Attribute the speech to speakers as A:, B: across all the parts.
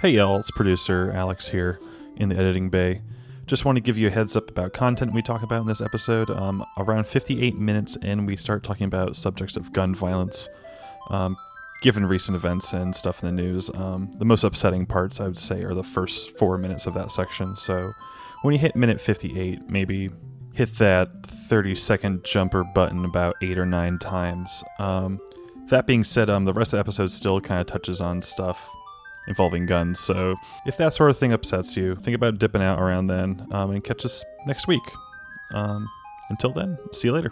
A: Hey y'all, it's producer Alex here in the editing bay. Just want to give you a heads up about content we talk about in this episode. Um, around 58 minutes in, we start talking about subjects of gun violence, um, given recent events and stuff in the news. Um, the most upsetting parts, I would say, are the first four minutes of that section. So when you hit minute 58, maybe hit that 30 second jumper button about eight or nine times. Um, that being said, um, the rest of the episode still kind of touches on stuff involving guns. So if that sort of thing upsets you, think about dipping out around then um, and catch us next week. Um, until then, see you later.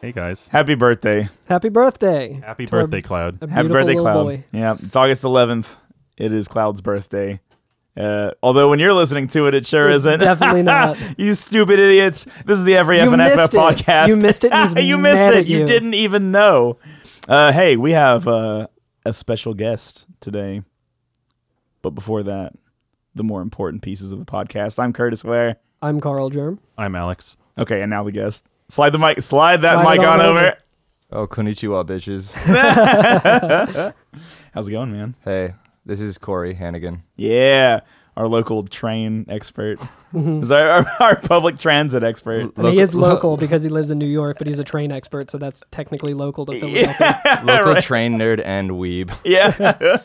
A: Hey guys,
B: Happy birthday.
C: Happy birthday.
A: happy
C: To our-
A: birthday, Cloud.
C: A
B: Happy
C: beautiful
B: birthday,
C: little
B: Cloud.
C: boy.
B: Yeah, it's August 11th. It is Cloud's birthday. Uh, although when you're listening to it, it sure
C: It's
B: isn't.
C: definitely not.
B: you stupid idiots. This is the Every
C: You
B: F and FNFF
C: missed it.
B: podcast.
C: You missed it and he's
B: you
C: mad
B: missed it.
C: at
B: You.
C: you.
B: didn't even know. Uh, hey, we have uh, a special guest today. But before that, the more important pieces of the podcast. I'm Curtis Ware.
C: I'm Carl Germ.
A: I'm Alex.
B: Okay, and now the guest. Slide the mic. Slide that
C: Slide it
B: mic
C: on
B: on
C: over.
B: over.
D: Oh, konnichiwa, bitches.
B: How's it going, man?
D: hey, this is Corey Hannigan.
B: Yeah, our local train expert. Is our, our, our public transit expert.
C: And he
D: Local-
C: is local because he lives in New York, but he's a train expert, so that's technically local to Philadelphia.
D: Local train nerd and weeb.
B: Yeah.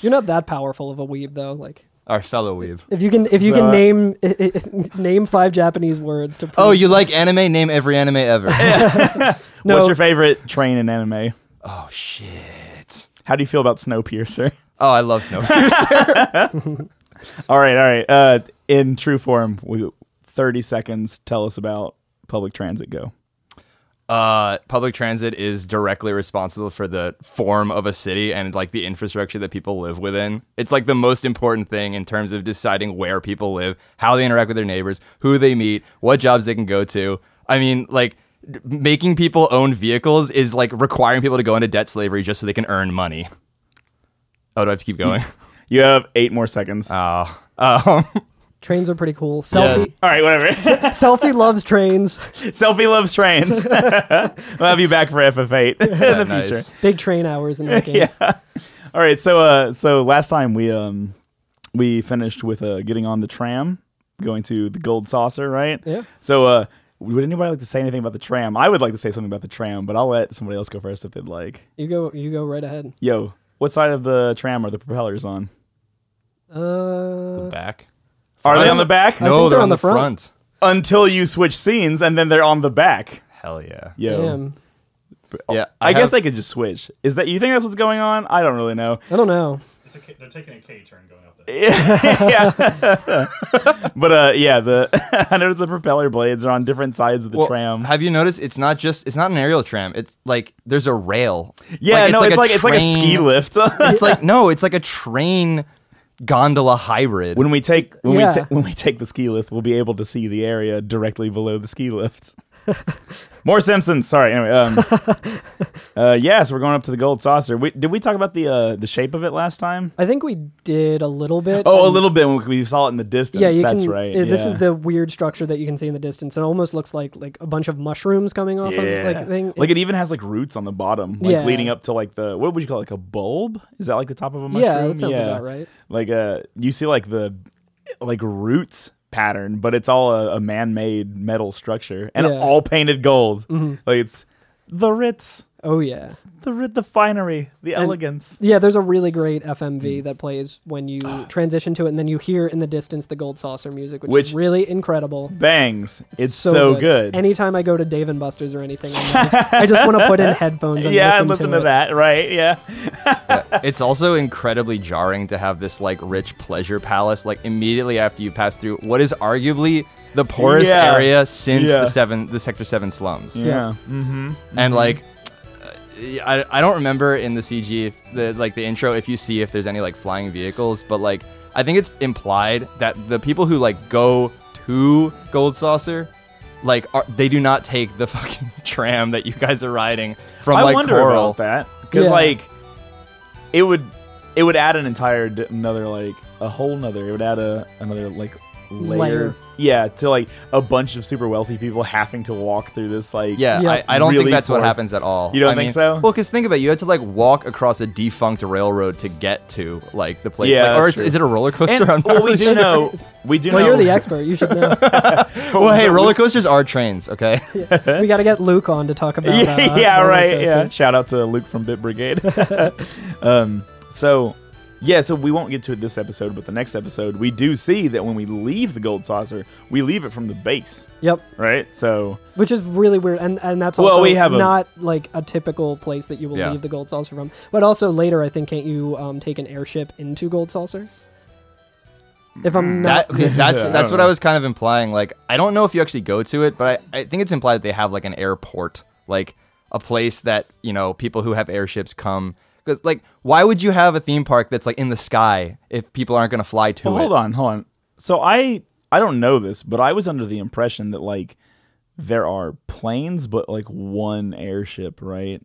C: You're not that powerful of a weeb, though. Like,
D: Our fellow weeb.
C: if you can, if you
B: So,
C: can
B: uh,
C: name i- i- i- name five Japanese words to. Prove,
D: Oh, you like anime? Name every anime ever.
C: No,
B: What's your favorite train in anime?
D: oh, shit.
B: How do you feel about Snowpiercer?
D: Oh, I love Snowpiercer.
B: All right, all right. Uh, in true form, we, 30 seconds, tell us about public transit go.
D: uh, public transit is directly responsible for the form of a city and like the infrastructure that people live within. It's like the most important thing in terms of deciding where people live, how they interact with their neighbors, who they meet, what jobs they can go to. I mean, like d- making people own vehicles is like requiring people to go into debt slavery just so they can earn money. Oh, do I have to keep going?
B: You have eight more seconds.
D: Oh. Um,
C: trains are pretty cool. Selfie,
B: all right, whatever.
C: selfie loves trains.
B: Selfie loves trains. we'll have you back for FF8 in the
D: nice.
B: future.
C: Big train hours in that game.
B: All right, so uh, so last time we um we finished with uh getting on the tram, going to the Gold Saucer, right?
C: Yeah.
B: So uh, would anybody like to say anything about the tram? I would like to say something about the tram, but I'll let somebody else go first if they'd like.
C: You go, you go right ahead.
B: Yo, what side of the tram are the propellers on?
C: Uh,
D: back.
B: Are they
D: Front?
B: on the back?
C: No. they're on the front.
B: Until you switch scenes, and then they're on the back.
D: Hell yeah.
B: Yo.
C: damn,
D: Yeah.
B: Oh, I, guess
D: have-
B: they could just switch. Is that you think that's what's going on? I don't really know.
C: I don't know.
A: It's a, they're taking a K turn going up there.
B: yeah. but uh, yeah, the I noticed the propeller blades are on different sides of the
D: Well,
B: tram.
D: Have you noticed it's not just it's not an aerial tram. It's like there's a rail.
B: Yeah, no, it's like it's like a ski
D: train-
B: lift.
D: It's like no, it's like a train gondola hybrid.
B: when we take when we
C: Yeah.
B: ta- when we take the ski lift, we'll be able to see the area directly below the ski lift. More Simpsons. Sorry. Anyway, um, uh, yes, we're going up to the Gold Saucer. We, did we talk about the uh, the shape of it last time?
C: I think we did a little bit.
B: Oh, a
C: Um,
B: little bit. when We saw it in the distance.
C: Yeah, you
B: That's
C: can.
B: right.
C: uh, This
B: yeah.
C: is the weird structure that you can see in the distance. It almost looks like like a bunch of mushrooms coming off
B: Yeah.
C: of like thing.
B: Like it even has like roots on the bottom, like
C: Yeah.
B: leading up to like the what would you call it, like a bulb? Is that like the top of a mushroom?
C: yeah, that sounds about right.
B: Like uh, you see like the like roots pattern, but it's all a, a man-made metal structure and
C: Yeah.
B: all painted gold. Like it's the Ritz,
C: Oh yeah,
B: the Ritz, the finery, the elegance.
C: yeah. There's a really great FMV
B: Hmm.
C: that plays when you transition to it, and then you hear in the distance the gold saucer music, which,
B: Which-
C: is really incredible.
B: Bangs! It's, so, good.
C: Anytime I go to Dave and Buster's or anything, I'm like, I just want to put in headphones. And
B: yeah,
C: listen,
B: listen to,
C: it.
B: that. Right? Yeah.
D: It's also incredibly jarring to have this like rich pleasure palace like immediately after you pass through what is arguably the poorest
B: Yeah.
D: area since
B: Yeah.
D: the seven the sector 7 slums.
B: Yeah. Mm-hmm.
D: and like uh, I, I don't remember in the CG if the like the intro if you see if there's any like flying vehicles, but like I think it's implied that the people who like go to Gold Saucer, like are, they do not take the fucking tram that you guys are riding from
B: I
D: like
B: wonder
D: Coral.
B: about that because
C: Yeah.
B: like it would it would add an entire d- another like a whole nother. It would add a another like layer.
C: Layer.
B: Yeah, to like a bunch of super wealthy people having to walk through this like
D: Yeah,
C: Yeah.
D: I, I don't
B: Really
D: think that's
B: poor.
D: what happens at all.
B: You don't
D: I
B: think so?
D: Well, because think about it, you had to like walk across a defunct railroad to get to like the place.
B: Yeah,
D: like, or
B: that's
D: it's, is it a roller coaster?
B: And,
D: I'm not
B: well, we
D: really
B: do
D: sure.
B: know. We do
C: Well,
B: know.
C: you're the expert. You should know.
D: Well, hey, roller coasters are trains. Okay.
C: we got to get Luke on to talk about.
B: yeah,
C: uh,
B: yeah,
C: roller
B: right. Yeah.
C: coasters.
B: Shout out to Luke from Bit Brigade. um, so, yeah, so we won't get to it this episode, but the next episode, we do see that when we leave the gold saucer, we leave it from the base,
C: Yep.
B: right? So,
C: Which is really weird, and and that's
B: Well,
C: also
B: we have a-
C: not like a typical place that you will
D: Yeah.
C: leave the gold saucer from. But also later, I think can't you um, take an airship into gold saucer? If
B: Hmm.
C: I'm not
D: That, okay, that's
B: Yeah, I
D: that's
B: don't
D: what
B: know.
D: I was kind of implying. Like, I don't know if you actually go to it, but I, I think it's implied that they have like an airport, like a place that you know people who have airships come. Because like, why would you have a theme park that's like in the sky if people aren't going to fly to
B: well,
D: it?
B: hold on, hold on. So, I I don't know this, but I was under the impression that like there are planes, but like one airship, right?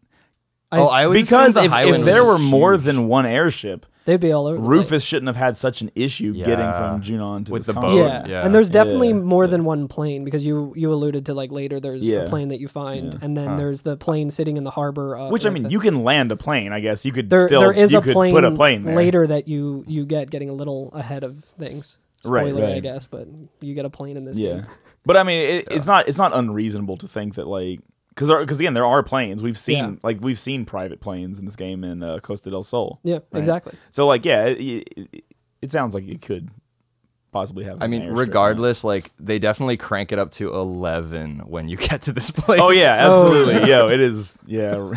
D: Oh, I always
B: Because
D: assumed
B: if,
D: the
B: if
D: Highland
B: there
D: was
B: were
D: just
B: more
D: huge.
B: than one airship,
C: they'd be all over. the
B: Rufus
C: place.
B: shouldn't have had such an issue getting
D: Yeah.
B: from Junon to
D: With
B: this
D: the
B: continent.
D: boat.
C: Yeah.
D: yeah.
C: and there's definitely
B: Yeah.
C: more than one plane because you you alluded to like later there's
B: Yeah.
C: a plane that you find, and then there's the plane sitting in the harbor. Of
B: Which I mean, you can land a plane. I guess you could
C: there
B: still
C: there is
B: you
C: a
B: could
C: plane,
B: put a plane there.
C: later that you you get getting a little ahead of things.
B: Right,
C: Spoiler, I
B: right.
C: guess, but you get a plane in this.
B: Yeah,
C: game.
B: but I mean, it, it's not it's not unreasonable to think that like because because again, there are planes. We've seen
C: Yeah.
B: like we've seen private planes in this game in uh, Costa del Sol.
C: Yeah,
B: right?
C: exactly.
B: So like, yeah, it, it, it sounds like it could possibly have.
D: I
B: an
D: mean,
B: airstrip.
D: regardless, like they definitely crank it up to eleven when you get to this place.
B: Oh yeah,
C: Oh.
B: absolutely. Yo, it is. Yeah,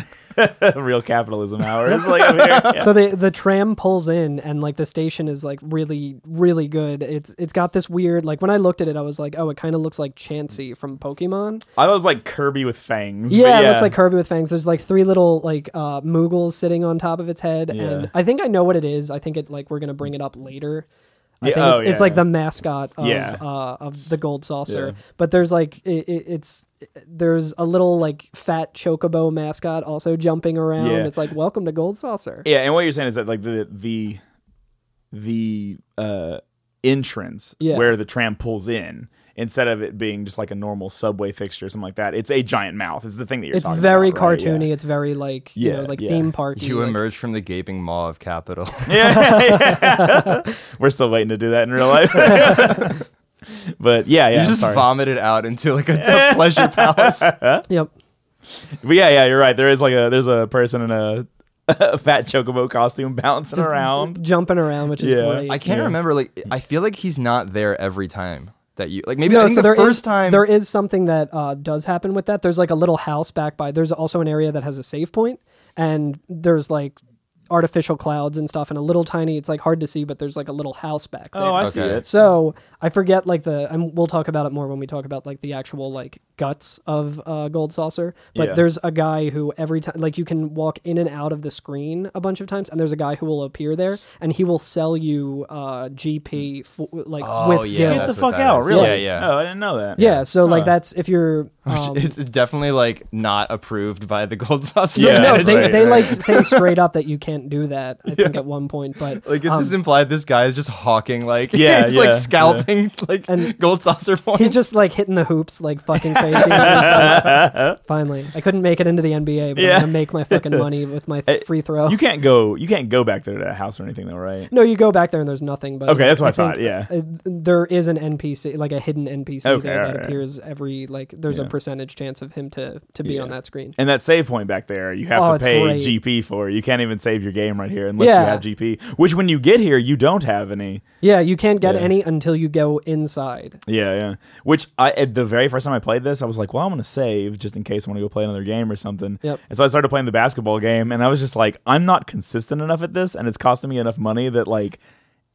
B: real capitalism hours. Like, over here. Yeah.
C: So the the tram pulls in and like the station is like really really good. It's it's got this weird like when I looked at it I was like oh it kind of looks like Chansey from Pokemon.
B: I was like Kirby with fangs. but
C: Yeah, it
B: yeah.
C: looks like Kirby with fangs. There's like three little like uh Moogles sitting on top of its head
B: Yeah.
C: and I think I know what it is. I think it like we're going to bring it up later. I
B: Yeah,
C: think it's,
B: oh,
C: it's
B: yeah.
C: like the mascot of
B: Yeah.
C: uh, of the gold saucer,
B: Yeah.
C: but there's like it, it, it's there's a little like fat chocobo mascot also jumping around.
B: Yeah.
C: It's like welcome to gold saucer.
B: Yeah, and what you're saying is that like the the the uh entrance
C: Yeah.
B: where the tram pulls in, instead of it being just like a normal subway fixture or something like that, it's a giant mouth. It's the thing that you're
C: it's
B: talking
C: very
B: about, right?
C: cartoony. It's very like you know,
B: Yeah,
C: like
B: yeah.
C: theme park.
D: You emerge from the gaping maw of capital.
B: Yeah. Yeah. We're still waiting to do that in real life. but yeah, yeah.
D: you just
B: sorry.
D: vomited out into like a, a pleasure palace.
C: Yep.
B: But yeah, yeah, you're right. There is like a there's a person in a, a fat chocobo costume bouncing around.
C: Jumping around, which is
B: Yeah.
C: great.
D: I can't
B: Yeah.
D: remember. Like, I feel like he's not there every time that you like. Maybe
C: No,
D: I think
C: so there
D: the
C: is-
D: first time.
C: there is something that uh, does happen with that. There's like a little house back by. There's also an area that has a save point, and there's like artificial clouds and stuff, and a little tiny. It's like hard to see, but there's like a little house back. There.
B: Oh, I see
D: Okay.
B: it.
C: So I forget like the and we'll talk about it more when we talk about like the actual like guts of uh, Gold Saucer. But
B: Yeah.
C: there's a guy who every time like you can walk in and out of the screen a bunch of times, and there's a guy who will appear there and he will sell you uh, GP for, like
D: Oh,
C: with
D: yeah,
C: gil.
B: Get
D: that's
B: the
D: what
B: fuck
D: that
B: out,
D: is.
B: really?
D: Yeah, yeah.
B: Oh, I didn't know that.
C: Yeah, so like
B: Huh.
C: that's if you're. Um,
D: it's it's definitely like not approved by the gold saucer.
B: Yeah,
C: no, they,
B: right,
C: they
B: right.
C: like say straight up that you can't do that. I think at one point, but
D: Like it's
C: um,
D: just implied this guy is just hawking, like
B: Yeah,
D: he's
B: yeah,
D: like
B: yeah.
D: scalping like
C: And
D: gold saucer points.
C: He's just like hitting the hoops like fucking crazy. He's just like, Finally, I couldn't make it into the NBA, but
B: Yeah.
C: I'm gonna make my fucking money with my th-
B: Uh,
C: free throw.
B: You can't go. You can't go back there to that house or anything, though, right?
C: no, you go back there and there's nothing. But
B: Okay, that's what I
C: think,
B: thought,
C: uh, there is an NPC, like a hidden NPC
B: Okay,
C: there that
B: alright.
C: appears every like. There's a
B: Yeah.
C: percentage chance of him to to be
B: Yeah.
C: on that screen.
B: And that save point back there, you have
C: Oh,
B: to
C: it's
B: pay
C: great.
B: GP for. You can't even save your game right here unless
C: Yeah.
B: you have GP. Which, when you get here, you don't have any.
C: Yeah, you can't get
B: Yeah.
C: any until you go inside.
B: Yeah, yeah. Which I at the very first time I played this, I was like, "Well, I'm gonna save just in case I want to go play another game or something."
C: Yep.
B: And so I started playing the basketball game, and I was just like, "I'm not consistent enough at this, and it's costing me enough money that like,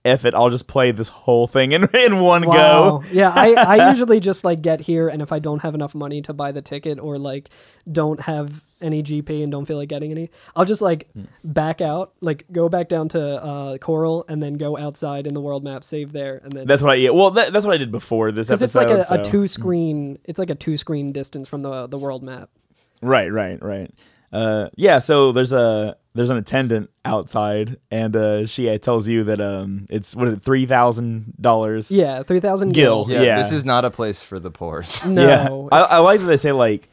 B: f it, I'll just play this whole thing in in one go."
C: yeah, I, I usually just like get here, and if I don't have enough money to buy the ticket or like don't have any GP and don't feel like getting any, I'll just like
B: Hmm.
C: back out, like go back down to uh, Coral and then go outside in the world map, save there, and then
B: That's what I yeah. Well, that, that's what I did before this
C: 'cause
B: episode.
C: it's like a, a
B: so- Hmm.
C: two screen, it's like a two screen distance from the the world map.
B: Right, right, right. Uh, yeah, so there's a there's an attendant outside, and uh, she uh, tells you that um, it's what is it three thousand dollars?
C: Yeah, three thousand
B: Gil.
C: gil.
D: Yeah,
B: Yeah.
D: this is not a place for the poor.
C: No,
B: I, I like that they say like,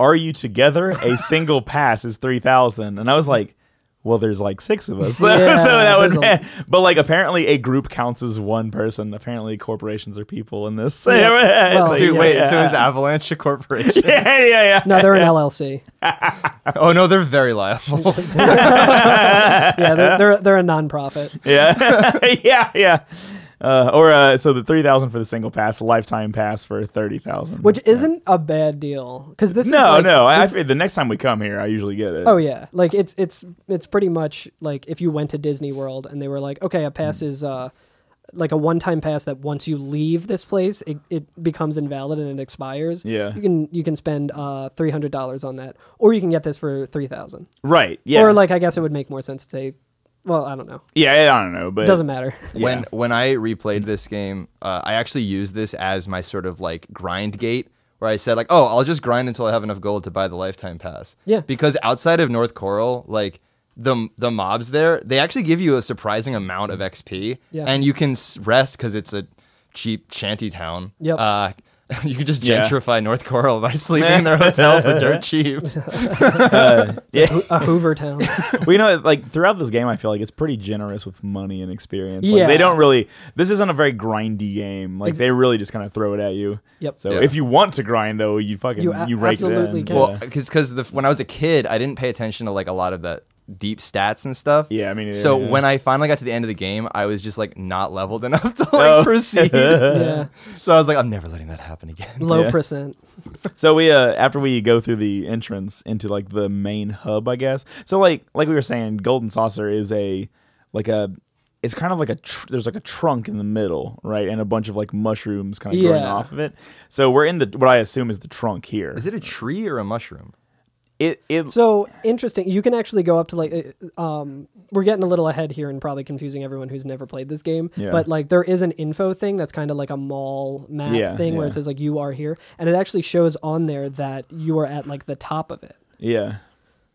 B: "Are you together?" A single pass is three thousand, and I was like, "Well, there's like six of us, so
C: Yeah,
B: that would."
C: there's
B: But like, apparently, a group counts as one person. Apparently, corporations are people in this. eh,
C: Yeah. Well,
B: It's like,
D: Dude,
C: Yeah,
D: wait.
B: yeah.
D: So is Avalanche a corporation?
B: yeah, yeah, yeah.
C: no, they're an LLC.
D: Oh no, they're very liable.
C: Yeah, they're they're, they're a nonprofit.
B: yeah, yeah, yeah. Uh, or uh, so the three thousand for the single pass, lifetime pass for thirty thousand.
C: which isn't a bad deal because this is
B: no,
C: like,
B: no. I,
C: this-
B: I, the next time we come here, I usually get it.
C: oh yeah like it's it's it's pretty much like if you went to disney world and they were like okay a pass
B: Mm.
C: is uh like a one-time pass that once you leave this place it, it becomes invalid and it expires
B: Yeah.
C: you can you can spend uh $300 on that or you can get this for 3000
B: right. Yeah.
C: or like i guess it would make more sense to say well i don't know
B: yeah. I don't know, but
C: doesn't matter
D: When when I replayed this game, uh, I actually used this as my sort of like grind gate where I said like, "Oh, I'll just grind until I have enough gold to buy the lifetime pass."
C: Yeah.
D: Because outside of North Coral, like the the mobs there, they actually give you a surprising amount of XP,
C: Yeah.
D: and you can s- rest because it's a cheap shanty town.
C: Yep.
D: Uh, you can just
B: Yeah.
D: gentrify North Coral by sleeping in their hotel for dirt cheap.
B: Yeah.
C: a hoover town
B: well, you know, like throughout this game, I feel like it's pretty generous with money and experience. Like,
C: Yeah.
B: they don't really. This isn't a very grindy game. Like they really just kind of throw it at you.
C: Yep.
B: So
D: Yeah.
B: if you want to grind, though, you fucking
C: You
B: you,
C: a-
B: rake
C: absolutely
B: it in.
C: can.
D: Well, because because when I was a kid, I didn't pay attention to like a lot of the deep stats and stuff.
B: Yeah, I mean,
D: So
B: yeah.
D: when I finally got to the end of the game, I was just like not leveled enough to like
B: Oh.
D: proceed.
C: yeah
D: so I was like, I'm never letting that happen again.
C: low
B: Yeah.
C: percent
B: So we uh after we go through the entrance into like the main hub, I guess. So like like we were saying, Golden Saucer is a like a it's kind of like a tr- there's like a trunk in the middle, right, and a bunch of like mushrooms kind of growing
C: Yeah.
B: off of it. So we're in the what I assume is the trunk here.
D: Is it a tree or a mushroom?
B: It it
C: So interesting. You can actually go up to like, uh, um, we're getting a little ahead here and probably confusing everyone who's never played this game.
B: Yeah.
C: But like, there is an info thing that's kind of like a mall map
B: Yeah,
C: thing where
B: yeah.
C: it says like you are here, and it actually shows on there that you are at like the top of it.
B: yeah.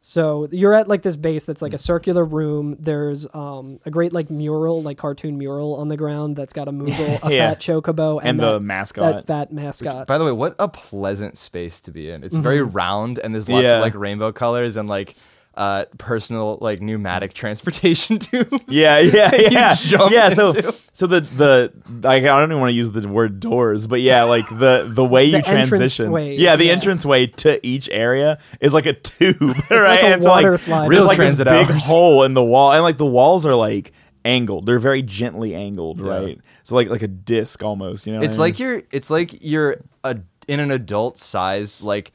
C: So you're at like this base that's like a circular room. There's um, a great like mural, like cartoon mural on the ground that's got a Moogle, a
B: Yeah.
C: fat chocobo, and,
B: And the
C: that- That
B: mascot.
C: fat mascot.
D: By the way, what a pleasant space to be in. It's very round and there's lots
B: Mm-hmm. Yeah.
D: of like rainbow colors and like uh personal like pneumatic transportation tubes.
B: Yeah, yeah,
D: you
B: yeah.
D: jump
B: yeah, so
D: into.
B: so the the like, I don't even want to use the word doors, but yeah, like the the way you
C: The entrance
B: transition.
C: way,
B: yeah, the
C: yeah.
B: entrance way to each area is like a tube, right?
C: a
B: And so,
C: water slide.
B: there's,
D: Real
B: like
D: transit
B: this big
D: hours.
B: hole in the wall, and like the walls are like angled. They're very gently angled, right? So like like a disc almost. You know, what I
D: It's
B: mean?
D: like you're it's like you're a, in an adult sized like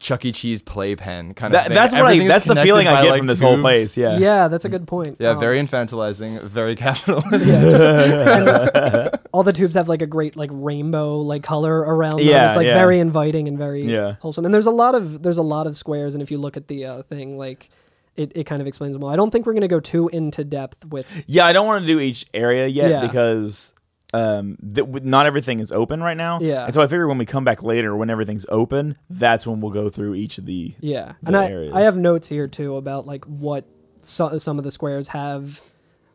D: Chuck E. Cheese playpen kind of
B: that,
D: thing.
B: that's what I,
D: Everything is
B: that's the
D: connected
B: feeling I
D: by,
B: get
D: like,
B: from this whole
D: tubes.
B: place. Yeah,
C: yeah. that's a good point.
D: Yeah,
C: Um,
D: very infantilizing, very capitalist.
C: all the tubes have like a great like rainbow like color around them.
B: Yeah,
C: it's like
B: yeah.
C: very inviting and very
B: Yeah.
C: wholesome. And there's a lot of there's a lot of squares, and if you look at the uh, thing, like it, it kind of explains them all. I don't think we're gonna go too into depth with
B: Yeah, I don't want to do each area yet
C: Yeah.
B: because um, th- w- not everything is open right now.
C: Yeah.
B: and so I figure when we come back later, when everything's open, that's when we'll go through each of the.
C: yeah.
B: the
C: And I
B: areas.
C: I have notes here too about like what so, some of the squares have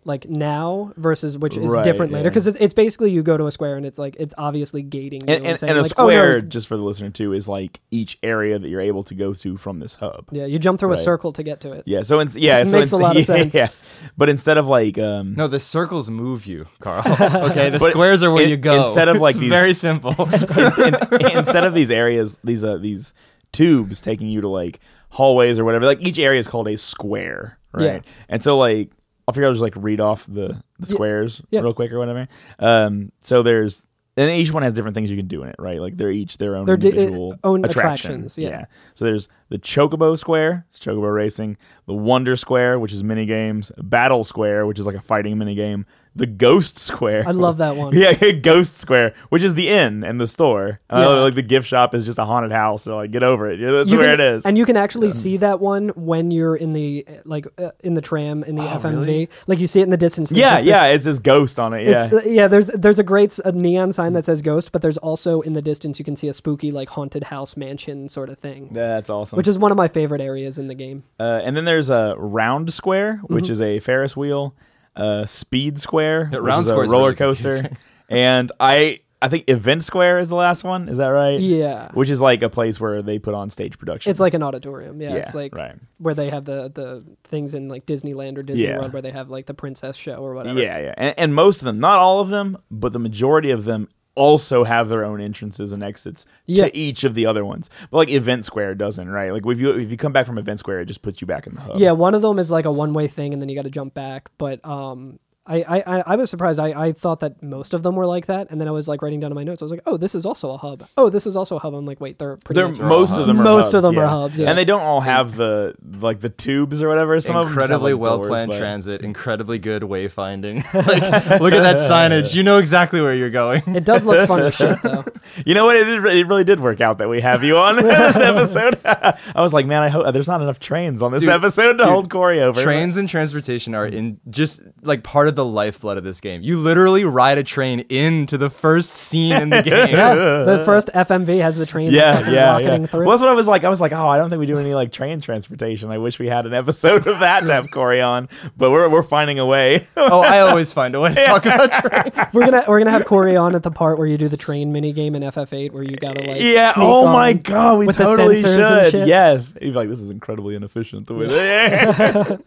C: like now versus which is
B: Right,
C: different later
B: yeah.
C: because it's, it's basically you go to a square and it's like it's obviously gating you
B: And, and,
C: saying,
B: and a
C: like, oh, no,
B: square, just for the listener too, is like each area that you're able to go to from this hub.
C: yeah you jump through
B: Right.
C: a circle to get to it
B: Yeah, so in, yeah, so
C: Makes
B: in-
C: a lot of
B: yeah,
C: sense.
B: Yeah, but instead of like, um,
D: No, the circles move you, Carl. Okay, the
B: But
D: squares are where
B: in-
D: you go.
B: instead of, like,
D: It's
B: these-
D: very simple.
B: in, instead of these areas, these uh, these tubes taking you to like hallways or whatever. Like each area is called a square, right? And so like I'll figure I'll just like read off the the squares
C: Yeah.
B: real quick or whatever. Um, so there's and each one has different things you can do in it, right? Like they're each their own
C: They're di-
B: individual
C: uh, own
B: attraction.
C: attractions, yeah.
B: So there's the Chocobo Square, it's Chocobo Racing, the Wonder Square, which is mini games, Battle Square, which is like a fighting mini game, the Ghost Square.
C: I love that one.
B: yeah, Ghost Square, which is the inn and the store. And I
C: Yeah.
B: love, like the gift shop is just a haunted house. So like, get over it. Yeah, that's
C: You
B: where
C: can-
B: it is.
C: and you can actually see that one when you're in the uh, like uh, in the tram in the FMV. Like you see it in the distance. There's
B: Oh, yeah,
C: just this-
B: yeah, it's this ghost on it. Yeah,
C: It's, uh, yeah. yeah, there's there's a great s- a neon sign that says ghost, but there's also in the distance you can see a spooky like haunted house mansion sort of thing,
B: that's awesome.
C: which is one of my favorite areas in the game.
B: Uh, and then there's a round square, which
C: Mm-hmm.
B: is a Ferris wheel. Uh, speed square,
D: Yeah,
B: which
D: round
B: is a
D: square's
B: roller
D: really
B: coaster.
D: confusing.
B: and I, I think Event Square is the last one. Is that right?
C: Yeah.
B: Which is like a place where they put on stage productions.
C: It's like an auditorium. Yeah, it's
B: Yeah,
C: like
B: right.
C: where they have the the things in like Disneyland or Disney
B: Yeah.
C: World where they have like the princess show or whatever.
B: Yeah, yeah. And, and most of them, not all of them, but the majority of them also have their own entrances and exits
C: Yeah.
B: to each of the other ones. But like Event Square doesn't, right? Like if you if you come back from Event Square, it just puts you back in the hub.
C: Yeah, one of them is like a one way thing, and then you got to jump back. But um, I I, I, I was surprised. I, I thought that most of them were like that, and then I was like writing down in my notes. I was like, oh, this is also a hub. Oh, this is also a hub. I'm like, wait, they're pretty.
B: They're,
C: much
B: most
D: all
B: of them are
C: Most
B: hubs,
C: of them are
B: yeah.
C: hubs, yeah.
B: And they don't all have the like the tubes or whatever. Some
D: incredibly
B: of them just have, like,
D: well
B: doors,
D: planned
B: but-
D: transit, incredibly good wayfinding. like, look at that signage. You know exactly where you're going.
C: It does look fun as shit though.
B: You know what? It, did- it really did work out that we have you on this episode. I was like, man, I hope there's not enough trains on this
D: Dude,
B: episode to
D: dude,
B: hold Corey over.
D: Trains and transportation are in just like part of the lifeblood of this game. You literally ride a train into the first scene in the game.
C: Yeah, the first FMV has the train. like,
B: yeah,
C: fucking
B: yeah,
C: rocketing
B: yeah.
C: through.
B: Well, that's what I was like. I was like, oh, I don't think we do any like train transportation. I wish we had an episode of that to have Corey on, but we're we're finding a way.
D: Oh, I always find a way to talk about trains.
C: we're gonna we're gonna have Corey on at the part where you do the train mini game in FF8 where you gotta like
B: yeah.
C: sneak
B: Oh
C: on
B: my god, we
C: with the
B: totally
C: sensors and
B: should.
C: shit.
B: Yes. He's like, this is incredibly inefficient. The way. they-"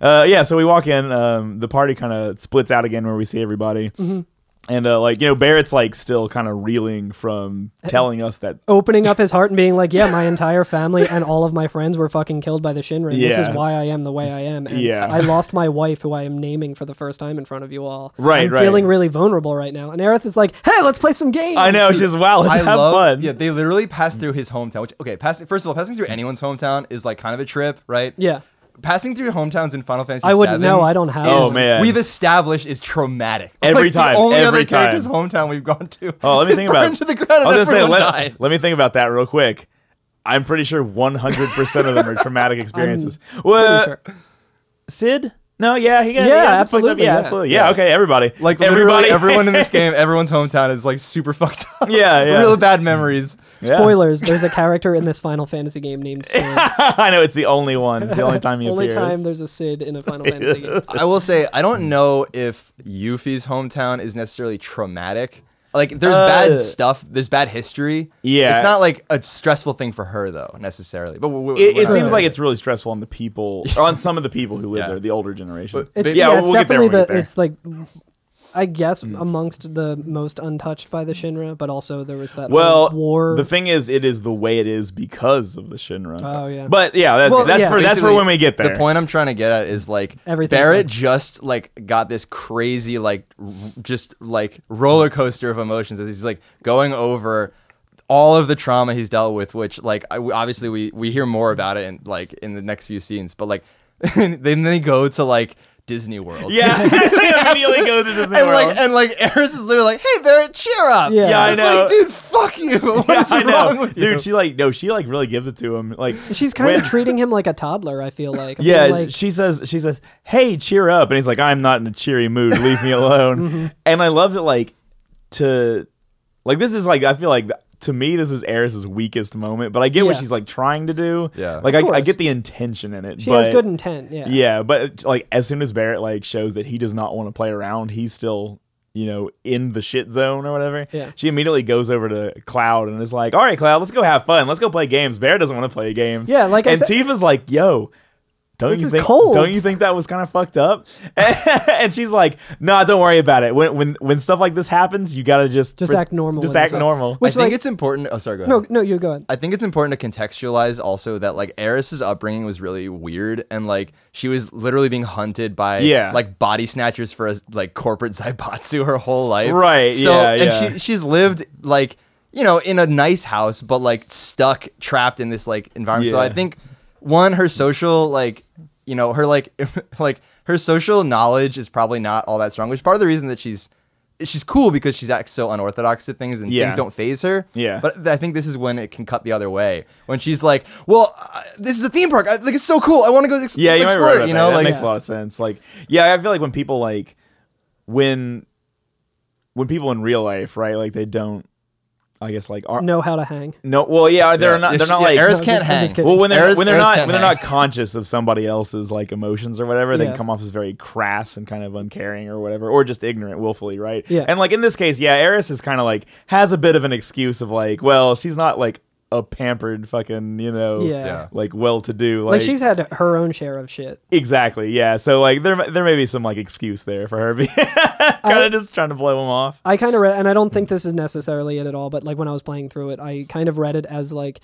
B: uh, yeah. So we walk in. Um, the party kind of splits out again where we see everybody.
C: Mm-hmm.
B: And uh, like you know, Barrett's like still kind of reeling from telling us that
C: opening up his heart and being like, "Yeah, my entire family and all of my friends were fucking killed by the Shinrin. This
B: Yeah.
C: is why I am the way I am. And
B: Yeah.
C: I lost my wife, who I am naming for the first time in front of you all.
B: Right,
C: I'm
B: right.
C: feeling really vulnerable right now. And Aerith is like, "Hey, let's play some games.
B: I know. She's wow. Let's
D: I
B: have
D: love.
B: fun.
D: Yeah, they literally pass through his hometown. Which okay, passing first of all, passing through anyone's hometown is like kind of a trip, right?
C: Yeah.
D: Passing through hometowns in Final Fantasy
C: I wouldn't
D: VII
C: know. I don't have.
D: is-
B: Oh, man.
D: we've established is traumatic.
B: Every
D: Like,
B: time,
D: the only
B: every
D: other character's
B: time.
D: hometown we've gone to.
B: Oh, let me
D: is
B: think about
D: burned to the ground.
B: I was
D: and
B: gonna say,
D: everyone
B: let,
D: died.
B: let me think about that real quick. I'm pretty sure 100% of them are traumatic experiences.
C: Pretty
B: Well,
C: sure.
B: Sid? No, yeah, he got
C: Yeah,
B: he got some
C: absolutely,
B: fucked up- Yeah,
C: yeah.
B: absolutely. Yeah, okay, everybody.
D: Like
B: everybody,
D: literally everyone in this game, everyone's hometown is like super fucked up.
B: Yeah, yeah.
D: Real bad memories.
B: Yeah.
C: Spoilers: There's a character in this Final Fantasy game named Sid.
B: I know it's the only one. It's the only time he
C: Only
B: appears.
C: time there's a Sid in a Final Fantasy game.
D: I will say I don't know if Yuffie's hometown is necessarily traumatic. Like there's
B: Uh,
D: bad stuff, there's bad history.
B: Yeah.
D: it's not like a stressful thing for her though necessarily. But w- w-
B: it, it
D: whatever.
B: seems like it's really stressful on the people, or on some of the people who live
D: Yeah.
B: there, the older generation.
D: But-
C: It's, yeah,
D: Yeah,
B: we'll-
C: it's
B: we'll get there
C: definitely
B: when we
C: the.
B: get there. Mm.
C: It's like, I guess, amongst the most untouched by the Shinra, but also there was that
B: well,
C: whole war.
B: the thing is, it is the way it is because of the Shinra.
C: Oh, yeah.
B: But yeah, that,
C: Well,
B: that's
C: yeah.
B: for that's for
D: Basically,
B: when we get there.
D: The point I'm trying to get at is like
C: Everything's
D: Barrett
C: like-
D: just like got this crazy like r- just like roller coaster of emotions as he's like going over all of the trauma he's dealt with, which like I, we- obviously we we hear more about it in like in the next few scenes, but like then they go to like Disney World.
B: yeah, they immediately go to Disney
D: And
B: World.
D: like and like Eris is literally like, "Hey Barrett, cheer up!"
C: Yeah. Yeah,
B: I
D: it's
B: know.
D: Like, dude, fuck you. What's
B: Yeah, I know.
D: wrong with you?
B: Dude, she like no, she like really gives it to him. Like
C: She's kind
B: when-
C: of treating him like a toddler. I feel like. I feel
B: Yeah,
C: like,
B: she says she says, "Hey, cheer up," and he's like, "I'm not in a cheery mood. Leave me alone." And I love that like to like this is like I feel like to me this is Eris's weakest moment, but I get what
C: Yeah.
B: she's like trying to do.
D: Yeah.
B: like I, I
C: course.
B: get the intention in it.
C: she
B: but,
C: has good intent. Yeah.
B: Yeah, but like as soon as Barrett like shows that he does not want to play around, he's still you know in the shit zone or whatever.
C: Yeah.
B: She immediately goes over to Cloud and is like, "All right, Cloud, let's go have fun. Let's go play games." Barrett doesn't want to play games.
C: Yeah, like I
B: and
C: said-
B: Tifa's like, "Yo." Don't
C: This
B: you
C: is
B: think?
C: cold."
B: Don't you think that was kind of fucked up? and she's like, "Nah, don't worry about it. When when when stuff like this happens, you gotta just
C: Just
B: pre-
C: act normal
B: Just
C: and
B: act
C: stuff."
B: normal."
D: I
C: Which,
D: think
C: like-
D: it's important. Oh, sorry. Go ahead.
C: No, no, you go ahead.
D: I think it's important to contextualize also that like Eris's upbringing was really weird and like she was literally being hunted by
B: Yeah.
D: like body snatchers for a like corporate zaibatsu her whole life.
B: Right,
D: So
B: yeah,
D: and
B: yeah.
D: she she's lived like you know in a nice house but like stuck trapped in this like environment. So
B: Yeah.
D: I think one her social like you know, her like like her social knowledge is probably not all that strong, which is part of the reason that she's she's cool because she's acts so unorthodox to things and
B: Yeah.
D: things don't phase her.
B: Yeah.
D: But I think this is when it can cut the other way. When she's like, "Well, uh, this is a theme park. I, like it's so cool. I want to go ex-
B: yeah, you might be
D: explore
B: right
D: it,"
B: about
D: you know,
B: that. That
D: like
B: makes a lot of sense. Like, yeah, I feel like when people like when when people in real life, right? Like they don't, I guess, like are no,
C: know how to hang.
B: well, yeah, they're
D: Yeah.
B: not,
D: Yeah,
B: they're
D: she-
B: not
D: yeah,
B: like
D: Eris
C: No,
D: can't
C: just- I'm
D: hang.
C: just kidding.
B: well when they're
D: Eris-
B: when they're
D: Eris
B: not
D: can't
B: when they're
D: hang.
B: not conscious of somebody else's like emotions or whatever, they
C: Yeah.
B: can come off as very crass and kind of uncaring or whatever, or just ignorant willfully, right?
C: Yeah.
B: And like in this case, yeah, Eris is kind of like has a bit of an excuse of like, well, she's not like a pampered fucking, you know,
C: Yeah. Yeah.
B: like well-to-do,
C: Like, she's had her own share of shit.
B: Exactly. Yeah. So like there there may be some like excuse there for her being kind of just trying to blow him off.
C: I kind of read, and I don't think this is necessarily it at all, but like when I was playing through it, I kind of read it as like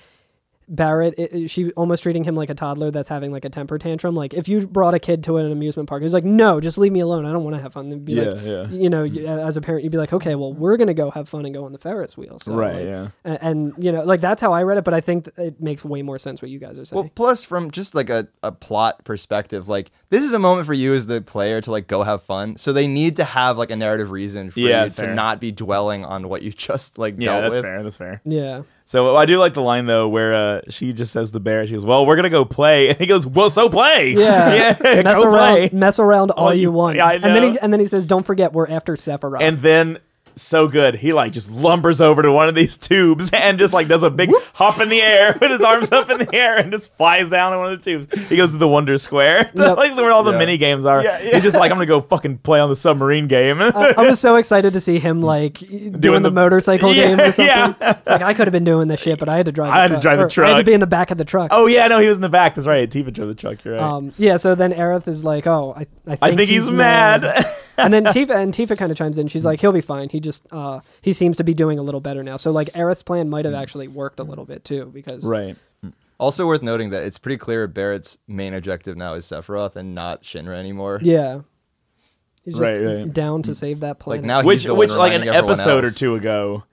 C: Barrett, it, it- she almost treating him like a toddler that's having like a temper tantrum. Like if you brought a kid to an amusement park, he's like, no, just leave me alone. I don't want to have fun. They'd Be like,
B: Yeah, yeah. Mm.
C: You know, you- as a parent, you'd be like, okay, well, we're going to go have fun and go on the Ferris wheel. So,
B: Right,
C: like-
B: yeah.
C: a- And, you know, like that's how I read it, but I think th- it makes way more sense what you guys are saying.
D: Well, plus from just like a, a plot perspective, like this is a moment for you as the player to like go have fun. So they need to have like a narrative reason for
B: Yeah,
D: you
B: fair.
D: to not be dwelling on what you just like
B: Yeah,
D: dealt
B: that's
D: with.
B: fair. That's fair.
C: yeah.
B: So I do like the line though where uh, she just says the bear. She goes, "Well, we're gonna go play," and he goes, "Well, so play."
C: Yeah.
B: yeah,
C: Mess
B: go
C: around,
B: play.
C: mess around all,
B: All
C: you
B: you-
C: want,
B: Yeah, I
C: and then
B: know.
C: he and then he says, "Don't forget, we're after Sephiroth."
B: And then so good, he like just lumbers over to one of these tubes and just like does a big hop in the air with his arms up in the air and just flies down on one of the tubes. He goes to the Wonder Square,
C: Yep.
B: like where all the
D: Yeah.
B: mini games are.
D: Yeah, yeah.
B: He's just like, "I'm gonna go fucking play on the submarine game."
C: I, I was so excited to see him like doing,
B: the-
C: the, motorcycle
B: Yeah,
C: game or something.
B: yeah.
C: It's like I could have been doing this shit, but I had to drive.
B: I had to drive the
C: or I had to
B: truck.
C: be in the back of the truck.
B: Oh yeah, no, he was in the back. That's right. Tifa drove the truck. You're right.
C: Um, yeah. So then Aerith is like, "Oh, I, I think,
B: I think he's, mad.
C: and then Tifa and Tifa kind of chimes in. She's like, "He'll be fine. He just uh, he seems to be doing a little better now." So like Aerith's plan might have actually worked a little bit too because
B: Mm. right.
D: Also worth noting that it's pretty clear Barrett's main objective now is Sephiroth and not Shinra anymore.
C: yeah, he's just
B: Right, right. Mm.
C: down to save that planet.
D: Like now he's
B: Which
D: the
B: which
D: one
B: like an
D: reminding everyone
B: episode
D: else.
B: or two ago,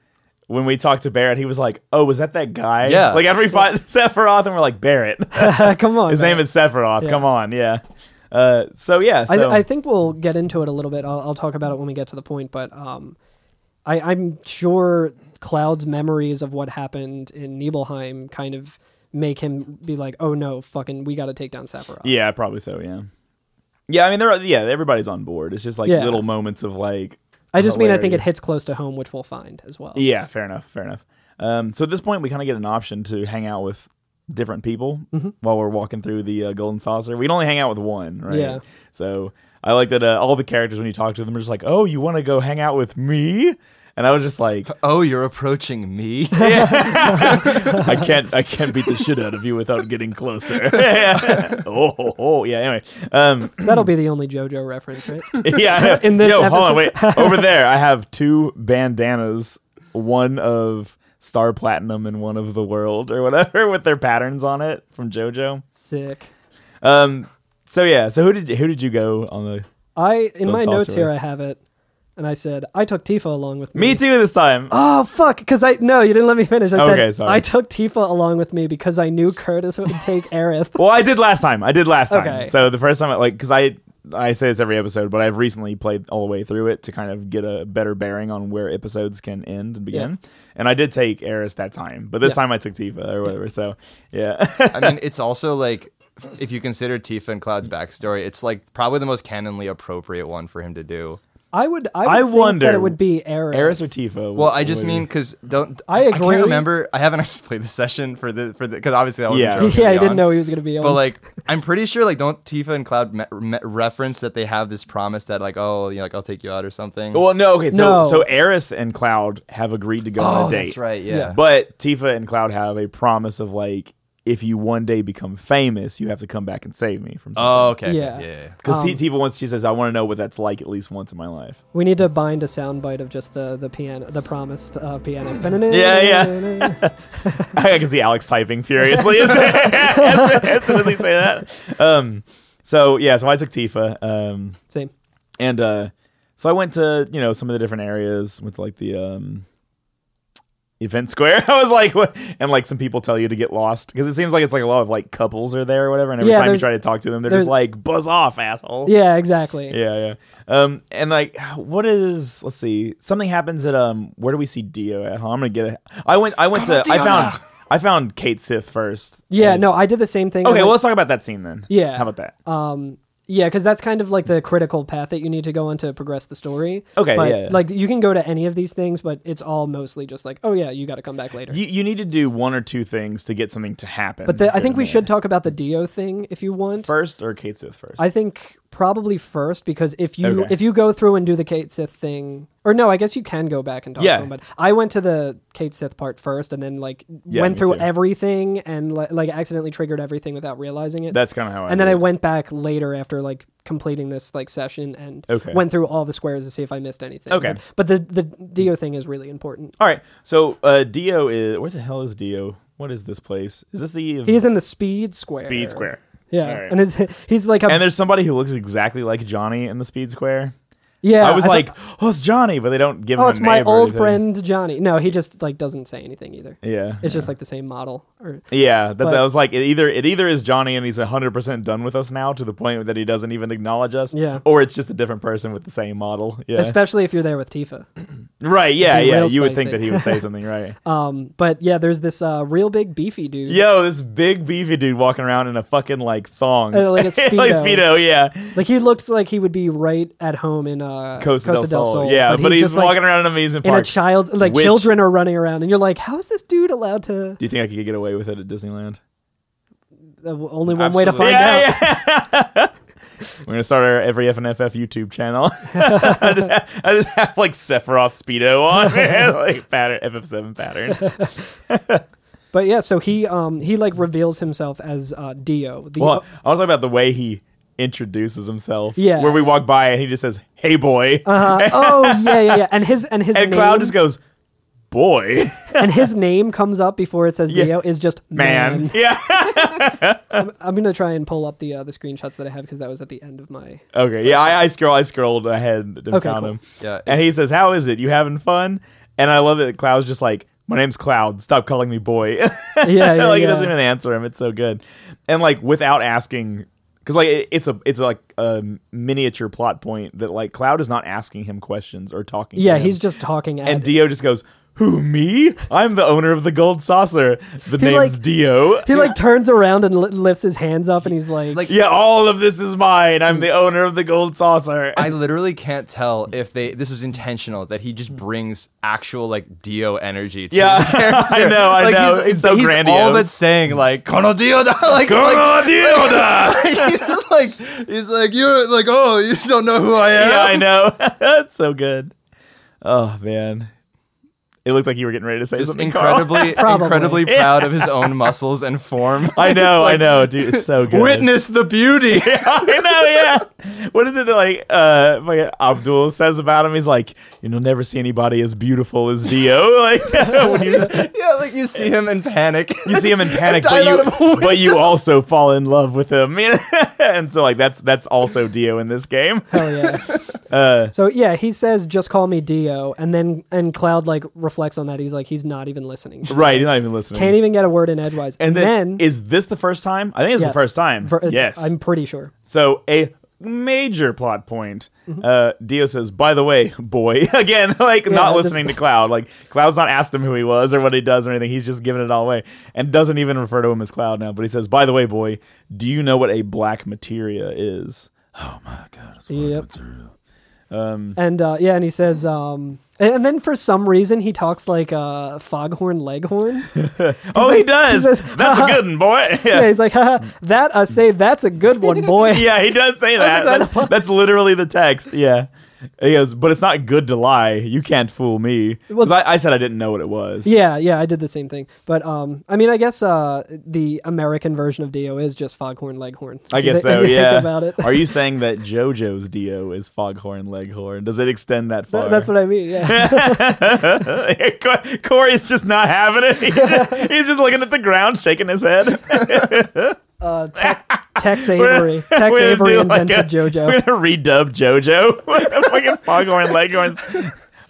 B: when we talked to Barrett, he was like, "Oh, was that that guy?"
D: Yeah.
B: Like every fight Sephiroth, and we're like, "Barrett,
C: come on,
B: his
C: man.
B: name is Sephiroth.
C: Yeah.
B: Come on, yeah." Uh, so yeah, so
C: I, th- I think we'll get into it a little bit. I'll, I'll talk about it when we get to the point, but um, I, I'm sure Cloud's memories of what happened in Nibelheim kind of make him be like, "Oh no, fucking, we got to take down Sephiroth."
B: yeah, probably so. Yeah. Yeah, I mean, there are yeah, everybody's on board. It's just like
C: Yeah.
B: little moments of like.
C: I just mean I think it
B: hilarity.
C: hits close to home, which we'll find as well.
B: Yeah, fair enough. Fair enough. Um, so at this point, we kind of get an option to hang out with different people while we're walking through the uh, Golden Saucer. We can only hang out with one, right?
C: Yeah.
B: So I like that uh, all the characters, when you talk to them, are just like, oh, you want to go hang out with me? And I was just like,
D: Oh, you're approaching me.
B: I can't, I can't beat the shit out of you without getting closer. Yeah. oh, oh, oh, yeah. Anyway, um,
C: That'll be the only JoJo reference, right?
B: yeah. I know.
C: In this
B: Yo, hold
C: episode.
B: on, wait. Over there, I have two bandanas, one of Star Platinum and one of the World or whatever, with their patterns on it from JoJo.
C: Sick.
B: Um. So yeah. So who did who did you go on the?
C: I in my
B: Don't
C: notes
B: saucer.
C: here I have it, and I said I took Tifa along with me.
B: Me too this time.
C: Oh fuck! Because I no, you didn't let me finish. I
B: Okay,
C: said
B: sorry.
C: I took Tifa along with me because I knew Curtis would take Aerith.
B: Well, I did last time. I did last time.
C: Okay.
B: So the first time, I- like, because I I say this every episode, but I've recently played all the way through it to kind of get a better bearing on where episodes can end and begin. And I did take Eris that time, but this
C: Yeah.
B: time I took Tifa or whatever. So yeah.
D: I mean, it's also like if you consider Tifa and Cloud's backstory, it's like probably the most canonly appropriate one for him to do.
C: I would. I, would
B: I
C: think
B: wonder-
C: that it would be Aerith.
B: Eris or Tifa?
D: Well, I just
B: What do you-
D: mean because don't
C: I agree.
D: can't remember. I haven't actually played the session for the for the because obviously I wasn't
B: Yeah.
D: sure. was gonna
C: yeah, I
D: be
C: didn't
D: on.
C: know he was gonna be on.
D: But like, I'm pretty sure like don't Tifa and Cloud me- me- reference that they have this promise that like oh you know, like I'll take you out or something.
B: Well, no. Okay. So
C: No.
B: so Eris and Cloud have agreed to go on
D: oh,
B: a date.
D: that's right.
C: Yeah.
D: Yeah.
B: But Tifa and Cloud have a promise of like, if you one day become famous, you have to come back and save me from something.
D: Oh, okay. okay,
C: Yeah.
D: Yeah. yeah.
B: Because
C: Um,
B: Tifa once she says, "I want to know what that's like at least once in my life."
C: we need to bind a soundbite of just the the piano, the promised uh, piano.
B: Yeah, yeah. I can see Alex typing furiously as, as, as soon as we say that. Um, so yeah, so I took Tifa, um,
C: Same.
B: and uh, so I went to you know some of the different areas with like the um, event square. I was like, what? and like some people tell you to get lost because it seems like it's like a lot of like couples are there or whatever. And every
C: Yeah,
B: time you
C: there's-
B: try to talk to them, they're
C: there's-
B: just like, buzz off, asshole.
C: Yeah, exactly.
B: Yeah, yeah. Um, and like, what is? Let's see. Something happens at um. Where do we see Dio at? Huh? I'm gonna get it. I went. I went to. I found. I found Kate Sith first.
C: Yeah, no, I did the same thing. I
B: Okay,
C: went-
B: well, let's talk about that scene then.
C: Yeah.
B: How about that?
C: um yeah because that's kind of like the critical path that you need to go on to progress the story
B: Okay,
C: but
B: yeah, yeah.
C: like you can go to any of these things but it's all mostly just like oh yeah you got to come back later
B: You, you need to do one or two things to get something to happen.
C: but the, i think we
B: Yeah.
C: should talk about the dio thing if you want
B: first or Kate Sith first.
C: i think probably first because if you
B: Okay.
C: if you go through and do the kate sith thing or no i guess you can go back and talk
B: Yeah.
C: to him but i went to the kate sith part first and then like
B: Yeah,
C: went
B: me
C: through
B: too.
C: everything and like, like accidentally triggered everything without realizing it
B: That's kind of how. I
C: and then I
B: did it.
C: went back later after like completing this like session and
B: Okay.
C: went through all the squares to see if I missed anything.
B: Okay.
C: but, but the the Dio thing is really important.
B: All right. So uh, Dio is. Where the hell is Dio? What is this place? Is this the?
C: He is in the speed square.
B: Speed Square.
C: Yeah,
B: All right.
C: and it's, he's like a
B: And there's somebody who looks exactly like Johnny in the Speed Square.
C: yeah.
B: I was
C: thought,
B: like, oh, it's Johnny, but they don't give him.
C: oh,
B: a
C: it's my
B: name or
C: old
B: anything.
C: friend Johnny. No, he just like doesn't say anything either.
B: Yeah,
C: It's just like the same model. Or
B: yeah. That's
C: but-
B: I was like, it either it either is Johnny and he's hundred percent done with us now to the point that he doesn't even acknowledge us.
C: Yeah.
B: or it's just a different person with the same model. Yeah,
C: especially if you're there with Tifa.
B: right. Yeah,
C: It'd be
B: yeah.
C: real
B: You would think
C: spicy.
B: that he would say something, right?
C: Um, but yeah, there's this uh, real big beefy dude.
B: Yo, this big beefy dude walking around in a fucking like thong,
C: Uh, like a Speedo.
B: Speedo, yeah.
C: Like he looks like he would be right at home in uh,
B: Costa, del Sol. Yeah, but, he's,
C: just, like,
B: walking around in an amusement
C: in
B: park.
C: a child like
B: which-
C: children are running around and you're like how is this dude allowed to
B: Do you think I could get away with it at Disneyland?
C: uh, only one way to
D: Absolutely.
C: find out
B: yeah, Yeah. We're gonna start our every FNFF YouTube channel. I, just, I just have like Sephiroth Speedo on, man. like pattern FF7 pattern.
C: but yeah so he um he like reveals himself as uh dio the,
B: Well, I was talking about the way he introduces himself.
C: Yeah.
B: where we walk by and he just says, "Hey, boy,"
C: uh, oh yeah yeah yeah and his and his
B: and
C: name,
B: Cloud just goes, "Boy,
C: and his name comes up before it says
B: Yeah.
C: dio is just man,
B: man." Yeah.
C: i'm gonna try and pull up the uh, the screenshots that i have because that was at the end of my
B: Okay. Yeah, I, I scroll. I scrolled ahead and
C: Okay,
B: found
C: cool.
B: him.
D: Yeah,
B: And
D: it's-
B: he says, "How is it? You having fun?" And I love it. that Cloud's just like, "My name's Cloud. Stop calling me boy."
C: yeah, yeah,
B: like he
C: yeah.
B: doesn't even answer him. It's so good, and like without asking, because like it, it's a it's like a miniature plot point that like Cloud is not asking him questions or talking. to
C: yeah
B: him.
C: he's just talking at
B: and Dio just goes, "Who me? I'm the owner of the gold saucer. The name's
C: like-
B: Dio."
C: he like turns around and li- lifts his hands up and he's like,
D: Like-
B: yeah, all of this is mine. I'm the owner of the gold saucer.
D: I literally can't tell if they this was intentional that he just brings actual like Dio energy to
B: Yeah.
D: the character.
B: I know, I
D: like,
B: know.
D: He's,
B: It's so
D: he's
B: grandiose.
D: all but saying like "Kono Dio da," like, like
B: Gold Dio!
D: he's just like he's like you're like oh you don't know who I am.
B: yeah, I know. That's so good. Oh man, it looked like you were getting ready to say
D: Just
B: something. Carl.
D: incredibly
C: Probably.
D: incredibly proud of his own muscles and form.
B: I know,
D: It's
B: I
D: like,
B: know, dude. It's so good.
D: Witness the beauty.
B: I know, yeah. What is it that, like? Uh, like Abdul says about him. He's like, you'll never see anybody as beautiful as Dio. Like when you,
D: yeah, like you see him in panic.
B: you see him in panic,
D: dive
B: but
D: out of a
B: you,
D: window.
B: but you also fall in love with him. and so like that's that's also Dio in this game.
C: Hell yeah.
B: Uh,
C: so yeah, he says, "Just call me Dio," and then and Cloud like reflects on that. He's like, he's not even listening.
B: Right? He's not even listening.
C: Can't even get a word in edgewise.
B: and then, is this the first time? I think it's
C: Yes.
B: the first time.
C: For- uh,
B: yes,
C: I'm pretty sure.
B: So a major plot point.
C: Mm-hmm.
B: Uh, Dio says, "By the way, boy." Again, like not
C: this-
B: listening to Cloud. Like Cloud's not asked him who he was or what he does or anything. He's just giving it all away and doesn't even refer to him as Cloud now. But he says, "By the way, boy, do you know what a black materia is?"
C: Yep.
B: Um,
C: and uh, yeah, and he says, um, and and then for some reason he talks like uh, Foghorn Leghorn.
B: oh, he does.
C: says,
B: that's a good one, boy.
C: yeah, he's like, Haha, that I say, that's a good one, boy.
B: yeah, he does say that. That's, that's literally the text. Yeah. He goes, but it's not good to lie. You can't fool me. 'Cause
C: Well-
B: I, I said I didn't know what it was.
C: Yeah, yeah, I did the same thing. But um, I mean, I guess uh, the American version of Dio is just Foghorn Leghorn.
B: I guess
C: If you
B: so.
C: think
B: Yeah.
C: about it.
B: Are you saying that JoJo's Dio is Foghorn Leghorn? Does it extend that far?
C: That- that's what I mean. Yeah.
B: I. Corey's just not having it. He's just, he's just looking at the ground, shaking his head.
C: uh, Tex, Tex Avery. Tex
B: We're gonna
C: Avery
B: do like
C: invented
B: a-
C: JoJo.
B: We're gonna redub JoJo. Fucking Foghorn Leghorns.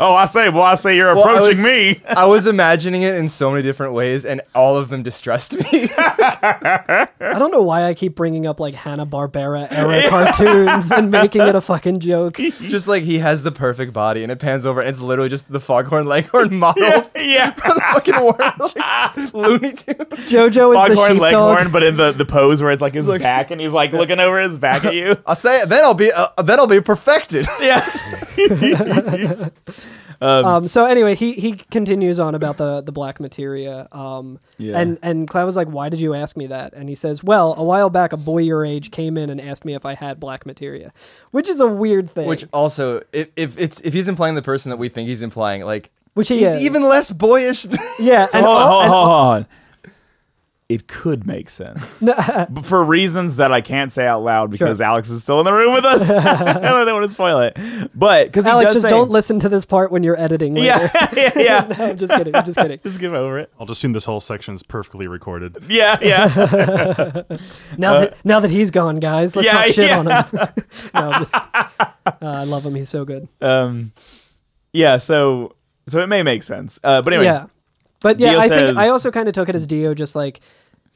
B: Oh, I say, well, I say you're
D: Well, I
B: approaching
D: was-
B: me.
D: I was imagining it in so many different ways, and all of them distressed me.
C: I don't know why I keep bringing up like Hanna Barbera era cartoons and making it a fucking joke.
D: just like he has the perfect body, and it pans over, and it's literally just the Foghorn Leghorn model
C: Oh,
B: yeah.
D: for the fucking world, like, Looney Tunes.
C: Jojo is the
B: Foghorn
C: sheepdog.
B: Leghorn, but in the, the pose where it's like his
D: Look.
B: back and he's like looking over his back at you.
D: I'll say it, then I'll be uh, then I'll be perfected.
B: Yeah.
C: Um, so anyway, he he continues on about the the black materia. Um,
B: Yeah.
C: And and Cloud was like, "Why did you ask me that?" And he says, "Well, a while back, a boy your age came in and asked me if I had black materia, which is a weird thing.
D: Which also, if, if it's if he's implying the person that we think he's implying, like
C: Which he
D: he's
C: is.
D: even less boyish. Than,
C: yeah, and
B: hold, on, hold,
C: all-
B: on,
C: and-
B: hold on, hold on. It could make sense. But for reasons that I can't say out loud because
C: Sure.
B: Alex is still in the room with us. and I don't want to spoil it. But because
C: Alex,
B: does
C: just
B: say-
C: don't listen to this part when you're editing. Later.
B: Yeah, yeah, yeah.
C: no, I'm just kidding. I'm just kidding.
B: Just give over it.
A: I'll just assume this whole section's perfectly recorded.
B: Yeah, yeah.
C: Now that now that he's gone, guys, let's
B: Uh, Yeah,
C: not shit
B: yeah.
C: on him. no, I'm just- uh, I love him. He's so good.
B: um, yeah. So, so it may make sense. Uh, but anyway,
C: Yeah. But yeah,
B: Dio
C: I think
B: says-
C: I also kind of took it as Dio just like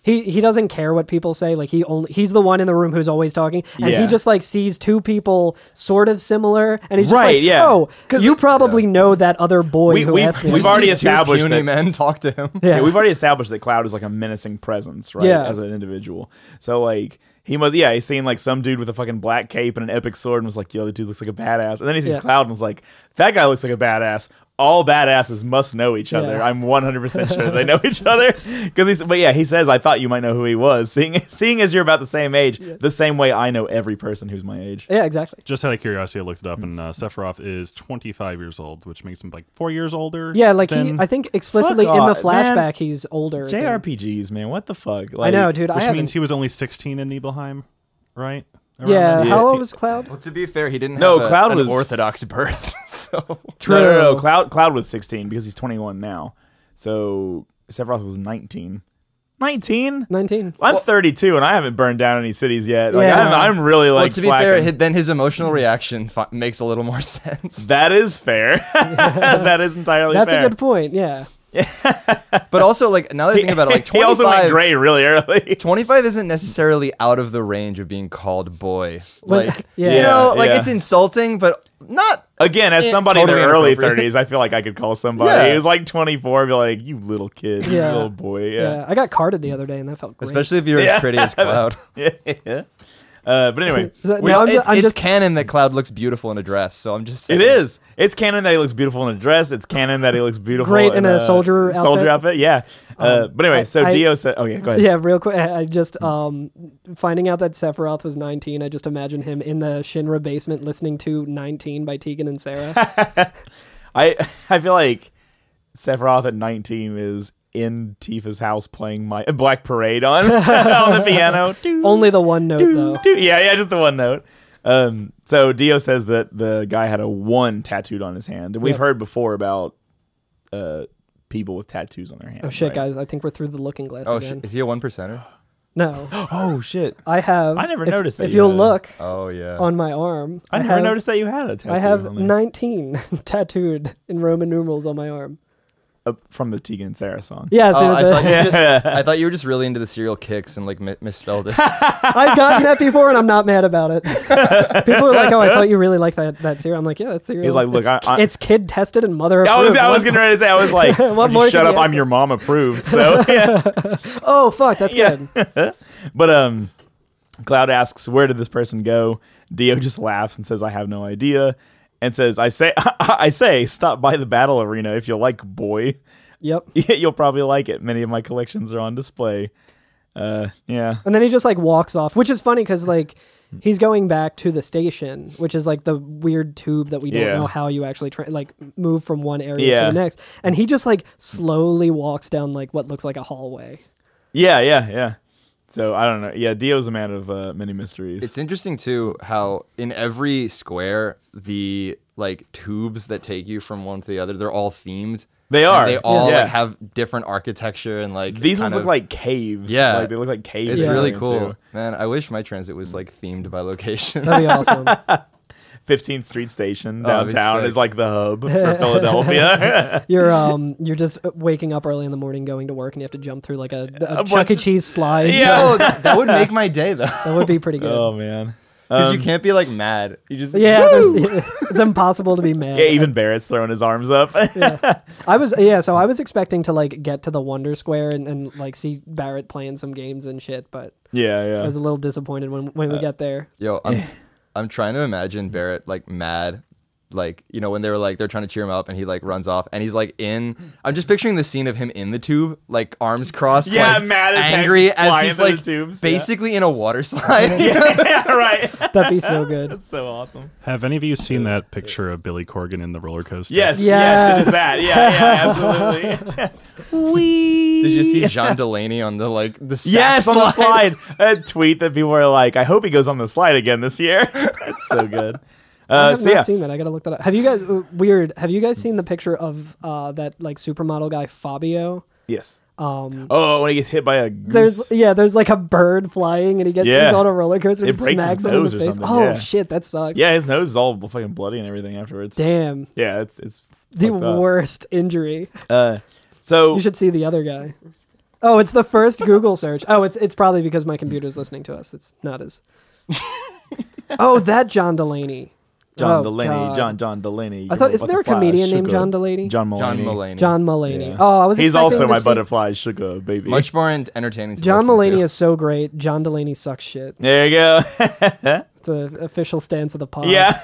C: he he doesn't care what people say. Like he only he's the one in the room who's always talking, and
B: Yeah.
C: he just like sees two people sort of similar, and he's just
B: Right,
C: like,
B: yeah.
C: "Oh, you probably know that other boy
B: We-
C: who
B: we've-
C: asked me."
B: we've
C: about
B: already
C: this."
D: These two
B: established
D: puny
B: that-
D: men talk to him.
C: yeah.
B: yeah. we've already established that Cloud is like a menacing presence, right?
C: Yeah.
B: As an individual. So like he must yeah, he's seen like some dude with a fucking black cape and an epic sword and was like, yo, the dude looks like a badass. And then he sees
C: Yeah.
B: Cloud and was like, that guy looks like a badass. All badasses must know each other.
C: Yeah.
B: I'm 100% sure they know each other. Cuz he's but yeah, he says I thought you might know who he was. Seeing seeing as you're about the same age, the same way I know every person who's my age.
C: yeah, exactly.
A: Just out of curiosity, I looked it up, and uh, Sephiroth is 25 years old, which makes him like four years older.
C: Yeah, like he,
A: than-
C: I think explicitly in
B: Fuck
C: the
B: off, man.
C: flashback, he's older. than-
B: JRPGs, man, what the fuck?
C: I
B: Like,
C: know, dude. I
A: which
C: haven't.
A: means he was only 16 in Nibelheim, right? Around
C: yeah,
A: then?
C: how old was Cloud?
D: Well, to be fair, he didn't.
B: No,
D: have a-
B: Cloud
D: an
B: was-
D: orthodox birth, so
B: No, no, no, no.
C: True.
B: Cloud Cloud was 16 because he's 21 now. So Sephiroth was 19. 19?
C: Nineteen.
B: I'm 32 and I haven't burned down any cities yet. Like,
C: Yeah.
B: I'm, I'm really like
D: well, to be
B: slacking.
D: fair, hi- then his emotional
C: Mm.
D: reaction fi- makes a little more sense.
B: that is fair. that is entirely
C: That's
B: fair.
C: a good point. Yeah.
D: But also, like now that I think about it, like
B: he also went
D: 25,
B: gray really early.
D: 25 isn't necessarily out of the range of being called boy.
C: But-
D: Like,
C: yeah.
D: you know,
B: Yeah,
D: like
B: yeah.
D: it's insulting, but not.
B: Again, as
D: Yeah,
B: somebody in
D: totally
B: their early
D: inappropriate.
B: 30s, I feel like I could call somebody
D: Yeah.
B: who's like 24 and be like, "You little kid, you
C: Yeah.
B: little boy."
C: yeah, I got carded the other day, and that felt great.
D: Especially if you're as pretty as Cloud.
B: Yeah. yeah. Uh, but anyway,
C: So,
D: We,
C: now I'm
D: it's
C: ju- I'm
D: it's
C: just
D: canon that Cloud looks beautiful in a dress, so I'm just.
B: It
D: saying.
B: is. It's canon that he looks beautiful in a dress. It's canon that he looks beautiful
C: Great in a soldier
B: soldier
C: outfit. Um,
B: outfit. Yeah. Uh, but anyway,
C: I-
B: so
C: I-
B: Dio said, "Oh yeah, go ahead."
C: Yeah, real quick. I I just um, finding out that Sephiroth was 19. I just imagine him in the Shinra basement listening to 19 by Tegan and Sarah.
B: I I feel like Sephiroth at 19 is in Tifa's house playing my Black Parade on on the piano. Doo,
C: Only the one note
B: doo,
C: though.
B: doo. Yeah, yeah, just the one note. Um, so Dio says that the guy had a one tattooed on his hand, and we've
C: Yep.
B: heard before about uh, people with tattoos on their hand.
C: Oh shit,
B: right?
C: guys! I think we're through the looking glass
D: Oh, sh-
C: again.
D: is he a one percenter?
C: no,
B: Oh shit!
C: I have.
B: I never
C: if-
B: noticed that
C: If
B: you
C: you'll
B: had-
C: look
D: Oh yeah.
C: on my arm,
B: I, never
C: have,
B: noticed that you had a tattoo.
C: I have
B: on there.
C: 19 tattooed in Roman numerals on my arm.
B: uh, from the Tegan and Sarah song.
C: Yeah, so
D: Oh, I,
C: it's a-
D: thought you just, I thought you were just really into the serial kicks and like mi- misspelled it.
C: I've gotten that before, and I'm not mad about it. People are like, "Oh, I thought you really liked that that cereal." I'm like, "Yeah, that's cereal."
B: He's like, "Look,
C: it's,
B: I- I-
C: it's kid tested and mother
B: I was,
C: approved."
B: I was
C: What-
B: getting ready to say, I was like,
C: What
B: "Would you
C: more
B: shut
C: could
B: up,
C: you ask
B: I'm your mom approved. So, yeah.
C: Oh fuck, that's
B: Yeah.
C: good.
B: But, um, Cloud asks, where did this person go? Dio just laughs and says, I have no idea. And says, I say, I say, stop by the battle arena if you like, boy.
C: Yep.
B: You'll probably like it. Many of my collections are on display. Uh, yeah.
C: And then he just like walks off, which is funny because like he's going back to the station, which is like the weird tube that we don't
B: Yeah.
C: know how you actually tra- like move from one area
B: Yeah.
C: to the next. And he just like slowly walks down like what looks like a hallway.
B: Yeah, yeah, yeah. So, I don't know. Yeah, Dio's a man of uh, many mysteries.
D: It's interesting too how in every square the like tubes that take you from one to the other they're all themed.
B: They
D: And
B: are.
D: they all
B: Yeah.
D: like have different architecture and like
B: These
D: kind
B: ones
D: of-
B: look like caves.
D: Yeah.
B: Like, they look like caves.
D: It's
C: Yeah.
D: really
B: too.
D: cool, man. I wish my transit was like themed by location.
C: That'd be awesome.
B: 15th Street Station
D: that'd be
B: downtown
D: sick.
B: is like the hub for Philadelphia.
C: You're um you're just waking up early in the morning going to work and you have to jump through like a, a,
B: A
C: Chuck
B: bunch
C: E.
B: of-
C: Cheese slide.
D: Yo, that would make my day though,
C: That would be pretty good.
B: oh man.
D: because
B: Um,
D: you can't be like mad. You just
C: yeah,
D: Woo!
C: there's- it's impossible to be mad.
B: Yeah, even Barrett's throwing his arms up.
C: I was yeah, so I was expecting to like get to the Wonder Square and, and like see Barrett playing some games and shit, but I
B: yeah,
C: was a little disappointed when when
B: Uh.
C: we got there.
D: Yo, I'm I'm trying to imagine Barrett like mad, like you know when they were like they're trying to cheer him up and he like runs off and he's like in. I'm just picturing the scene of him in the tube, like arms crossed,
B: Yeah,
D: like,
B: mad as heck,
D: angry
B: just
D: as
B: flying
D: he's
B: through the
D: like
B: tubes, yeah.
D: basically in a water slide.
B: yeah. yeah, right.
C: That'd be so good.
B: so awesome.
A: Have any of you seen that picture of Billy Corgan in the roller coaster?
B: Yes,
C: Yes.
B: yes, that. Yeah, yeah, absolutely.
D: Did you see John Delaney on the like the sack
B: yes, on the
D: slide?
B: slide. A tweet that people are like, I hope he goes on the slide again this year. That's so good.
C: I
B: Uh,
C: have
B: so
C: not
B: yeah,
C: seen that. I gotta look that up. Have you guys uh, weird? Have you guys seen the picture of uh, that like supermodel guy Fabio?
B: yes.
C: Um,
B: Oh, when he gets hit by a goose.
C: there's yeah, there's like a bird flying and he gets
B: Yeah.
C: he's on a roller coaster
B: It
C: and it
B: breaks his
C: smacks him in the
B: nose or
C: face.
B: something,
C: Oh
B: yeah.
C: shit, that sucks.
B: yeah, his nose is all fucking bloody and everything afterwards.
C: damn,
B: Yeah, it's it's
C: the
B: fucked up.
C: worst injury.
B: Uh, so
C: You should see the other guy. Oh, it's the first Google search. Oh, it's it's probably because my computer's listening to us. It's not as. oh, that John Delaney.
B: John
C: Oh,
B: Delaney,
C: God.
B: John John Delaney.
C: I thought-
B: you're
C: isn't there a
B: butterfly,
C: comedian named
B: sugar-
C: John Delaney?
B: John Mulaney.
D: John Mulaney.
C: John Mulaney.
B: Yeah.
C: Oh, I was.
B: He's
C: expecting
B: also
C: to
B: my
C: see-
B: butterfly sugar baby.
D: Much more en- entertaining. To
C: John
D: listen to.
C: Mulaney is so great. John Delaney sucks shit.
B: there you go.
C: It's the official stance of the pod.
B: yeah.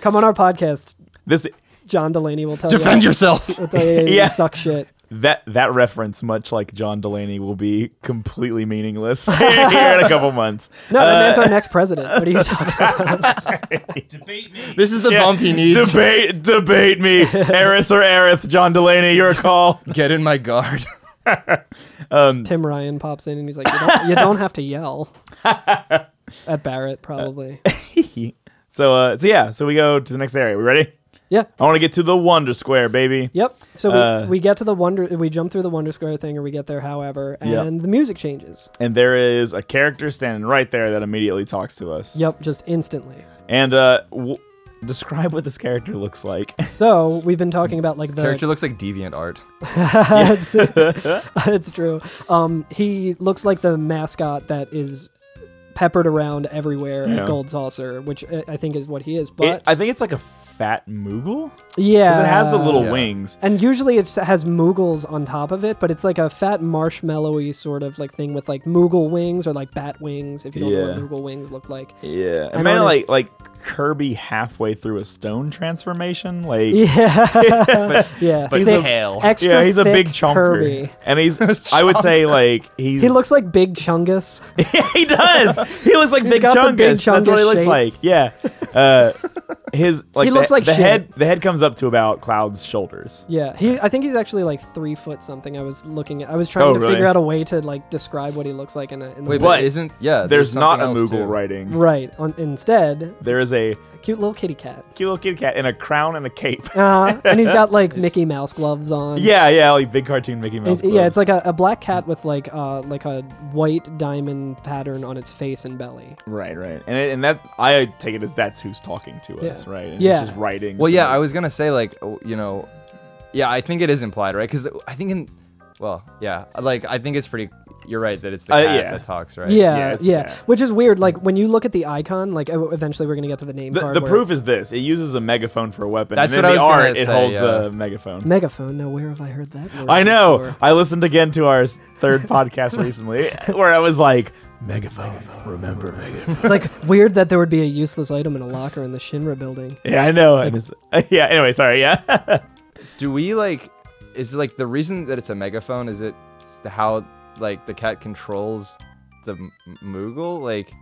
C: Come on our podcast.
B: this
C: John Delaney will tell
D: defend
C: you.
D: yourself.
C: will tell you
B: Yeah.
C: you suck shit.
B: that that reference, much like John Delaney, will be completely meaningless here in a couple months.
C: No, that man's
B: Uh,
C: our next president. What are you talking about?
D: This is the
B: Yeah.
D: bump he needs.
B: Debate, debate me, Eris or Aerith, John Delaney, your call.
D: Get in my guard.
C: Tim Ryan pops in and he's like, you don't, you don't have to yell. At Barrett, probably.
B: Uh, so, uh, so yeah, so we go to the next area. We ready?
C: Yeah.
B: I want to get to the Wonder Square, baby.
C: Yep. So we,
B: Uh,
C: we get to the wonder, we jump through the Wonder Square thing, or we get there, however, and
B: Yeah.
C: the music changes.
B: And there is a character standing right there that immediately talks to us.
C: Yep, just instantly.
B: And uh, w- describe what this character looks like.
C: So we've been talking about like the
D: Character looks like deviant art.
C: it's, it's true. Um, he looks like the mascot that is peppered around everywhere
B: Yeah.
C: at Gold Saucer, which uh, I think is what he is.
B: It-
C: But
B: I think it's like a fat Moogle. 'Cause
C: Uh, yeah,
B: it has the little
D: Yeah.
B: wings.
C: And usually it has Moogles on top of it, but it's like a fat marshmallowy sort of like thing with like Moogle wings or like bat wings. If you don't
B: Yeah.
C: know what Moogle wings look like,
B: Yeah,
C: And
B: and man, like
C: honest-
B: like Kirby halfway through a stone transformation. Like, yeah,
C: yeah, yeah,
D: but he's
C: Thick-
D: a hale.
C: extra
B: he's a
C: thick
B: big chunker,
C: Kirby.
B: and he's I would say like he's
C: He looks like Big Chungus.
B: he does he looks like
C: He's
B: big
C: got the
B: chungus.
C: big
B: That's what
C: Chungus
B: he looks
C: shape.
B: like. Yeah, uh, his like
C: He
B: the,
C: looks like
B: the
C: shit.
B: head the head comes up to about Cloud's shoulders.
C: Yeah, he. I think he's actually like three foot something. I was looking at. I was trying
B: Oh,
C: to
B: really?
C: figure out a way to like describe what he looks like in, a, in the
D: Wait,
C: book.
D: but isn't yeah?
B: There's, not a
D: something else,
B: Moogle
D: too.
B: writing.
C: right. On, instead,
B: There is a
C: a cute little kitty cat,
B: cute little kitty cat in a crown and a cape.
C: uh, and he's got like Mickey Mouse gloves on.
B: yeah, yeah, like big cartoon Mickey
C: It's-
B: Mouse.
C: yeah,
B: gloves.
C: it's like a, a black cat with like uh like a white diamond pattern on its face and belly.
B: Right, right, and it, and that I take it as that's who's talking to us,
C: Yeah.
B: right? And
C: Yeah.
B: it's just writing.
D: Well, yeah,
B: like-
D: I was gonna say like oh, you know, yeah, I think it is implied, right? Because I think in, well, yeah, like I think it's pretty. You're right that it's the
B: Uh,
D: cat
B: yeah.
D: that talks, right?
C: Yeah,
B: Yeah,
C: yeah,
B: it's a cat.
C: Which is weird. Like when you look at the icon, like uh, eventually we're gonna get to the name
B: The,
C: card.
B: the
C: where-
B: proof is this: it uses a megaphone for a weapon.
D: That's
B: and
D: what
B: in
D: I
B: the
D: was gonna
B: art, it
D: say,
B: holds
D: yeah.
B: a megaphone.
C: megaphone. No, where have I heard that? word
B: I know.
C: before?
B: I listened again to our s- third podcast recently, where I was like, "Megaphone, remember megaphone."
C: It's like weird that there would be a useless item in a locker in the Shinra building.
B: Yeah, I know. And it's- yeah. Anyway, sorry. Yeah.
D: Do we like? Is like the reason that it's a megaphone? Is it the how like the cat controls the m- Moogle? Like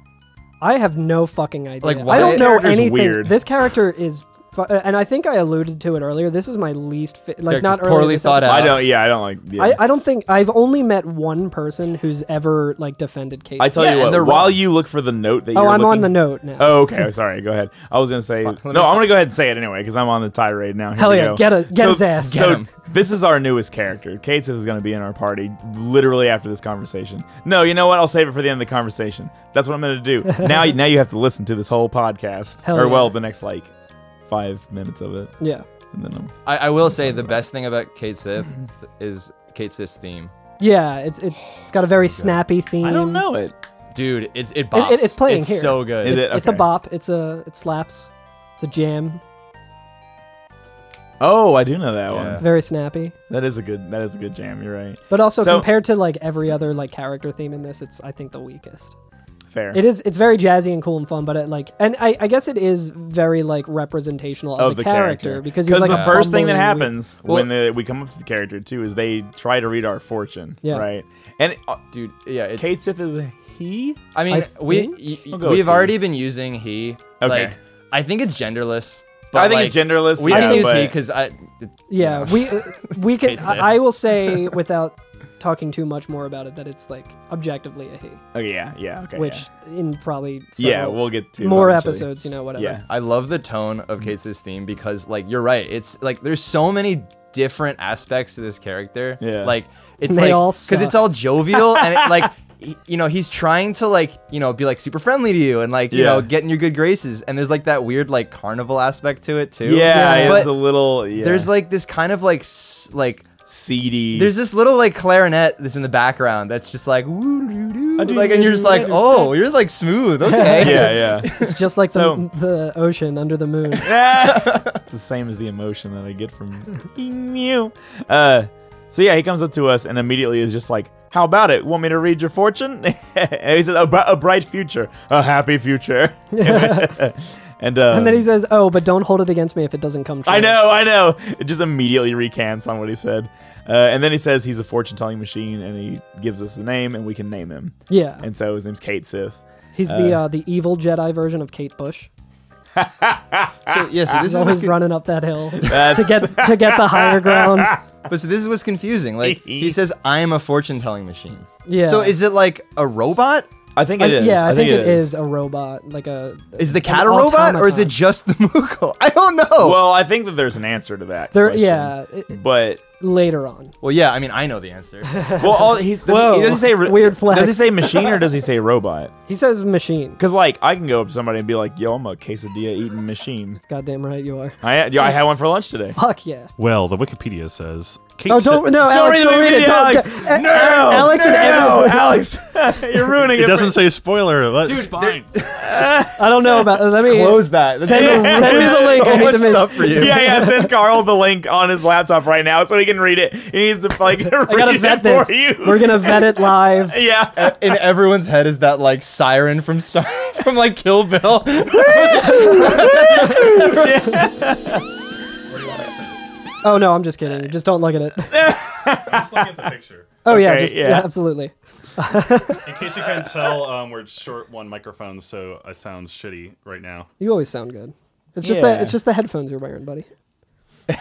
C: I have no fucking idea.
D: Like,
C: I
D: why-
C: don't
D: This
C: know
B: character's
C: anything.
B: weird.
C: This character is Fu- uh, And I think I alluded to it earlier. This is my least fa- like
D: Yeah,
C: not
D: 'cause
C: earlier
D: poorly
C: this
D: thought
C: episode.
D: out.
B: I don't. Yeah, I don't like. Yeah.
C: I, I don't think I've only met one person who's ever like defended Casey.
B: I tell
D: Yeah,
B: you
D: and
B: what.
D: they're
B: While
D: wrong.
B: you look for the note that
C: oh,
B: you're
C: I'm
B: looking-
C: on the note now.
B: Oh, okay. I'm Sorry. Go ahead. I was gonna say no. I'm gonna go ahead and say it anyway because I'm on the tirade now. Here
C: Hell
B: we
C: yeah,
B: go.
C: get a- get
B: so,
C: his ass.
B: So
D: Get him.
B: this is our newest character. Kates is gonna be in our party literally after this conversation. No, you know what? I'll save it for the end of the conversation. That's what I'm gonna do. now, now you have to listen to this whole podcast,
C: Hell
B: or
C: yeah.
B: well, the next like five minutes of it,
C: Yeah.
B: and then I'm.
D: I, I will say the best thing about Kate Sith is Kate Sith's theme.
C: Yeah, it's it's it's got a very snappy theme.
B: I don't know it.
D: Dude, it's it bops.
C: it's playing here.
D: so good.
B: Is
C: It's,
B: it?
C: it's a
B: Okay.
C: bop. It's a it slaps. It's a jam.
B: Oh, I do know that
D: Yeah.
B: one.
C: Very snappy.
B: That is a good. That is a good jam. You're right.
C: But also
B: So-
C: compared to like every other like character theme in this, it's I think the weakest.
B: Fair.
C: It is. It's very jazzy and cool and fun, but it like, and I, I guess it is very like representational of, the, character, because he's like
B: the
C: a
B: first thing that
C: bumbling-
B: happens
D: Well-
B: when the, we come up to the character too is they try to read our fortune,
C: Yeah.
B: right? And uh,
D: Dude, yeah, it's
B: Kate Sith is a he.
D: I mean,
C: I
D: we
C: think-
D: y- y-
B: I'll go with
D: we've
B: he.
D: already been using he.
B: Okay.
D: Like, I think it's genderless. But
B: I think
D: like,
B: it's genderless.
D: We
B: yeah,
D: can use
B: but
D: he because I.
C: Yeah, we we can.
D: Kate said.
C: I, I will say without talking too much more about it that it's like objectively a he,
B: okay, Oh, yeah, yeah, okay,
C: which in probably
B: yeah, yeah
C: several-
B: we'll get to
C: more
B: eventually.
C: episodes, you know, whatever.
B: Yeah,
D: I love the tone of Kate's theme because, like, you're right. It's like there's so many different aspects to this character.
B: Yeah.
D: Like, it's
C: They
D: like
C: all
D: because it's all jovial and it, like, he- you know, he's trying to like, you know, be like super friendly to you and like, you
B: Yeah.
D: know, get in your good graces. And there's like that weird like carnival aspect to it too.
B: yeah,
D: But
B: it's a little. Yeah.
D: there's like this kind of like s- like
B: seedy.
D: there's this little like clarinet that's in the background that's just like woo-doo-doo,
B: I do-
D: like and you're just like oh you're like smooth okay
B: yeah, yeah.
C: It's just like the
B: So-
C: the ocean under the moon.
B: it's the same as the emotion that I get from you. Uh, so yeah, he comes up to us and immediately is just like, "How about it? Want me to read your fortune?" and he says, a, bri- "A bright future, a happy future." and uh,
C: and then he says, "Oh, but don't hold it against me if it doesn't come true."
B: "I know, I know." It just immediately recants on what he said. Uh, and then he says he's a fortune telling machine, and he gives us a name, and we can name him.
C: Yeah,
B: And so his name's Kate Sith.
C: he's the uh, the evil Jedi version of Kate Bush.
D: so, yeah so this
C: He's
D: is what's
C: always
D: con-
C: running up that hill to get to get the higher ground.
D: but so this is what's confusing like he says I am a fortune telling machine
C: Yeah.
D: so is it like a robot
B: I think
C: I-
B: it is.
C: Yeah, I, think, it is. a robot, like a.
D: is the
C: an
D: cat a robot or is it
C: automaton.
D: just the Moogle I don't know well,
B: Well, I think that there's an answer to that.
C: There,
B: question.
C: yeah, it- it-
B: But
C: later on.
D: yeah I mean I know the answer
B: Well, all, he, does,
C: Whoa.
B: he, does he say re-
C: Weird flex.
B: Does he say machine or does he say robot?
C: He says machine.
B: Because like I can go up to somebody and be like, "Yo, I'm a quesadilla eating machine."
C: Goddamn right you are.
B: I yo, I had one for lunch today.
C: Fuck yeah.
A: Well, the Wikipedia says Kate
C: Oh,
A: Sith-
C: don't no, Alex,
B: the
C: don't read
B: Wikipedia,
C: it. Don't,
B: Alex.
C: don't-
B: No,
C: Alex
B: no,
C: and
B: Alex, you're ruining it.
A: It doesn't
B: for-
A: say spoiler, but it's fine.
C: I don't know about. Let me
D: close that That's-
C: Send,
B: Yeah.
C: send me the link. I
D: so
C: need
D: much
C: to make-
D: stuff for you
B: Yeah, yeah. Send Carl the link on his laptop right now so he can read it. He needs to like read
C: I gotta vet
B: it for
C: this.
B: you.
C: We're gonna vet it live.
B: yeah.
D: in everyone's head is that like siren from Star from like Kill Bill
C: Oh no, I'm just kidding. Just don't look at it.
A: Just look at the picture.
C: Oh yeah,
B: Okay,
C: just yeah.
B: yeah.
C: absolutely.
A: In case you can't tell, um, we're short one microphone, so it sounds shitty right now.
C: You always sound good. It's just
B: Yeah.
C: the it's just the headphones you're wearing, buddy.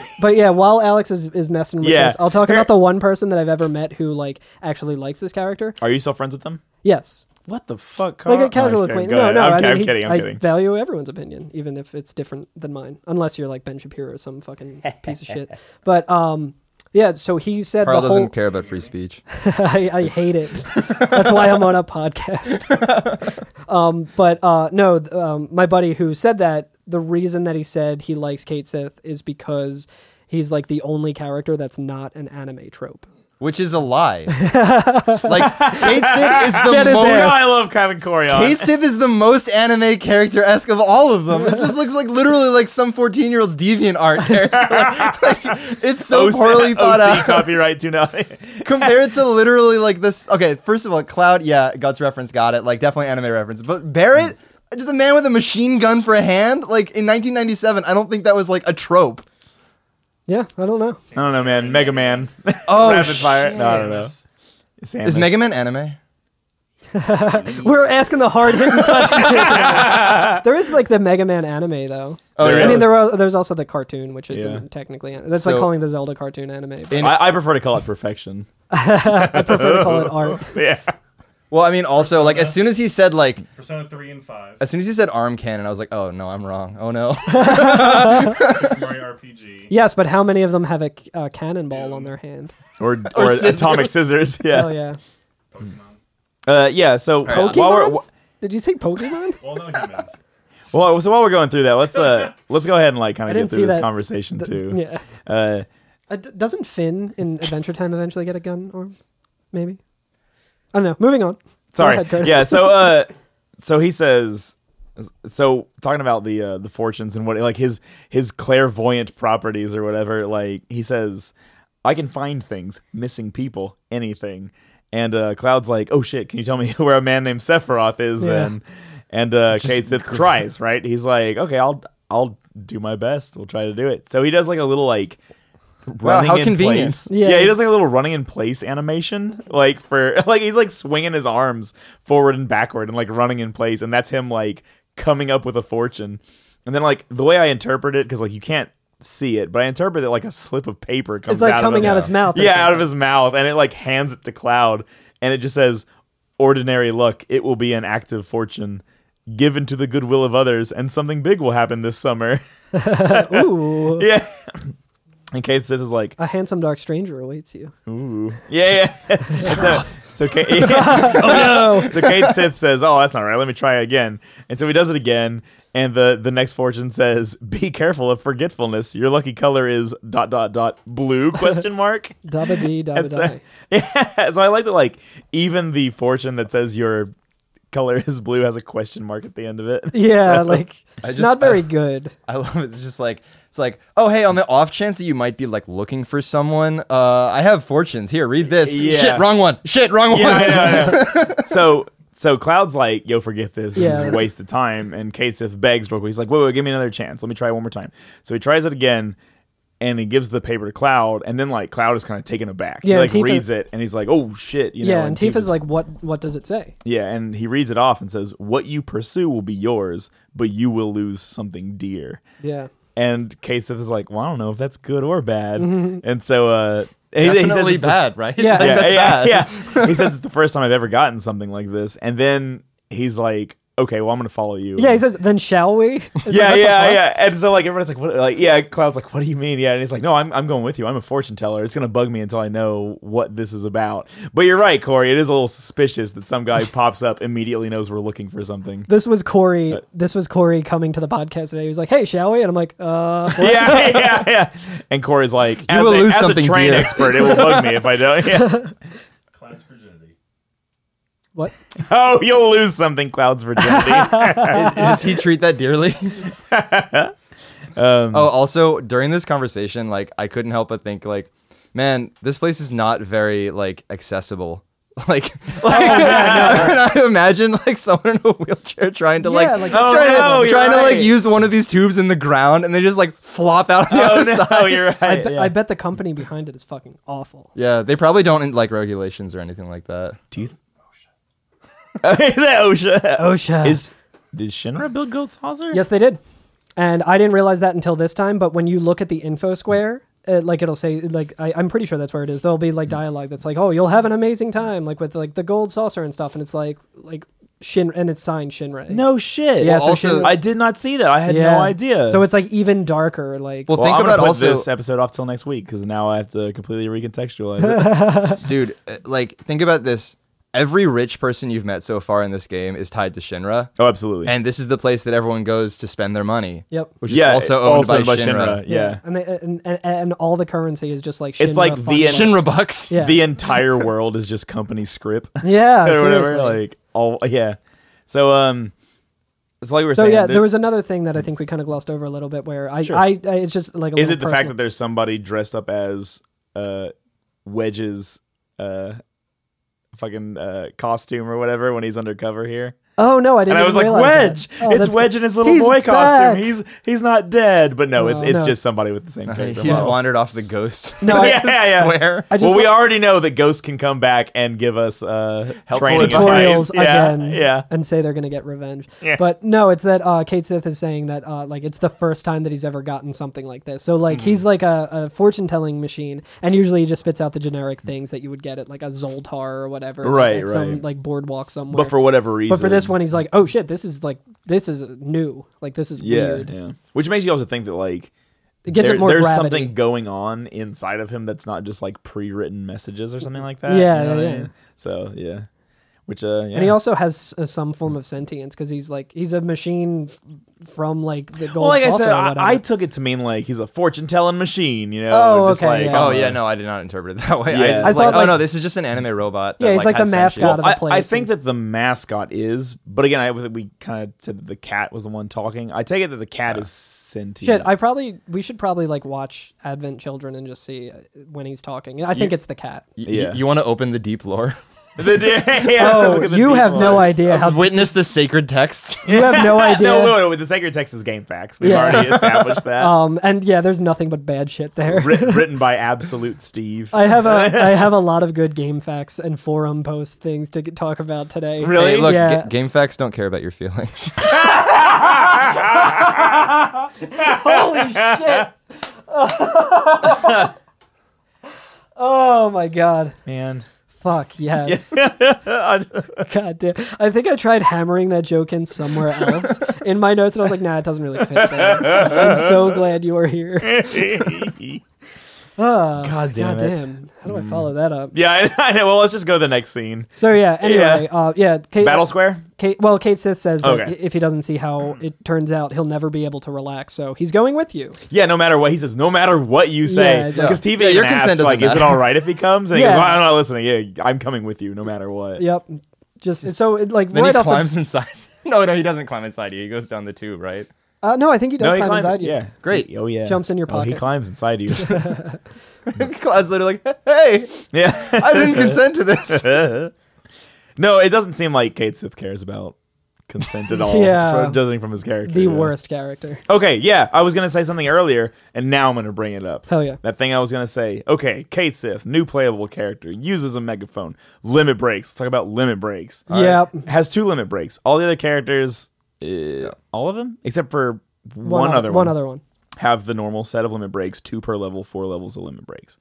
C: but yeah, while Alex is, is messing with
B: Yeah.
C: this, I'll talk
B: Here-
C: about the one person that I've ever met who like actually likes this character.
B: Are you still friends with them?
C: Yes,
B: What the fuck, Carl?
C: like a casual
B: No, I'm just
C: acquaintance.
B: kidding. Oh, Go
C: No,
B: ahead.
C: no,
B: I'm,
C: I
B: ki-
C: mean,
B: I'm
C: he-
B: kidding. I'm
C: I
B: kidding.
C: value everyone's opinion, even if it's different than mine, unless you're like Ben Shapiro or some fucking piece of shit. But um, yeah. So he said
D: Carl
C: the
D: doesn't
C: whole.
D: care about free speech
C: I, I hate it. That's why I'm on a podcast. um, but uh, no, th- um, my buddy who said that, the reason that he said he likes Kate Sith is because he's like the only character that's not an anime trope.
D: which is a lie. like Kate Sith is
C: Get
D: the
C: his
B: Oh,
C: ass.
D: most
B: I love Kevin Corian.
D: Kate Sith is the most anime character esque of all of them. It just looks like literally like some fourteen year old's deviant art character. Like, it's so
B: OC
D: poorly thought uh,
B: OC
D: out
B: Copyright to nothing.
D: compared to literally like this. Okay, first of all, Cloud, yeah, Guts reference, got it. Like definitely anime reference, but Barrett. Just a man with a machine gun for a hand, like in 1997. I don't think that was like a trope.
C: Yeah, I don't know.
B: I don't know, man. Mega Man.
D: Oh,
B: Rapid fire. No, I don't know. It's
D: is
B: Sandler.
D: Mega Man anime?
C: We're asking the hard hitting questions. here tonight. there is like the Mega Man anime though.
D: Oh,
C: I
D: yeah.
C: mean, there are, there's also the cartoon, which isn't
B: Yeah.
C: technically an- that's like
D: So-
C: calling the Zelda cartoon anime. but
D: In-
B: I, I prefer to call it perfection.
C: I
D: Oh.
C: prefer to call it art.
B: yeah.
D: Well, I mean, also like as soon as he said like
A: Persona 3 and 5,
D: as soon as he said arm cannon, I was like, oh no, I'm wrong. Oh no.
A: Mario RPG.
C: Yes, but how many of them have a, c- a cannonball on their hand?
B: Or, or,
D: scissors.
B: atomic scissors.
C: Hell
B: Yeah.
C: yeah!
B: Uh, yeah. So while we're
C: Pokemon? Did you say Pokemon?
A: Well, no humans.
B: well, so while we're going through that, let's uh let's go ahead and like kind
C: I
B: of get
C: didn't
B: through
C: see
B: this
C: that.
B: conversation too.
C: yeah.
B: Uh,
C: Uh, d- doesn't Finn in Adventure Time eventually get a gun, or maybe? I don't know. Moving on. Go
B: sorry.
C: ahead, Curtis.
B: yeah. So uh, so he says. So talking about the uh, the fortunes and what like his his clairvoyant properties or whatever, like he says, I can find things, missing people, anything. And uh, Cloud's like, oh shit, can you tell me where a man named Sephiroth is
C: Yeah.
B: then? And uh, Kate Sith tries, right? He's like, okay, I'll I'll do my best. We'll try to do it. So he does like a little like running
D: how
B: in
D: convenient.
B: place.
C: Yeah.
B: Yeah. he does like a little running in place animation, like for like he's like swinging his arms forward and backward and like running in place, and that's him like coming up with a fortune. And then like the way I interpret it, because like you can't see it, but I interpret it like a slip of paper comes
C: It's like
B: out
C: coming
B: of
C: out
B: him.
C: its mouth or
B: Yeah, out
C: something.
B: of his mouth, and it like hands it to Cloud, and it just says, "Ordinary luck. It will be an active fortune." Given to the goodwill of others, and something big will happen this summer.
C: Ooh,
B: yeah. And Kate Sith is like,
C: a handsome dark stranger awaits you.
B: Ooh. Yeah, yeah. so, so Kate, oh no. So Kate Sith says, "Oh, that's not right. Let me try again." And so he does it again, and the the next fortune says, "Be careful of forgetfulness. Your lucky color is dot dot dot blue question mark."
C: Dabba dee, dabba
B: And so,
C: die.
B: yeah, so I like that. Like even the fortune that says your color is blue has a question mark at the end of it.
C: Yeah, like
D: I just-
C: not very
D: I-
C: good.
D: I love it. It's just like it's like, oh hey, on the off chance that you might be like looking for someone, uh, I have fortunes. Here, read this.
B: Yeah.
D: Shit, wrong one. Shit, wrong one.
B: Yeah, I know, I know. so so Cloud's like, yo, forget this. This
C: Yeah.
B: is a waste of time. And Kate Sith begs real quick. He's like, wait, wait, give me another chance. Let me try one more time. So he tries it again and he gives the paper to Cloud, and then like Cloud is kind of taken aback.
C: Yeah,
B: he like
C: Tifa-
B: reads it and he's like, Oh shit, you know.
C: yeah, and Tifa's
B: Tifa's-
C: like, what? What does it say?
B: Yeah, and he reads it off and says, What you pursue will be yours, but you will lose something dear.
C: Yeah,
B: And Kate Sith is like, Well, I don't know if that's good or bad.
C: Mm-hmm.
B: And so uh and he- he says
D: Definitely
B: it's the-
D: bad, right?
C: Yeah.
D: Like, that's
B: yeah,
D: bad.
B: yeah, yeah. he says it's the first time I've ever gotten something like this, and then he's like, "Okay, well, I'm gonna follow you."
C: yeah. He says, "Then shall we?" It's like,
B: yeah,
C: what the
B: yeah,
C: fuck?
B: yeah. And so like everyone's like, "What?" Like, yeah, Cloud's like, "What do you mean?" Yeah, and he's like, "No, I'm I'm going with you. I'm a fortune teller. It's gonna bug me until I know what this is about." But you're right, Corey. It is a little suspicious that some guy pops up immediately knows we're looking for something.
C: This was Corey. this was Corey coming to the podcast today. He was like, "Hey, shall we?" And I'm like, "Uh, what?"
B: yeah, yeah, yeah. And Corey's like, "As,
D: will
B: a,
D: lose
B: as
D: something,
B: a train
D: dear."
B: expert, it will bug me if I don't." Yeah.
A: Cloud's virginity.
C: what?
B: Oh, you'll lose something, Cloud's virginity.
D: Does he treat that dearly? oh, also during this conversation, like I couldn't help but think, like, man, this place is not very like accessible. Like, like
B: Oh,
D: I imagine like someone in a wheelchair trying to like,
C: Yeah, like-
B: Oh,
D: trying, to,
B: no, you're
D: trying to like
B: right.
D: use one of these tubes in the ground, and they just like flop out on the
B: oh
D: other side.
B: no, you're right.
C: I, bet
B: yeah.
C: I bet the company behind it is fucking awful."
D: Yeah, they probably don't like regulations or anything like that.
B: Do you? is that OSHA?
C: OSHA.
B: Is did Shinra build Gold Saucer?
C: Yes, they did. And I didn't realize that until this time. But when you look at the info square, uh like it'll say, like I, I'm pretty sure that's where it is. There'll be like
B: Mm-hmm.
C: dialogue that's like, "Oh, you'll have an amazing time," like with like the gold saucer and stuff. And it's like, like Shin, and it's signed Shinra.
B: No shit.
C: Yeah, so
D: also-
C: Shinra-
B: I did not see that. I had
C: Yeah.
B: no idea.
C: So it's like even darker. Like,
D: Well,
B: Well,
D: think
B: I'm gonna
D: about
B: put
D: also
B: this episode off till next week because now I have to completely recontextualize it.
D: dude uh, like think about this every rich person you've met so far in this game is tied to shinra
B: oh, absolutely.
D: and this is the place that everyone goes to spend their money
C: Yep.
D: which
B: yeah,
D: is also owned by, shinra,
B: Yeah,
C: and, they, and, and and all the currency is just like Shinra
B: It's like the-
C: funds.
D: shinra bucks
C: Yeah.
B: the entire world is just company script
C: Yeah,
B: or whatever.
C: seriously.
B: Like all yeah. So um, it's like we were
C: so
B: saying.
C: yeah,
B: there-
C: there was another thing that I think we kind of glossed over a little bit where I, I, I it's just like a
B: is
C: little
B: it the fact
C: personal-
B: that there's somebody dressed up as uh wedge's uh fucking uh costume or whatever when he's undercover here
C: Oh no, I didn't.
B: And I was
C: even
B: like, Wedge!
C: realize that. Oh,
B: it's
C: that's-
B: Wedge in his little
C: He's
B: boy
C: back!
B: costume. He's he's not dead, but no,
C: No,
B: it's it's
C: no.
B: just somebody with the same
D: He
B: character.
D: just
B: model.
D: wandered off the ghost.
C: No, I-
B: yeah, yeah.
D: square.
C: I just
B: well, we
C: like-
B: already know that ghosts can come back and give us uh,
D: Helpful
B: training
D: advice.
C: tutorials
B: advice. Yeah,
C: again
B: yeah.
C: and say they're going to get revenge.
B: Yeah.
C: But no, it's that uh, Kate Sith is saying that uh, like it's the first time that he's ever gotten something like this. So like
B: Mm-hmm.
C: he's like a, a fortune telling machine, and usually he just spits out the generic things that you would get at like a Zoltar or whatever, like,
B: Right,
C: at some
B: right.
C: like boardwalk somewhere.
B: But for whatever reason,
C: but for this one, he's like, oh shit, this is like this is new, like this is
B: yeah,
C: weird.
B: yeah. Which makes you also think that like
C: It gives
B: there-
C: it more
B: there's
C: gravity.
B: something going on inside of him that's not just like pre-written messages or something like that.
C: Yeah,
B: you know
C: yeah,
B: what I
C: yeah.
B: mean? So yeah, which uh, yeah.
C: And he also has uh, some form of sentience because he's like he's a machine f- from like the gold
B: well, like I
C: saucer
B: said,
C: or
B: I, I
C: whatever.
B: took it to mean like he's a fortune-telling machine. You know,
C: Oh,
B: just,
C: okay,
B: like,
C: yeah.
B: I'm
D: Oh
B: a-
D: yeah, no, I did not interpret it that way. I
B: Yeah.
D: just
B: I
D: like,
C: thought,
D: oh
C: like-
D: no, this is just an anime robot.
C: Yeah,
D: that,
C: he's like
D: has
C: the
D: sentience.
C: mascot of the
B: I, I
C: place
B: think
C: and-
B: that the mascot is, but again, I we kind of said that the cat was the one talking. I take it that the cat is sentient.
C: Shit, I probably we should probably like watch Advent Children and just see uh, when he's talking. I think it's the cat.
D: Y-
B: Yeah.
D: y- you want to open the deep lore?
B: The- yeah,
C: Oh,
B: look at the
C: you have
B: people.
C: no idea how
D: Witness the sacred texts.
C: you have no idea.
B: No, wait, wait, wait, the sacred text is game facts. We've
C: Yeah.
B: already established that.
C: Um, and yeah, there's nothing but bad shit there.
B: Writ- written by absolute Steve.
C: I have a I have a lot of good game facts and forum post things to get, talk about today.
B: Really?
D: Hey, look,
C: Yeah.
D: ga- game facts don't care about your feelings.
C: Holy shit! oh my god!
B: Man,
C: Fuck yes! God damn! I think I tried hammering that joke in somewhere else in my notes, and I was like, "Nah, it doesn't really fit." There. I'm so glad you are here. Oh, God
B: damn it. Hmm.
C: How do I follow that up?
B: yeah, I, I know. Well, let's just go to the next scene.
C: So yeah. Anyway, yeah. Uh, yeah Kate,
B: Battle Square.
C: Kate, well, Kate Sith says that
B: Okay.
C: if he doesn't see how it turns out, he'll never be able to relax. So he's going with you.
B: Yeah, no matter what he says, no matter what you
C: Yeah,
B: say,
C: it's like-
B: because TV
D: Yeah, your
B: even
D: consent
B: asks,
D: doesn't
B: like, is it
D: matter.
B: all right if he comes? And he
C: Yeah.
B: goes, well, I'm not listening. Yeah, I'm coming with you, no matter what.
C: Yep. Just it's so it, like
D: then
C: right
D: he
C: off.
D: climbs inside. No, no, he doesn't climb inside you. He goes down the tube, right?
C: the, uh, no, I think he does
B: No, he
C: climb
B: climbs.
C: inside you.
B: Yeah,
D: Great.
B: Oh yeah,
C: Jumps in your
B: Oh, he
C: pocket.
B: climbs inside you.
D: I was literally like, hey,
B: yeah.
D: I didn't consent to this.
B: No, it doesn't seem like Kate Sith cares about consent at all.
C: Yeah.
B: from- judging from his character,
C: The
B: yeah.
C: worst character.
B: Okay, yeah, I was gonna say something earlier, and now I'm gonna bring it up.
C: Hell yeah.
B: That thing I was gonna say. Okay, Kate Sith, new playable character, uses a megaphone, limit breaks. Let's talk about limit breaks.
C: yep.
B: Has two limit breaks. All the other characters, uh, all of them except for one, other one,
C: One other one.
B: have the normal set of limit breaks, two per level, four levels of limit breaks.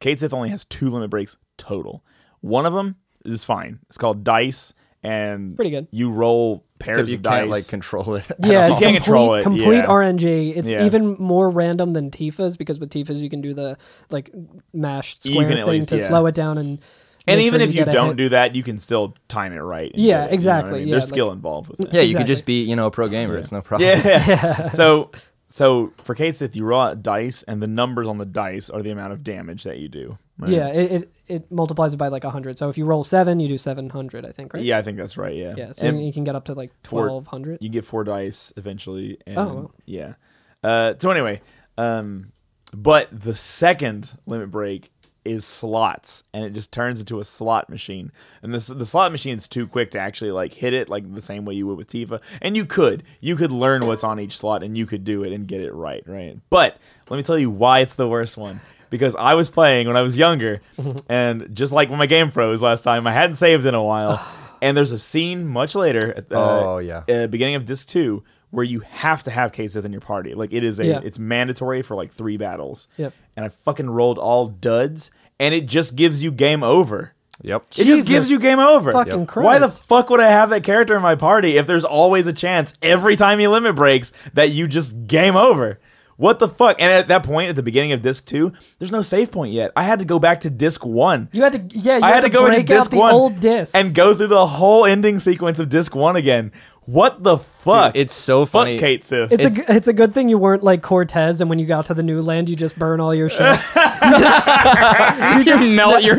B: Kate Sith only has two limit breaks total. One of them is fine. It's called dice, and
C: Pretty good.
B: You roll pairs
D: Except you
B: of dice.
D: can't like control it. at
C: Yeah,
D: all.
C: it's
B: You can't
C: complete,
B: control it,
C: complete
B: yeah.
C: RNG. It's
B: Yeah.
C: even more random than Tifa's because with Tifa's you can do the like mashed
B: You
C: square
B: can
C: thing
B: at least-
C: to
B: yeah.
C: slow it down and.
B: and
C: make
B: even
C: sure
B: if you
C: get a
B: don't
C: hit.
B: do that, you can still time it right. and
C: Yeah,
B: get it, you know what I
C: exactly,
B: mean?
C: yeah,
B: There's
C: like-
B: skill involved with that.
D: yeah, you could
C: Exactly.
D: just be, you know, a pro gamer. It's no problem.
B: Yeah. so so for Kate Sith, you roll out dice, and the numbers on the dice are the amount of damage that you do. right?
C: Yeah, it, it it multiplies it by like hundred. So if you roll seven, you do seven hundred. I think, right?
B: Yeah, I think that's right. Yeah.
C: Yeah, so
B: And
C: you can get up to like
B: four-
C: twelve hundred.
B: You get four dice eventually. And
C: Oh, wow.
B: Yeah. Uh, so anyway, um, but the second limit break is slots, and it just turns into a slot machine. And this the slot machine is too quick to actually like hit it like the same way you would with Tifa. And you could you could learn what's on each slot, and you could do it and get it right, right? But let me tell you why it's the worst one. Because I was playing when I was younger, and just like when my game froze last time, I hadn't saved in a while. And there's a scene much later at the,
D: Oh, yeah.
B: uh, beginning of disc two where you have to have Kaseth in your party. Like it is a
C: Yeah.
B: it's mandatory for like three battles.
C: Yep.
B: And I fucking rolled all duds and it just gives you game over.
D: Yep.
B: It
C: Jesus
B: just gives you game over.
C: fucking Yep.
B: Why the
C: Christ.
B: fuck would I have that character in my party if there's always a chance every time you limit breaks that you just game over? What the fuck? And at that point, at the beginning of disc two, there's no save point yet. I had to go back to disc one.
C: You had to, yeah. You
B: I had to, go
C: break
B: into disc
C: out the
B: one
C: old disc.
B: and go through the whole ending sequence of disc one again. What the fuck?
D: Dude, it's so
B: fuck
D: funny.
B: Kate Sith.
C: it's, a g- it's a good thing you weren't like Cortez, and when you got to the new land, you just burn all your ships. you just, you
D: You
C: just
D: melt
C: sna-
D: your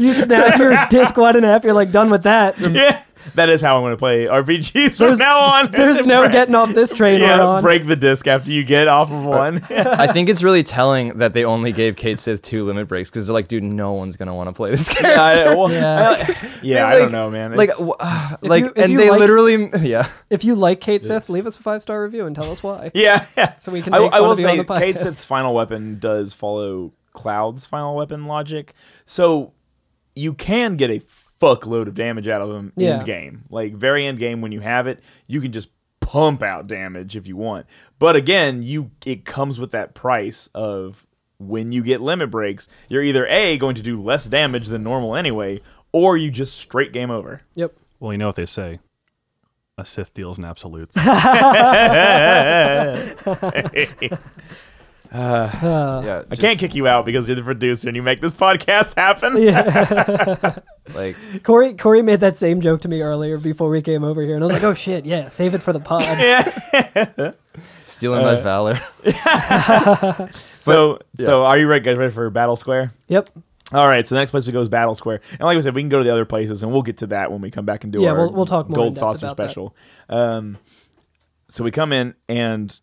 C: You snap your disc one in half. You're like done with that.
B: yeah. that is how I'm going to play RPGs from
C: There's-
B: now on.
C: There's no
B: Break-
C: getting off this train
B: yeah,
C: we're on.
B: break the disc after you get off
D: Uh,
B: of one.
D: I think it's really telling that they only gave Kate Sith two limit breaks because they're like, dude, no one's gonna want to play this character.
B: I, well,
C: Yeah.
B: I- yeah, I
D: Like-
B: don't know, man.
D: Like,
B: It's-
D: w- uh, like,
C: you- if you
D: and they
C: like-
D: literally, yeah.
C: If you like Kate Sith, leave us a five star review and tell us why.
B: yeah, yeah.
C: So we can
B: I,
C: make
B: I
C: fun
B: will
C: of you
B: say,
C: on the podcast.
B: Kate Sith's final weapon does follow Cloud's final weapon logic, so you can get a fuckload of damage out of him
C: Yeah.
B: end game. Like very end game, when you have it, you can just pump out damage if you want. But again, you it comes with that price of when you get limit breaks, you're either a going to do less damage than normal anyway, or you just straight game over.
C: Yep.
A: Well, you know what they say. A Sith deals in absolutes.
D: yeah
B: Uh, I can't kick you out because you're the producer and you make this podcast happen.
D: like
C: Corey Corey made that same joke to me earlier before we came over here, and I was like, "Oh shit, yeah, save it for the pod."
D: stealing
B: Uh,
D: my valor.
B: So, so are you ready, guys? Ready for Battle Square?
C: Yep.
B: All right. So the next place we go is Battle Square, and like I said, we can go to the other places, and we'll get to that when we come back and do
C: Yeah,
B: our
C: we'll- we'll talk more in
B: gold
C: depth
B: saucer
C: about that.
B: special. Um, so we come in, and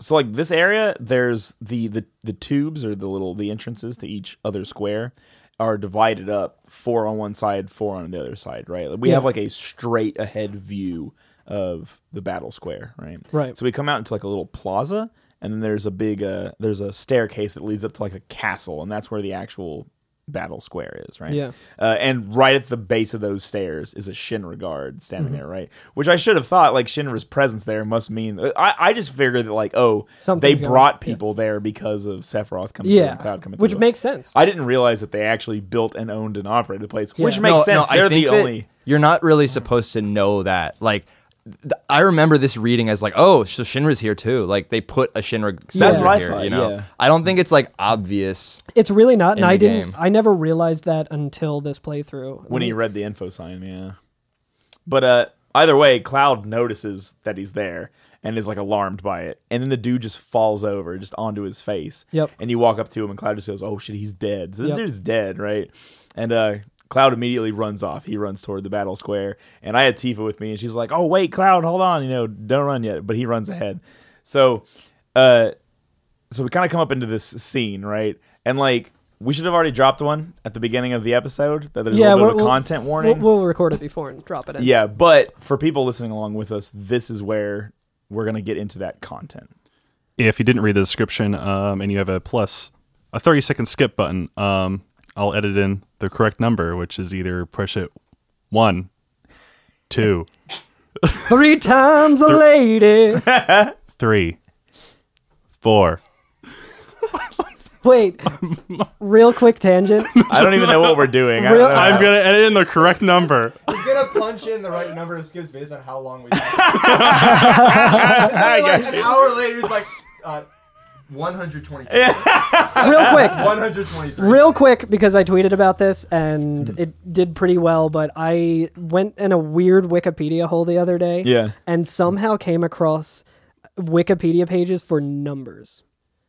B: so like this area, there's the the the tubes or the little the entrances to each other square are divided up four on one side, four on the other side. Right. Like, We
C: Yeah.
B: have like a straight ahead view of the Battle Square. Right.
C: Right.
B: So we come out into like a little plaza, and then there's a big uh, there's a staircase that leads up to like a castle, and that's where the actual battle square is, right?
C: Yeah.
B: Uh, and right at the base of those stairs is a Shinra guard standing
C: Mm-hmm.
B: there, right? Which I should have thought like Shinra's presence there must mean I, I just figured that like oh
C: Something's
B: they
C: going-
B: brought
C: yeah.
B: people there because of Sephiroth coming through and
C: Yeah.
B: Cloud coming
C: Which
B: through.
C: makes sense.
B: I didn't realize that they actually built and owned and operated the place, which
C: Yeah.
B: makes sense.
D: I
B: They're
D: think
B: the
D: that
B: only
D: You're not really supposed to know that. Like, th- I remember this reading as like, oh, so Shinra's here too. Like they put a Shinra.
C: That's
D: soldier
B: what I
D: here,
B: thought,
D: You know,
B: yeah.
D: I don't think it's like obvious.
C: It's really not, and
D: in
C: I
D: the
C: didn't.
D: game.
C: I never realized that until this playthrough.
B: when he read the info sign, yeah. But uh, either way, Cloud notices that he's there and is like alarmed by it, and then the dude just falls over, just onto his face.
C: Yep.
B: And you walk up to him, and Cloud just goes, "Oh shit, he's dead." So this
C: Yep.
B: dude's dead, right? And uh, Cloud immediately runs off. He runs toward the battle square, and I had Tifa with me, and she's like, "Oh wait, Cloud, hold on, you know, don't run yet." But he runs ahead. So, uh, so we kind of come up into this scene, right? And like. We should have already dropped one at the beginning of the episode that there's a
C: yeah,
B: little bit
C: we'll-
B: of a content warning.
C: We'll, we'll record it before and drop it in.
B: Yeah, but for people listening along with us, this is where we're going to get into that content.
A: if you didn't read the description um, and you have a plus a 30 second skip button um, i'll edit in the correct number which is either push it one two
C: Three times a lady.
A: three four
C: Wait. Real quick tangent.
B: I don't even know what we're doing. I
C: Real-
B: don't know.
A: i'm gonna edit in the correct number
E: He's gonna punch in the right number of skips based on how long we. like an hour later, he's like, uh, 122.
C: Real quick.
E: 123.
C: Real quick, because I tweeted about this and
B: Hmm.
C: it did pretty well, but I went in a weird Wikipedia hole the other day.
B: Yeah.
C: And somehow came across Wikipedia pages for numbers.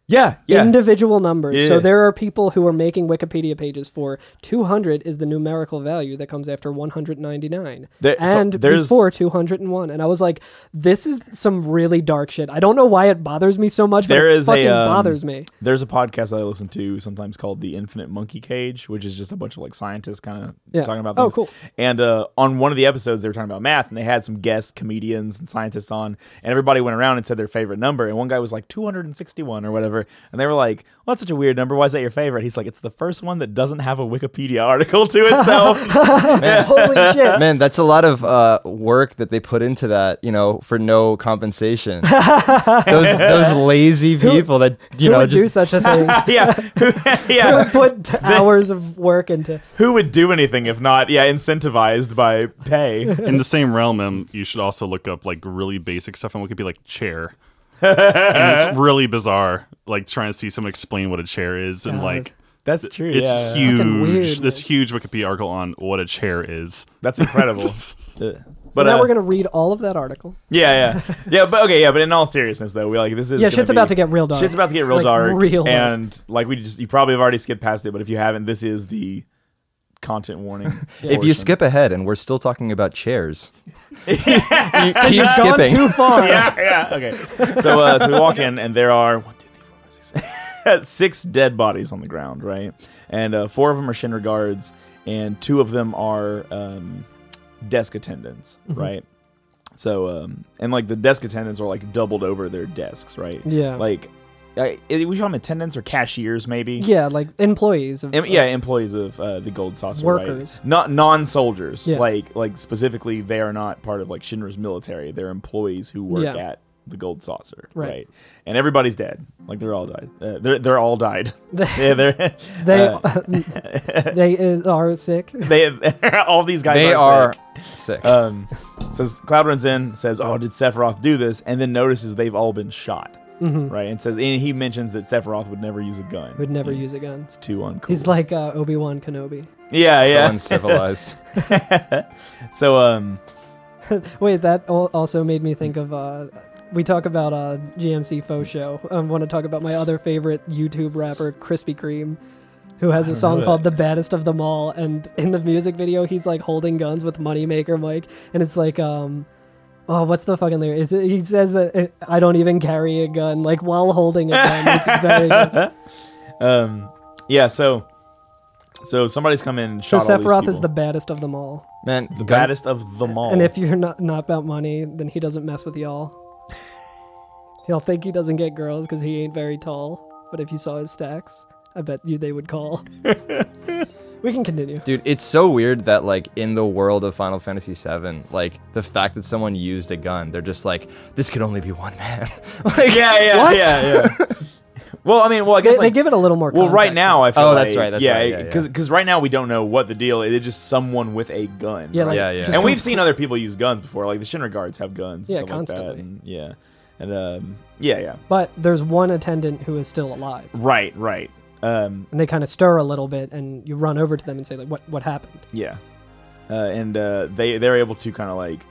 B: yeah, yeah.
C: Individual numbers. So
B: Yeah.
C: there are people who are making Wikipedia pages for 200 is the numerical value that comes after 199
B: There- so
C: and
B: there's-
C: before 201. And I was like, this is some really dark shit. I don't know why it bothers me so much, but
B: There
C: it
B: is a,
C: fucking
B: um,
C: bothers me.
B: There's a podcast I listen to sometimes called The Infinite Monkey Cage, which is just a bunch of like scientists kind of
C: Yeah.
B: talking about
C: Oh,
B: things.
C: cool.
B: And uh, on one of the episodes, they were talking about math, and they had some guests, comedians, and scientists on, and everybody went around and said their favorite number. And one guy was like 261 or whatever, and they were like, "Well, that's such a weird number. Why is that your favorite?" He's like, "It's the first one that doesn't have a Wikipedia article to itself."
C: Holy shit.
D: Man, that's a lot of uh, work that they put into that. You know, for no compensation. those those lazy people that you
C: Who
D: know
C: would do
D: just
C: such a thing?
B: yeah,
C: Who
B: yeah.
C: would put t- hours of work into
B: Who would do anything if not, yeah, incentivized by pay?
A: in the same realm em, you should also look up like really basic stuff and what could be like chair and it's really bizarre like trying to see someone explain what a chair is and
C: God.
A: like
B: That's true.
A: it's
B: yeah.
A: huge
C: weird,
A: this
C: man.
A: huge wikipedia article on what a chair is
B: That's incredible. Uh,
C: So
B: but
C: now
B: uh,
C: we're gonna read all of that article.
B: yeah, yeah, yeah. But okay, yeah. But in all seriousness, though, we like this is
C: Yeah,
B: gonna
C: shit's
B: be-
C: about to get real dark.
B: Shit's about to get real
C: Like,
B: dark.
C: real dark.
B: and like we just you probably have already skipped past it, but if you haven't, this is the content warning.
D: If you skip ahead and we're still talking about chairs, you keep
C: You've gone
D: skipping.
C: too far.
B: yeah, yeah, okay. So, uh, so we walk in, and there are one, two, three, four, five, six, seven, six dead bodies on the ground, right? And uh, four of them are Shinra guards, and two of them are um, desk attendants,
C: Mm-hmm.
B: right? So, um, and like the desk attendants are like doubled over their desks, right?
C: Yeah.
B: Like, I, we should call them attendants or cashiers, maybe.
C: Yeah, like employees. Of,
B: Em- yeah, employees of uh, the Gold Saucer,
C: Workers.
B: right? not non-soldiers.
C: Yeah.
B: Like, like specifically, they are not part of like Shinra's military. They're employees who work
C: Yeah.
B: at the Gold Saucer,
C: Right.
B: right? And everybody's dead. Like they're all died. Uh, they're they're all died. yeah, they're
C: They
B: uh,
C: they is, are sick.
B: they all these guys.
D: They
B: are.
D: are
B: sick.
D: sick.
C: Uh,
B: Um, so Cloud runs in, says, "Oh, did Sephiroth do this?" And then notices they've all been shot, right? And says, and he mentions that Sephiroth would never use a gun.
C: Mm-hmm. Would never use a gun.
B: It's too uncool.
C: He's like uh, Obi Wan Kenobi.
B: yeah,
D: so
B: yeah.
D: uncivilized.
B: So, um,
C: Wait, that al- also made me think of. Uh, we talk about uh, GMC Faux Show. I want to talk about my other favorite YouTube rapper, Krispy Kreme, who has a song
B: that.
C: called "The Baddest of Them All." And in the music video, he's like holding guns with Moneymaker Mike, and it's like, um, oh, what's the fucking lyric? Is it, he says that uh, I don't even carry a gun, like while holding a gun. It's very good.
B: Um, yeah, so so somebody's come in and
C: So
B: shot all
C: Sephiroth
B: these
C: is the
B: people.
C: baddest of them all,
D: Man,
B: the
D: gun-
B: baddest of them all.
C: and if you're not not about money, then he doesn't mess with y'all. He'll think he doesn't get girls because he ain't very tall. But if you saw his stacks, I bet you they would call. we can continue.
D: Dude, it's so weird that like in the world of Final Fantasy VII, like the fact that someone used a gun, they're just like, this could only be one man. like,
B: yeah, yeah,
D: what?
B: yeah, yeah. well, I mean, well, I
C: They,
B: guess
C: they
B: like,
C: give it a little more.
B: well, right
C: context.
B: now I feel
D: Oh,
B: like,
D: that's right, that's
B: yeah,
D: right, yeah, yeah.
B: because right now we don't know what the deal is. It's just someone with a gun.
C: yeah, like,
D: Yeah, yeah.
C: just
B: and we've
C: com-
B: seen other people use guns before, like the Shinra guards have guns. and
C: Yeah,
B: stuff Like
C: constantly.
B: that, and, yeah, and um, yeah, yeah.
C: But there's one attendant who is still alive,
B: Right, right. Um,
C: and they kind of stir a little bit, and you run over to them and say like, "What? What happened?"
B: Yeah, uh, and uh, they they're able to kind of like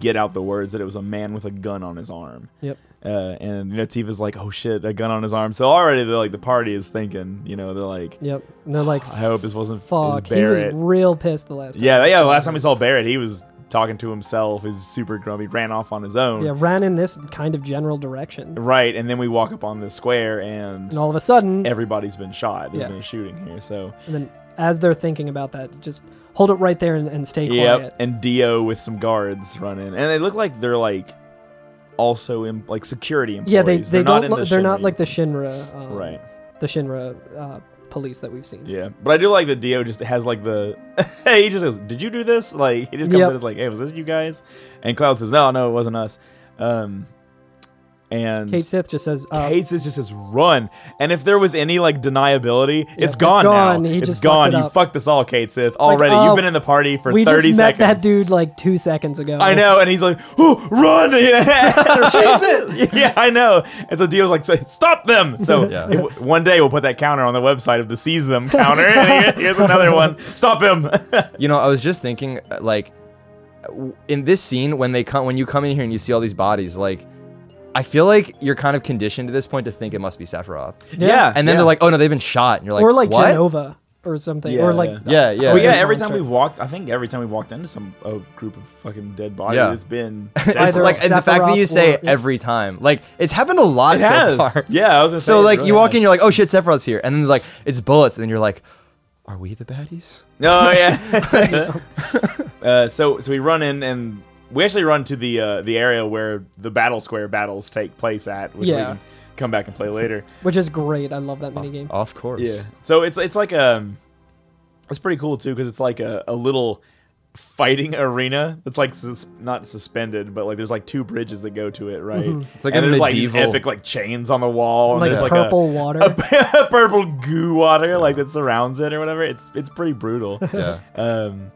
B: get out the words that it was a man with a gun on his arm.
C: Yep.
B: Uh, and you know, Tifa's like, "Oh shit, a gun on his arm." So already, they're like, the party is thinking. You know, they're like,
C: Yep. And they're like,
B: "I hope this wasn't fuck
C: "Fuck." He was
B: Barrett."
C: real pissed the last time.
B: yeah, yeah.
C: So-
B: The last time we saw Barrett, he was talking to himself. He's super grumpy. Ran off on his own.
C: Yeah, ran in this kind of general direction,
B: Right, and then we walk up on the square, and
C: and all of a sudden,
B: everybody's been shot. There's
C: Yeah.
B: been a shooting here, so
C: and then as they're thinking about that, just hold it right there and, and stay quiet.
B: Yep, and Dio with some guards run in, and they look like they're like also in like security employees.
C: Yeah, they, they
B: not
C: don't.
B: in
C: look
B: the
C: they're not
B: Shinra
C: like the
B: uniforms.
C: Shinra, um,
B: Right.
C: The Shinra uh, police that we've seen.
B: Yeah, but I do like that Dio just has like the he just goes, "Did you do this?" Like he just comes
C: Yep.
B: in and is like, "Hey, was this you guys?" And Cloud says, "No, no, it wasn't us." Um, and
C: Kate Sith just says, uh,
B: Kate says just says run, and if there was any like deniability, it's
C: it's
B: gone,
C: gone.
B: now.
C: He
B: it's
C: just fucked
B: gone.
C: it
B: you
C: up.
B: fucked us all, Kate Sith. Already,
C: "Oh,
B: you've been in the party for
C: "We just
B: thirty
C: met
B: seconds.
C: that dude like two seconds ago."
D: Oh.
B: I know, and he's like, "Ooh, run!" Yeah, yeah, I know. And so Dio's like, "Say, "Stop them!" So
D: Yeah.
B: it- one day we'll put that counter on the website of the "Seize Them" counter. and here- here's another one: "Stop him!"
D: You know, I was just thinking, uh, like, w- in this scene when they come, when you come in here and you see all these bodies, like, I feel like you're kind of conditioned at this point to think it must be Sephiroth.
B: Yeah,
D: And then they're like, oh no, they've been shot, and you're like,
C: or like
D: what?
C: Genova or something,
B: Yeah,
C: or like
D: Yeah, yeah.
B: Well, yeah.
C: Monster.
B: Every time we've walked, I think every time we walked into some a group of fucking dead bodies,
D: Yeah.
B: it's been
D: It's
C: Either
D: like and the fact that you
C: Sephiroth
D: say
C: or- yeah.
D: every time, like, it's happened a lot
B: it
D: so
B: has.
D: far.
B: Yeah, I was gonna say,
D: So
B: it
D: like,
B: really
D: you walk
B: has.
D: in, you're like, oh shit, Sephiroth's here, and then like, it's bullets, and then you're like, are we the baddies?
B: Oh yeah. uh, so so we run in and we actually run to the uh, the area where the battle square battles take place at, which
C: Yeah.
B: we can come back and play later.
C: which is great. I love that mini
B: Oh,
C: game.
D: Of course.
B: So it's it's like um it's pretty cool too because it's like a, a little fighting arena that's like sus- not suspended but like there's like two bridges that go to it right it's
D: like
B: and
D: a
B: there's like
D: medieval-
B: these epic like chains on the wall and
C: Like
B: there's like a-
C: purple water.
B: purple goo water like that surrounds it or whatever it's it's pretty brutal
D: Yeah.
B: Um,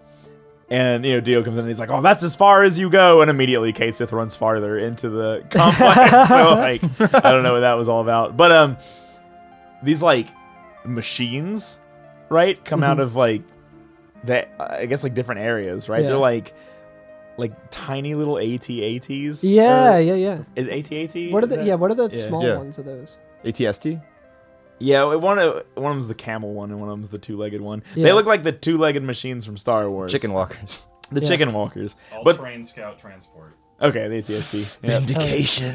B: and you know, Dio comes in and he's like, "Oh, that's as far as you go," and immediately Kate Sith runs farther into the complex. so like, I don't know what that was all about, but um, these like machines, right, come
C: Mm-hmm.
B: out of like that. I guess like different areas, right?
C: Yeah.
B: They're like like tiny little AT-ATs.
C: yeah,
B: or-
C: yeah, yeah.
B: is AT-AT?
C: What are
B: is
C: the
B: that-
C: yeah? What are the
B: yeah.
C: small
D: Yeah.
C: ones of those?
D: ATST.
B: Yeah, one of one of them's the camel one, and one of them's the two-legged one.
C: Yeah.
B: They look like the two-legged machines from Star Wars.
D: Chicken walkers.
B: the
C: Yeah.
B: chicken walkers. But
A: train scout transport.
B: okay, the ATST. Yeah.
D: Vindication.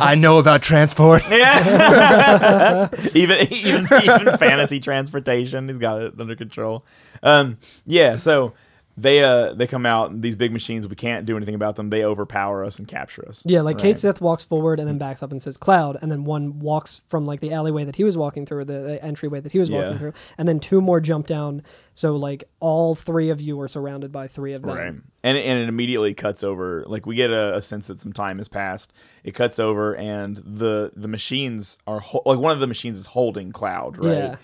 D: I know about transport.
B: Yeah. even even even fantasy transportation, he's got it under control. Um, yeah. So they uh they come out these big machines. We can't do anything about them. They overpower us and capture us.
C: Yeah, like
B: Right.
C: Kate Sith walks forward and then backs up and says Cloud, and then one walks from like the alleyway that he was walking through, the, the entryway that he was walking
B: Yeah.
C: through, and then two more jump down. So like all three of you are surrounded by three of them.
B: Right. And it, and it immediately cuts over. Like we get a, a sense that some time has passed. It cuts over, and the the machines are ho- like one of the machines is holding Cloud, right?
C: Yeah.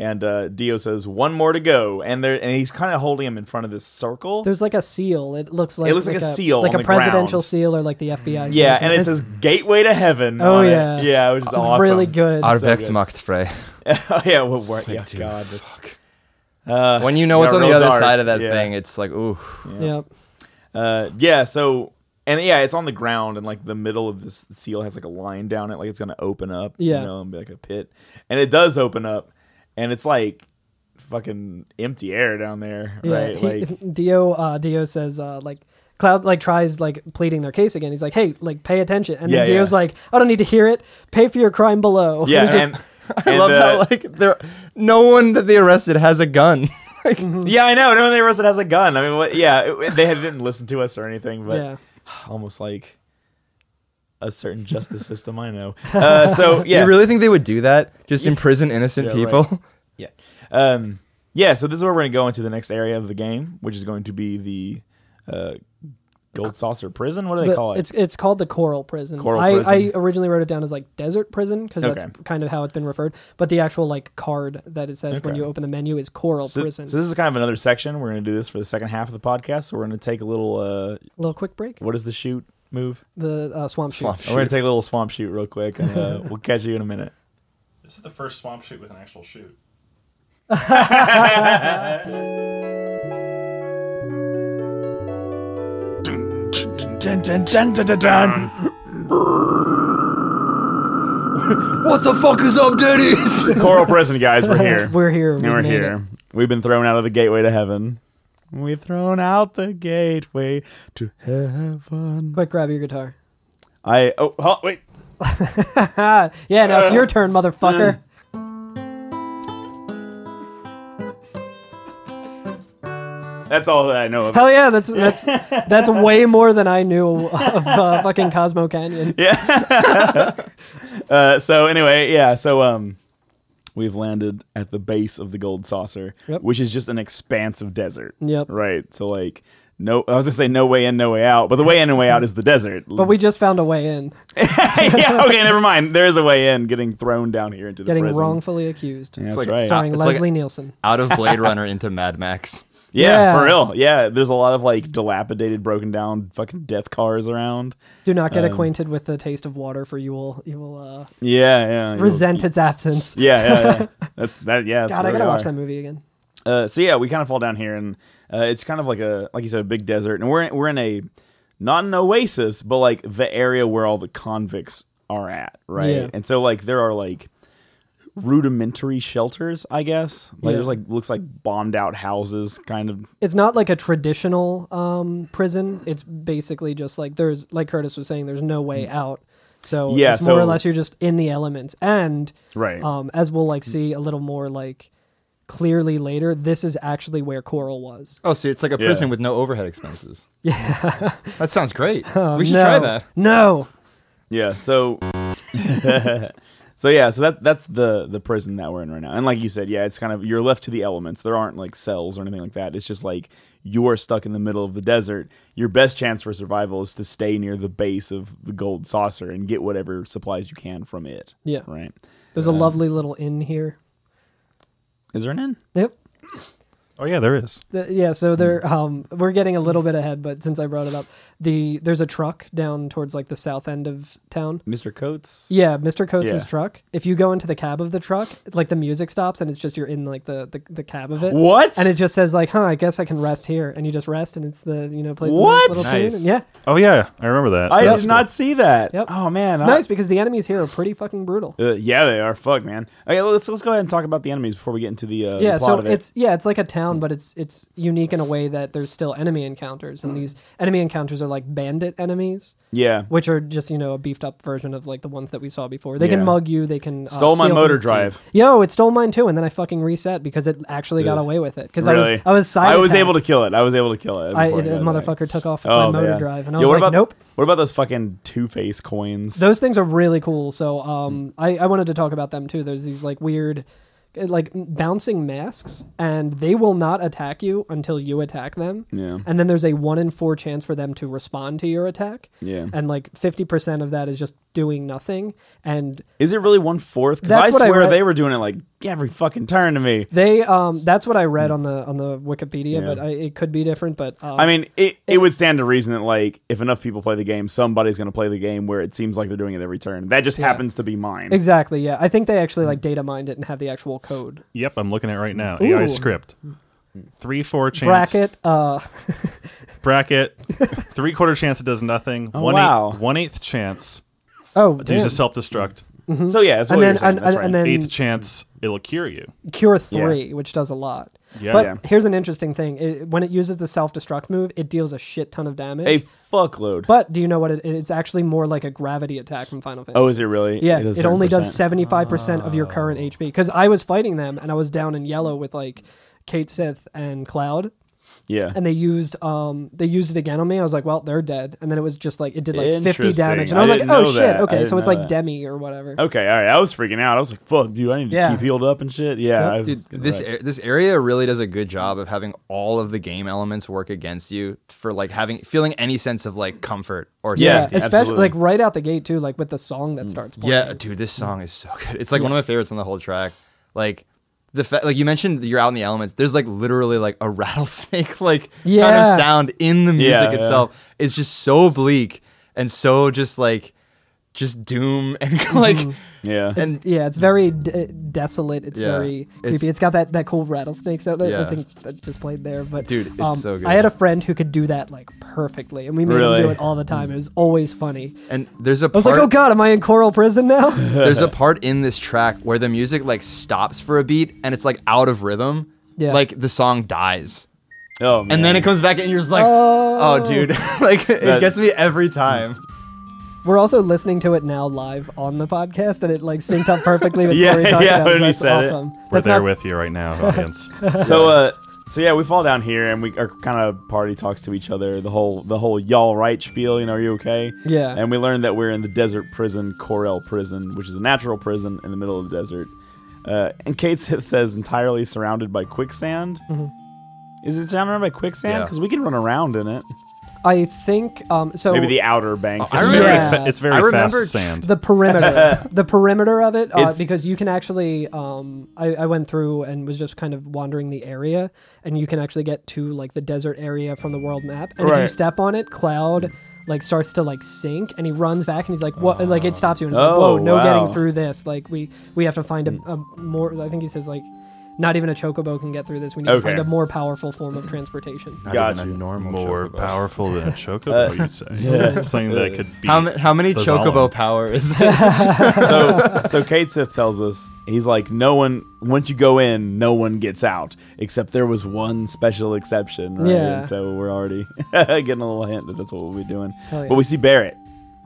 B: And uh, Dio says one more to go, and there and he's kind of holding him in front of this circle.
C: There's like a seal. It looks like
B: It looks like a seal
C: like
B: on
C: a
B: the
C: presidential
B: ground.
C: seal or like the FBI.
B: yeah,
C: seal.
B: and it
C: It's-
B: says "Gateway to Heaven."
C: Oh
B: on it.
C: yeah,
B: yeah, which is
C: It's
B: awesome.
C: really good.
D: Arbect
B: good.
D: macht frei.
B: oh yeah, what work?
D: Like,
B: Yeah,
D: dude,
B: God, that's-
D: fuck.
B: uh,
D: When you know what's
B: got
D: on the
B: real
D: other
B: dark,
D: side of that
B: yeah.
D: thing, it's like, ooh.
C: Yep.
B: Uh, yeah, so and yeah, it's on the ground and like the middle of this seal has like a line down it, like it's gonna open up,
C: Yeah.
B: you know, and be like a pit, and it does open up, and it's like fucking empty air down there,
C: Yeah,
B: right?
C: he-
B: like
C: Dio uh, Dio says uh, like Cloud like tries like pleading their case again. He's like, "Hey, like pay attention." And
B: Yeah,
C: then Dio's
B: yeah.
C: like, "I don't need to hear it. Pay for your crime below."
B: yeah,
C: He just-
B: and,
D: I
B: and,
D: love
B: uh,
D: how like there, no one that they arrested has a gun. like,
B: yeah, I know. No one they arrested has a gun. I mean, what, yeah, it- they didn't listen to us or anything, but
C: Yeah.
B: almost like a certain justice system I know. Uh, so yeah,
D: You really think they would do that? Just imprison innocent
B: Yeah,
D: people?
B: right. Yeah. Um, yeah, so this is where we're going to go into the next area of the game, which is going to be the uh, Gold Saucer Prison. What do they
C: the-
B: call it?
C: It's it's called the Coral Prison.
B: Coral
C: I,
B: Prison.
C: I originally wrote it down as like Desert Prison because
B: Okay.
C: that's kind of how it's been referred. But the actual like card that it says when
B: Okay.
C: you open the menu is Coral
B: so,
C: Prison.
B: so this is kind of another section. We're going to do this for the second half of the podcast. So we're going to take a little, uh,
C: little quick break.
B: what is the shoot move?
C: The uh, swamp. Suit.
D: Swamp
B: Oh, we're going to take a little swamp shoot real quick, and uh, we'll catch you in a minute.
A: This is the first swamp shoot with an actual shoot.
D: What the fuck is up, Denny's?
B: Coral Prison, guys, we're here.
C: We're here. We
B: And we're
C: made
B: here.
C: it.
B: We've been thrown out of the gateway to heaven. We've thrown out the gateway to heaven.
C: Quick, grab your guitar.
B: I, oh, oh wait.
C: Ah, yeah. Now it's your turn, motherfucker.
B: That's all that I know of.
C: Hell yeah, that's that's that's way more than I knew of uh, fucking Cosmo Canyon.
B: Uh, so anyway, yeah. So um, we've landed at the base of the Gold Saucer,
C: Yep.
B: which is just an expanse of desert.
C: Yep.
B: Right. So like, no, I was gonna say no way in, no way out, but the way in and way out is the desert.
C: But we just found a way in,
B: yeah. Okay. Never mind. There is a way in. Getting thrown down here into the
C: getting
B: prison.
C: wrongfully accused,
B: Yeah, that's
D: like-
B: right.
C: starring
D: It's like-
C: Leslie Nielsen.
D: Out of Blade Runner into Mad Max.
B: yeah,
C: Yeah.
B: for real. Yeah, there's a lot of like dilapidated, broken down, fucking death cars around.
C: Do not
B: um,
C: get acquainted with the taste of water, for you will you will uh,
B: Yeah, yeah. you'll-
C: resent its absence.
B: Yeah, yeah, yeah. That's that. Yeah. that's
C: God, I
B: where we
C: gotta watch
B: are.
C: that movie again.
B: Uh, so yeah, we kind of fall down here, and uh, it's kind of like a like you said, a big desert, and we're in, we're in a not an oasis, but like the area where all the convicts are at, right?
C: Yeah.
B: And so like there are like rudimentary shelters, I guess. Like
C: Yeah.
B: there's like looks like bombed out houses, kind of.
C: It's not like a traditional um, prison. It's basically just like there's like Curtis was saying, there's no way out. So
B: Mm. Yeah,
C: it's more or
B: so-
C: less you're just in the elements, and
B: Right.
C: um, as we'll like see a little more like clearly later, this is actually where Coral was.
D: Oh, so it's like a
B: Yeah.
D: prison with no overhead expenses. Yeah. Oh, that sounds great. we should
C: no,
D: try that.
C: No.
B: Yeah. So. So yeah, so that that's the the prison that we're in right now, and like you said, yeah, it's kind of you're left to the elements. There aren't like cells or anything like that. It's just like you are stuck in the middle of the desert. Your best chance for survival is to stay near the base of the gold saucer and get whatever supplies you can from it.
C: Yeah.
B: right.
C: There's a lovely little inn here.
B: Is there an inn?
C: Yep.
A: Oh yeah, there is.
C: The- yeah,
B: Mm.
C: so there um we're getting a little bit ahead, but since I brought it up, the there's a truck down towards like the south end of town.
B: Mr. Coates.
C: Yeah, Mr. Coates'
B: Yeah.
C: truck. If you go into the cab of the truck, like the music stops and it's just you're in like the, the, the cab of it.
B: What?
C: And it just says like, huh, I guess I can rest here. And you just rest and it's the, you know, plays the
B: What?
C: little
D: Nice.
C: tune. Yeah.
A: Oh yeah, I remember that.
B: I
A: That
B: did
A: was
B: not see that.
C: Yep.
B: Oh man,
C: It's
B: I-
C: nice because the enemies here are pretty fucking brutal.
B: Uh, yeah, they are. Fuck, man. Okay, let's let's go ahead and talk about the enemies before we get into the uh,
C: yeah
B: The plot
C: so
B: of it.
C: it's yeah it's like a town but it's it's unique in a way that there's still enemy encounters and these enemy encounters are like bandit enemies
B: yeah.
C: which are just you know a beefed up version of like the ones that we saw before they
B: Yeah.
C: can mug you they can uh,
B: Stole my
C: steal
B: motor
C: from you.
B: drive.
C: yo it stole mine too and then i fucking reset because it actually got away with it because i was
B: Really?
C: i was
B: I was able to
C: side-attacked.
B: kill it. I was able to kill it.
C: I,
B: before
C: it,
B: got
C: a
B: back.
C: motherfucker took off
B: Oh,
C: my motor
B: man.
C: drive and i
B: Yo,
C: was
B: what
C: like
B: about,
C: nope
B: What about those fucking Two Face coins?
C: those things are really cool so um
B: Hmm.
C: I, I wanted to talk about them too there's these like weird uh, like m- bouncing masks and they will not attack you until you attack them
B: Yeah.
C: and then there's a one in four chance for them to respond to your attack
B: Yeah.
C: and like 50% of that is just doing nothing and
B: Is it really one fourth? Because I
C: That's what I
B: swear
C: read-
B: they were doing it like every fucking turn to me.
C: they um that's what i read on the on the wikipedia
B: Hmm. Yeah.
C: but I, it could be different but um,
B: I mean, it, it would stand to reason that like if enough people play the game, somebody's going to play the game where it seems like they're doing it every turn. That just happens to be mine.
C: exactly yeah i think they actually like
B: Hmm.
C: data mined it and have the actual code
A: Yep, I'm looking at it right now.
C: Ooh.
A: AI script. Three four chance
C: bracket uh
A: bracket. three quarter chance it does nothing. One eighth-
B: wow.
A: one eighth chance
C: oh
A: to use
C: damn.
A: a self destruct.
B: So yeah, that's what
C: mm-hmm. and then
B: you're saying.
C: and,
B: That's
C: and,
B: right.
C: and then
A: Eighth chance it'll cure you.
C: cure three, which does a lot.
A: Yeah.
C: but
B: Yeah.
C: here's an interesting thing: it, when it uses the self-destruct move, it deals a shit ton of damage.
B: a fuckload.
C: but do you know what? It, it's actually more like a gravity attack from Final Fantasy.
B: oh, is it really?
C: Yeah,
B: is
C: it, only does
B: 7%.
C: seventy-five percent of your current HP. Because I was fighting them, and I was down in yellow with like Kate Sith and Cloud,
B: Yeah,
C: and they used um they used it again on me. I was like, well, they're dead. And then it was just like it did like fifty
B: Interesting.
C: damage, and I was
B: I
C: like,
B: didn't
C: oh
B: know
C: shit,
B: that. I
C: okay,
B: didn't
C: so it's
B: know
C: like
B: that. Oh,
C: Demi or whatever.
B: Okay, all right. I was freaking out. I was like, "Fuck, dude! I need to
C: Yeah.
B: keep healed up and shit." Yeah, I was-
D: Dude, this ar- this area really does a good job of having all of the game elements work against you for like having feeling any sense of like comfort or
B: Yeah,
D: safety.
C: especially
B: absolutely.
C: like right out the gate too, like with the song that starts. Playing.
D: Yeah, dude, this song is so good. It's like one of my favorites on the whole track. Like the fa- like you mentioned, that you're out in the elements. There's like literally like a rattlesnake like kind
C: Yeah.
D: of sound in the music
B: Yeah, yeah.
D: itself. It's just so bleak and so just like just doom and like
B: yeah,
D: and
C: yeah, it's very d- desolate. It's
D: Yeah,
C: very creepy.
D: it's-
C: it's got that, that cool rattlesnakes out there. I
D: Yeah.
C: think that just played there, but um,
D: Dude, it's so good.
C: I had a friend who could do that like perfectly, and we made him do
B: Really?
C: it all the time. It was always funny.
D: and there's a
C: I was like, oh god, am I in coral prison now?
D: there's a part in this track where the music like stops for a beat and it's like out of rhythm.
C: Yeah.
D: Like the song dies.
B: oh man,
D: And then it comes back and you're just like,
C: Oh.
D: oh, dude. like it
B: That-
D: gets me every time.
C: We're also listening to it now live on the podcast, and it like synced up perfectly with
B: Yeah,
C: what we talked
B: yeah,
C: about.
B: when
C: so
B: we
C: that's
B: said it.
C: awesome.
A: We're
C: That's
A: there
C: not-
A: with you right now, audience.
B: so uh, so yeah, we fall down here and we our kind of party talks to each other. The whole the whole y'all right spiel. You know, are you okay?
C: Yeah.
B: And we learn that we're in the desert prison, Corel prison, which is a natural prison in the middle of the desert. Uh, and Kate Sith says entirely surrounded by quicksand.
C: Mm-hmm.
B: Is it surrounded by quicksand?
D: Yeah.
B: Because we can run around in it.
C: I think um, so.
B: Maybe the outer banks.
D: I
A: It's
D: remember-
A: very,
C: Yeah.
A: fa- it's very
D: I
A: fast
D: remember-
A: sand.
C: the perimeter the perimeter of it uh,
B: It's-
C: because you can actually um, I, I went through and was just kind of wandering the area and you can actually get to like the desert area from the world map and if you
B: Right.
C: step on it cloud like starts to like sink and he runs back and he's like what like it stops you and it's like
B: Oh,
C: whoa no
B: wow. Hmm.
C: getting through this like we we have to find a, a more i think he says like not even a chocobo can get through this we need to
B: Okay.
C: find a more powerful form of transportation
D: Not
B: Got
D: even a
B: you.
D: normal
A: More
D: chocobo.
A: powerful than a chocobo, you'd say. Something that could be.
D: How, ma- how many
A: the
D: chocobo
A: Zollin.
D: power is that?
B: so so Kate Sith tells us he's like no one once you go in no one gets out except there was one special exception right
C: Yeah.
B: and so we're already getting a little hint that that's what we'll be doing
C: Hell yeah.
B: but we see Barrett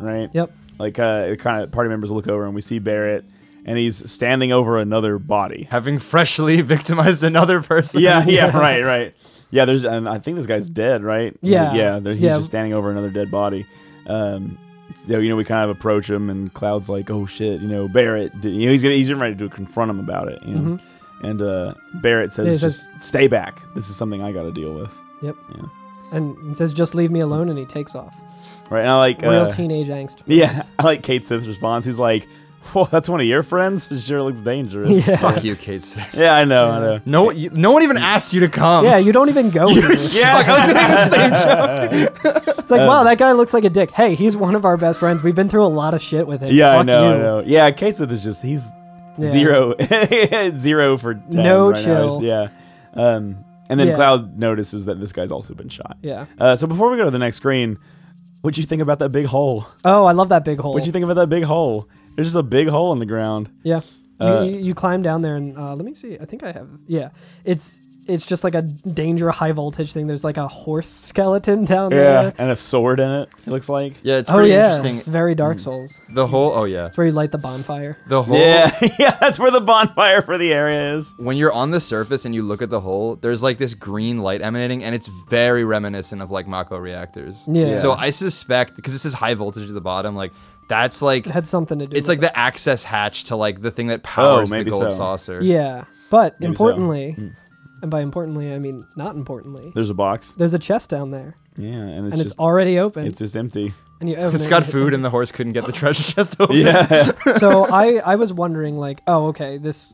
B: right
C: Yep.
B: like uh kind of party members look over and we see Barrett and he's standing over another body
D: Having freshly victimized another person.
B: yeah yeah right right yeah there's and I think this guy's dead right
C: Yeah.
B: yeah there, he's
C: Yeah.
B: just standing over another dead body um so, you know, we kind of approach him, and Cloud's like, "Oh shit!" You know, Barrett. d- You know, he's gonna, he's getting ready to confront him about it. You know? And uh, Barrett says,
C: Mm-hmm. Yeah, he says-
B: "Just stay back. This is something I got to deal with."
C: yep
B: Yeah.
C: and he says just leave me alone and he takes off
B: Right? And I like
C: real
B: uh,
C: teenage angst
B: Yeah, I like Kate Sith's response. He's like, Whoa, that's one of your friends? It sure looks dangerous.
C: Yeah.
D: Fuck you, Kate.
B: Yeah, I know, I know.
D: No, you, no one even asked you to come.
C: Yeah, you don't even go. anywhere.
D: yeah. Fuck, I was gonna do the same joke.
C: It's like,
B: Um,
C: wow, that guy looks like a dick. Hey, he's one of our best friends. We've been through a lot of shit with him.
B: Yeah, I
C: Fuck
B: know,
C: you.
B: I know. Yeah, Kasich is just he's
C: Yeah.
B: zero, zero for 10
C: No
B: right now.
C: chill.
B: Yeah, um, and then
C: Yeah.
B: Cloud notices that this guy's also been shot.
C: Yeah.
B: Uh, so before we go to the next screen, what'd you think about that big hole?
C: Oh, I love that big hole.
B: What'd you think about that big hole? There's just a big hole in the ground.
C: Yeah. You,
B: Uh,
C: you, you climb down there and uh, let me see. I think I have. Yeah. It's it's just like a danger high voltage thing. There's like a horse skeleton down there.
B: and a sword in it. It looks like.
D: Yeah, it's
C: Oh
D: pretty
C: yeah. It's
D: interesting.
C: very
B: Mm.
C: Dark Souls.
D: The whole. Oh yeah.
C: It's where you light the bonfire.
D: The whole.
B: Yeah, yeah, that's where the bonfire for the area is.
D: when you're on the surface and you look at the hole, there's like this green light emanating, and it's very reminiscent of like Mako reactors.
C: Yeah.
D: So I suspect because this is high voltage at the bottom, like that's like
C: It had something to do.
D: it's
C: with
D: like
C: it.
D: the access hatch to like the thing that powers the
B: maybe
D: gold
B: so.
D: saucer.
C: Yeah, but
B: Maybe so. Mm.
C: importantly, and by importantly I mean not importantly.
B: There's a box.
C: There's a chest down there,
B: Yeah, and it's
C: and it's
B: just
C: already open.
B: it's just empty.
C: and you open
D: It's
C: it
D: got
C: and hit
D: food, and the horse couldn't get the treasure chest open.
B: Yeah,
C: so I, I was wondering like oh okay this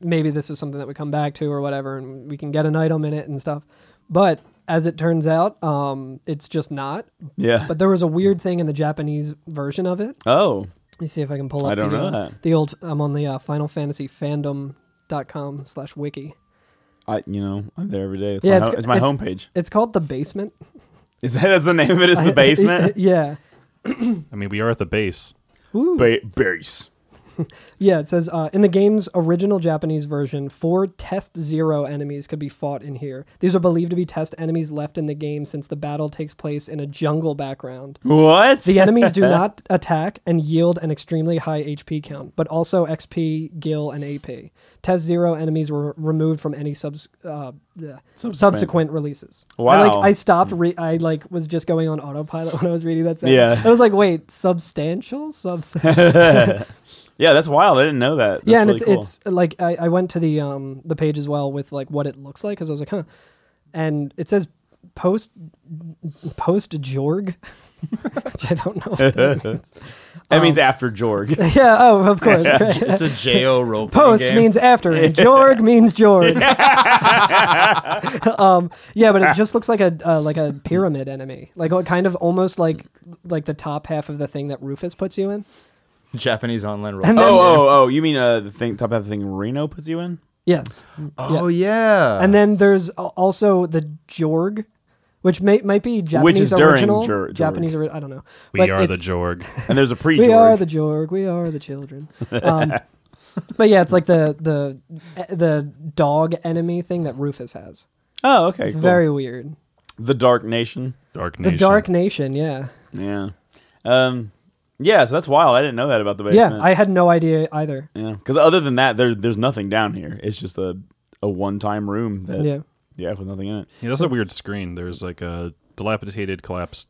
C: maybe this is something that we come back to or whatever and we can get an item in it and stuff but as it turns out um, it's just not
B: yeah.
C: but there was a weird thing in the japanese version of it
B: oh,
C: let me see if i can pull up
B: I don't
C: the,
B: know
C: uh,
B: that.
C: the old i'm on the uh, final fantasy fandom dot com slash wiki
B: I you know I'm there every day. It's my,
C: Yeah, it's
B: ho-
C: g-
B: it's my
C: it's-
B: homepage.
C: it's called the basement
B: Is that that's the name of it? Is the basement?
C: yeah
A: I mean, we are at the base.
B: ba- base.
C: Yeah, it says uh, in the game's original Japanese version, four test zero enemies could be fought in here. These are believed to be test enemies left in the game since the battle takes place in a jungle background.
B: What?
C: The enemies do not attack and yield an extremely high HP count, but also XP, gil, and AP. Test zero enemies were removed from any subs- uh, bleh, subsequent. releases. I,
B: Wow.
C: like, I stopped. Re- I like was just going on autopilot when I was reading that. Sentence.
B: Yeah.
C: I was like, wait, substantial, subs.
B: yeah, that's wild. I didn't know that. That's
C: yeah, and
B: really
C: it's
B: cool.
C: it's like I, I went to the um the page as well with like what it looks like because I was like, huh, and it says post post Jorg. Which I don't know. what that means.
B: that means
C: um,
B: after Jorg.
C: yeah. Oh, of course. right.
D: It's a Jo role.
C: Post means after, and Jorg means Jorg. um, yeah, but it just looks like a uh, like a pyramid enemy, like what kind of almost like like the top half of the thing that Rufus puts you in.
D: Japanese online role.
C: And
B: oh,
C: then-
B: oh, oh! You mean uh, the thing top half thing Reno puts you in?
C: Yes.
D: oh yeah.
C: And then there's a- also the Jorg, which may, might be Japanese
B: is during
C: original.
B: Jor- Jorg.
C: Japanese, ori- I don't know.
A: We
C: But
A: are the
C: it's-
A: Jorg.
B: And there's a pre.
C: We are
B: Jorg.
C: the Jorg. We are the children. Um, but yeah, it's like the the the dog enemy thing that Rufus has.
B: oh, okay.
C: It's
B: cool.
C: very weird.
B: the Dark Nation.
A: Dark
C: The
A: Nation.
C: Dark Nation. Yeah.
B: Yeah. Um. Yeah. So that's wild. I didn't know that about the basement.
C: Yeah, I had no idea either.
B: Yeah. Because other than that, there there's nothing down here. It's just a a one time room that.
C: Yeah.
B: Yeah, with nothing in it.
A: Yeah, that's a weird screen. There's like a dilapidated, collapsed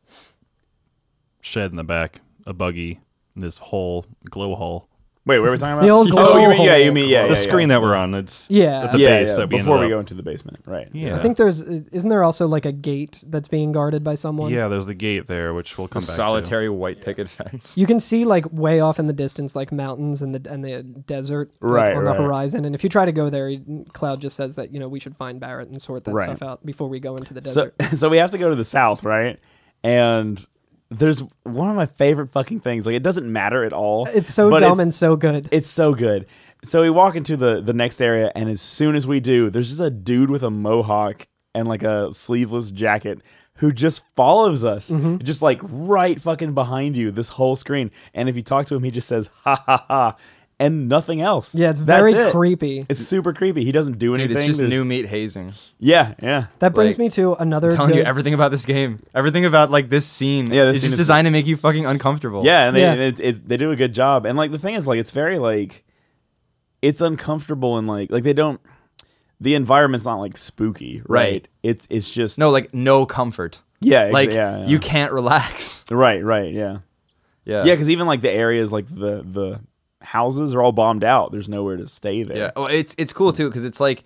A: shed in the back, a buggy, and this hole, glow hole.
B: Wait, what are we talking about?
C: The old
B: oh, you
C: glow
B: mean yeah,
C: hole.
B: you mean yeah,
A: the
B: yeah,
A: screen
B: yeah.
A: that we're on. It's
C: Yeah.
A: at the
B: yeah,
A: base
B: yeah,
A: that we
B: before we
A: ended
B: go
A: up.
B: into the basement, right?
A: Yeah.
C: I think there's isn't there also like a gate that's being guarded by someone?
A: yeah, there's the gate there, which we'll
D: a
A: come back
D: solitary white picket fence.
C: you can see like way off in the distance like mountains and the and the desert like,
B: Right,
C: on
B: right.
C: the horizon and if you try to go there you- cloud just says that you know we should find barrett and sort that
B: Right.
C: stuff out before we go into the
B: so,
C: desert
B: so we have to go to the south, right? And there's one of my favorite fucking things. Like it doesn't matter at all.
C: it's so
B: but
C: dumb
B: it's,
C: and so good
B: it's so good. So we walk into the the next area, and as soon as we do, there's just a dude with a mohawk and like a sleeveless jacket who just follows us,
C: Mm-hmm.
B: just like right fucking behind you this whole screen. And if you talk to him, he just says ha ha ha, and nothing else.
C: yeah it's
B: That's
C: very
B: it.
C: creepy
B: It's super creepy. He doesn't do anything.
D: Dude, it's just
B: There's-
D: new meat hazing.
B: Yeah, yeah.
C: that brings
D: like,
C: me to another
D: I'm telling you
C: good-
D: everything about this game. Everything about like this scene.
B: Yeah, this
D: it's
B: scene
D: just
B: is-
D: designed to make you fucking uncomfortable.
B: Yeah, and they
C: Yeah.
B: and It, it, they do a good job. And like the thing is, like it's very like it's uncomfortable and like like they don't the environment's not like spooky, right?
D: Right.
B: It's it's just
D: No, like no comfort.
B: yeah, ex-
D: like
B: yeah, yeah.
D: you can't relax.
B: right, right, yeah,
D: Yeah.
B: yeah. Because even like the areas, like the the houses are all bombed out. There's nowhere to stay there.
D: Yeah. Well, it's it's cool too because it's like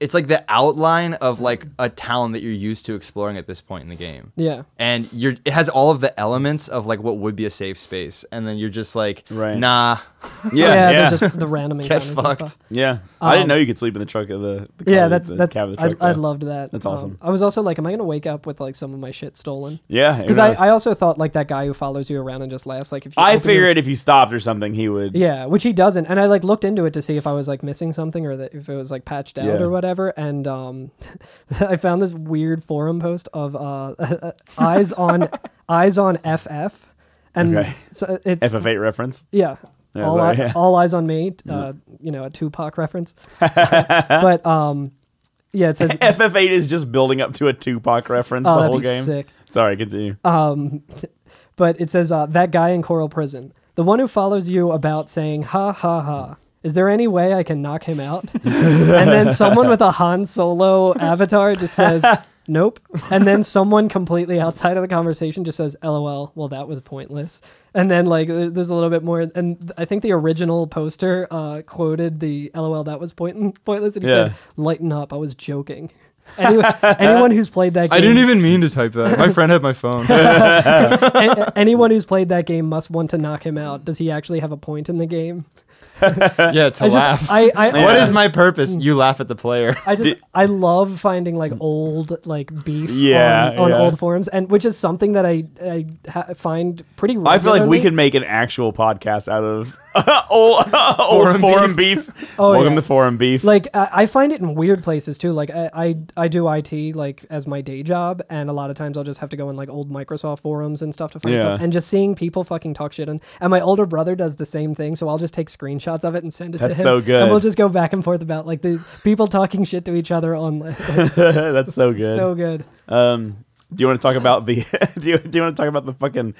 D: it's like the outline of like a town that you're used to exploring at this point in the game.
C: Yeah.
D: And you're it has all of the elements of like what would be a safe space, and then you're just like,
B: Right.
D: nah,
B: yeah, yeah.
C: There's just the random
D: get
C: encounters. and
D: fucked.
C: stuff.
B: yeah. I didn't
C: Um,
B: know you could sleep in the truck of the, the
C: Yeah,
B: car-
C: that's
B: the
C: that's.
B: cab of the
C: I,
B: truck,
C: I
B: though.
C: loved that.
B: That's
C: Um,
B: awesome.
C: I was also like, am I gonna wake up with like some of my shit stolen?
B: Yeah, who
C: Because I,
B: knows?
C: I also thought like that guy who follows you around and just laughs. Like if you
B: I
C: open your-
B: figured if you stopped or something, he would.
C: Yeah, which he doesn't. And I like looked into it to see if I was like missing something or that if it was like patched out
B: Yeah.
C: or whatever. And um, I found this weird forum post of uh, eyes on eyes on FF, and
B: Okay.
C: so it's
B: FF8 reference.
C: yeah.
B: Yeah,
C: all,
B: sorry, Mm-hmm.
C: eye-
B: yeah.
C: all eyes on me. Uh, You know, a Tupac reference. but um, yeah, it says
B: FF8 is just building up to a Tupac reference
C: Oh,
B: the
C: that'd
B: whole
C: be
B: game.
C: sick.
B: Sorry, continue.
C: Uh, but it says uh, that guy in Coral Prison, the one who follows you about saying ha ha ha. Is there any way I can knock him out? and then someone with a Han Solo avatar just says, "Nope." And then someone completely outside of the conversation just says, "LOL." Well, that was pointless. And then like there- there's a little bit more, and I think the original poster uh, quoted the "LOL that was point- pointless," and he
B: Yeah.
C: said, "Lighten up, I was joking." Anyone, anyone who's played that game,
D: I didn't even mean to type that. My friend had my phone.
C: a- anyone who's played that game must want to knock him out. Does he actually have a point in the game?
D: yeah, to
C: I
D: laugh.
C: just, I, I,
D: What
C: I-
D: is my purpose? You laugh at the player.
C: I just, I love finding like old like beef
B: Yeah,
C: on, on
B: yeah.
C: old forums, and which is something that I, I ha- find pretty. Regularly.
B: I feel like we could make an actual podcast out of old, old
D: Forum
B: forum beef.
C: Oh,
B: Welcome
C: yeah.
B: to forum beef.
C: Like I, I find it in weird places too. Like I, I, I do IT like as my day job, and a lot of times I'll just have to go in like old Microsoft forums and stuff to find
B: Yeah.
C: stuff, and just seeing people fucking talk shit. And and my older brother does the same thing, so I'll just take screenshots of it and send it to
B: That's
C: him.
B: so good.
C: And we'll just go back and forth about like the people talking shit to each other on. Like,
B: That's so good.
C: so good.
B: um, do you want to talk about the? do you do you want to talk about the fucking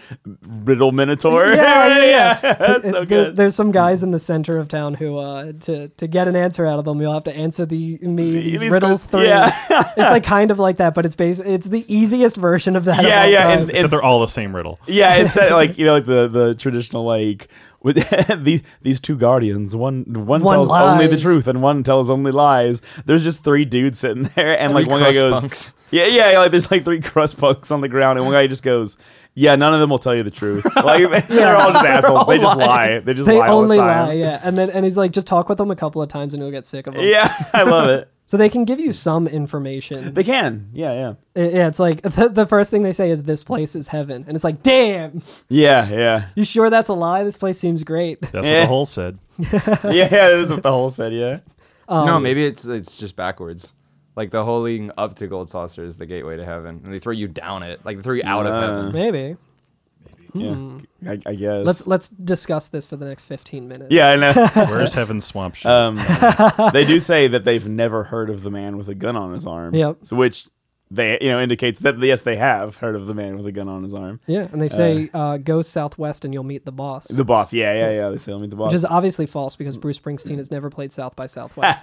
B: riddle minotaur?
C: Yeah, yeah, yeah.
B: That's so
C: There's,
B: good.
C: there's some guys in the center of town who, uh, to to get an answer out of them, you'll have to answer the me these,
B: These
C: riddles
B: quiz-
C: three.
B: yeah.
C: it's like kind of like that, but it's bas- It's the easiest version of that. of
B: Yeah,
C: all
B: yeah,
C: time.
B: it's-
A: Except they're all the same riddle.
B: Yeah, it's that, like you know, like the the traditional like with these these two guardians. One one,
C: One
B: tells only the
C: lies.
B: truth, and one tells only lies. There's just three dudes sitting there, and like
D: Three
B: one guy
D: crust
B: goes,
D: punks.
B: yeah, yeah, yeah, like there's like three crust punks on the ground, and one guy just goes. Yeah, none of them will tell you the truth. Like they're all just assholes. they just lie. They just
C: they
B: lie
C: only
B: all the time.
C: lie, yeah. And then and he's like, just talk with them a couple of times, and you'll get sick of them.
B: yeah, I love it.
C: So they can give you some information.
B: They can. Yeah, yeah.
C: I- yeah, it's like the, the first thing they say is this place is heaven, and it's like, damn,
B: Yeah, yeah.
C: you sure that's a lie? This place seems great.
A: That's what
B: Yeah.
A: the hole said.
B: Yeah, that's what the whole said, yeah.
D: no, maybe it's it's just backwards. Like the whole leading up to Gold Saucer is the gateway to heaven, and they throw you down it. Like they throw you out
B: Uh,
D: of heaven.
C: Maybe
B: Yeah. I, I guess.
C: Hmm. let's let's discuss this for the next fifteen minutes.
B: yeah, I know.
A: Where's Heaven's Swamp Shit?
B: Um, they do say that they've never heard of the man with a gun on his arm.
C: Yep.
B: So which they you know indicates that yes they have heard of the man with a gun on his arm.
C: Yeah, and they say uh, go southwest and you'll meet the boss,
B: The boss. Yeah, yeah, yeah. They say let me the boss.
C: which is obviously false because Bruce Springsteen has never played South by Southwest.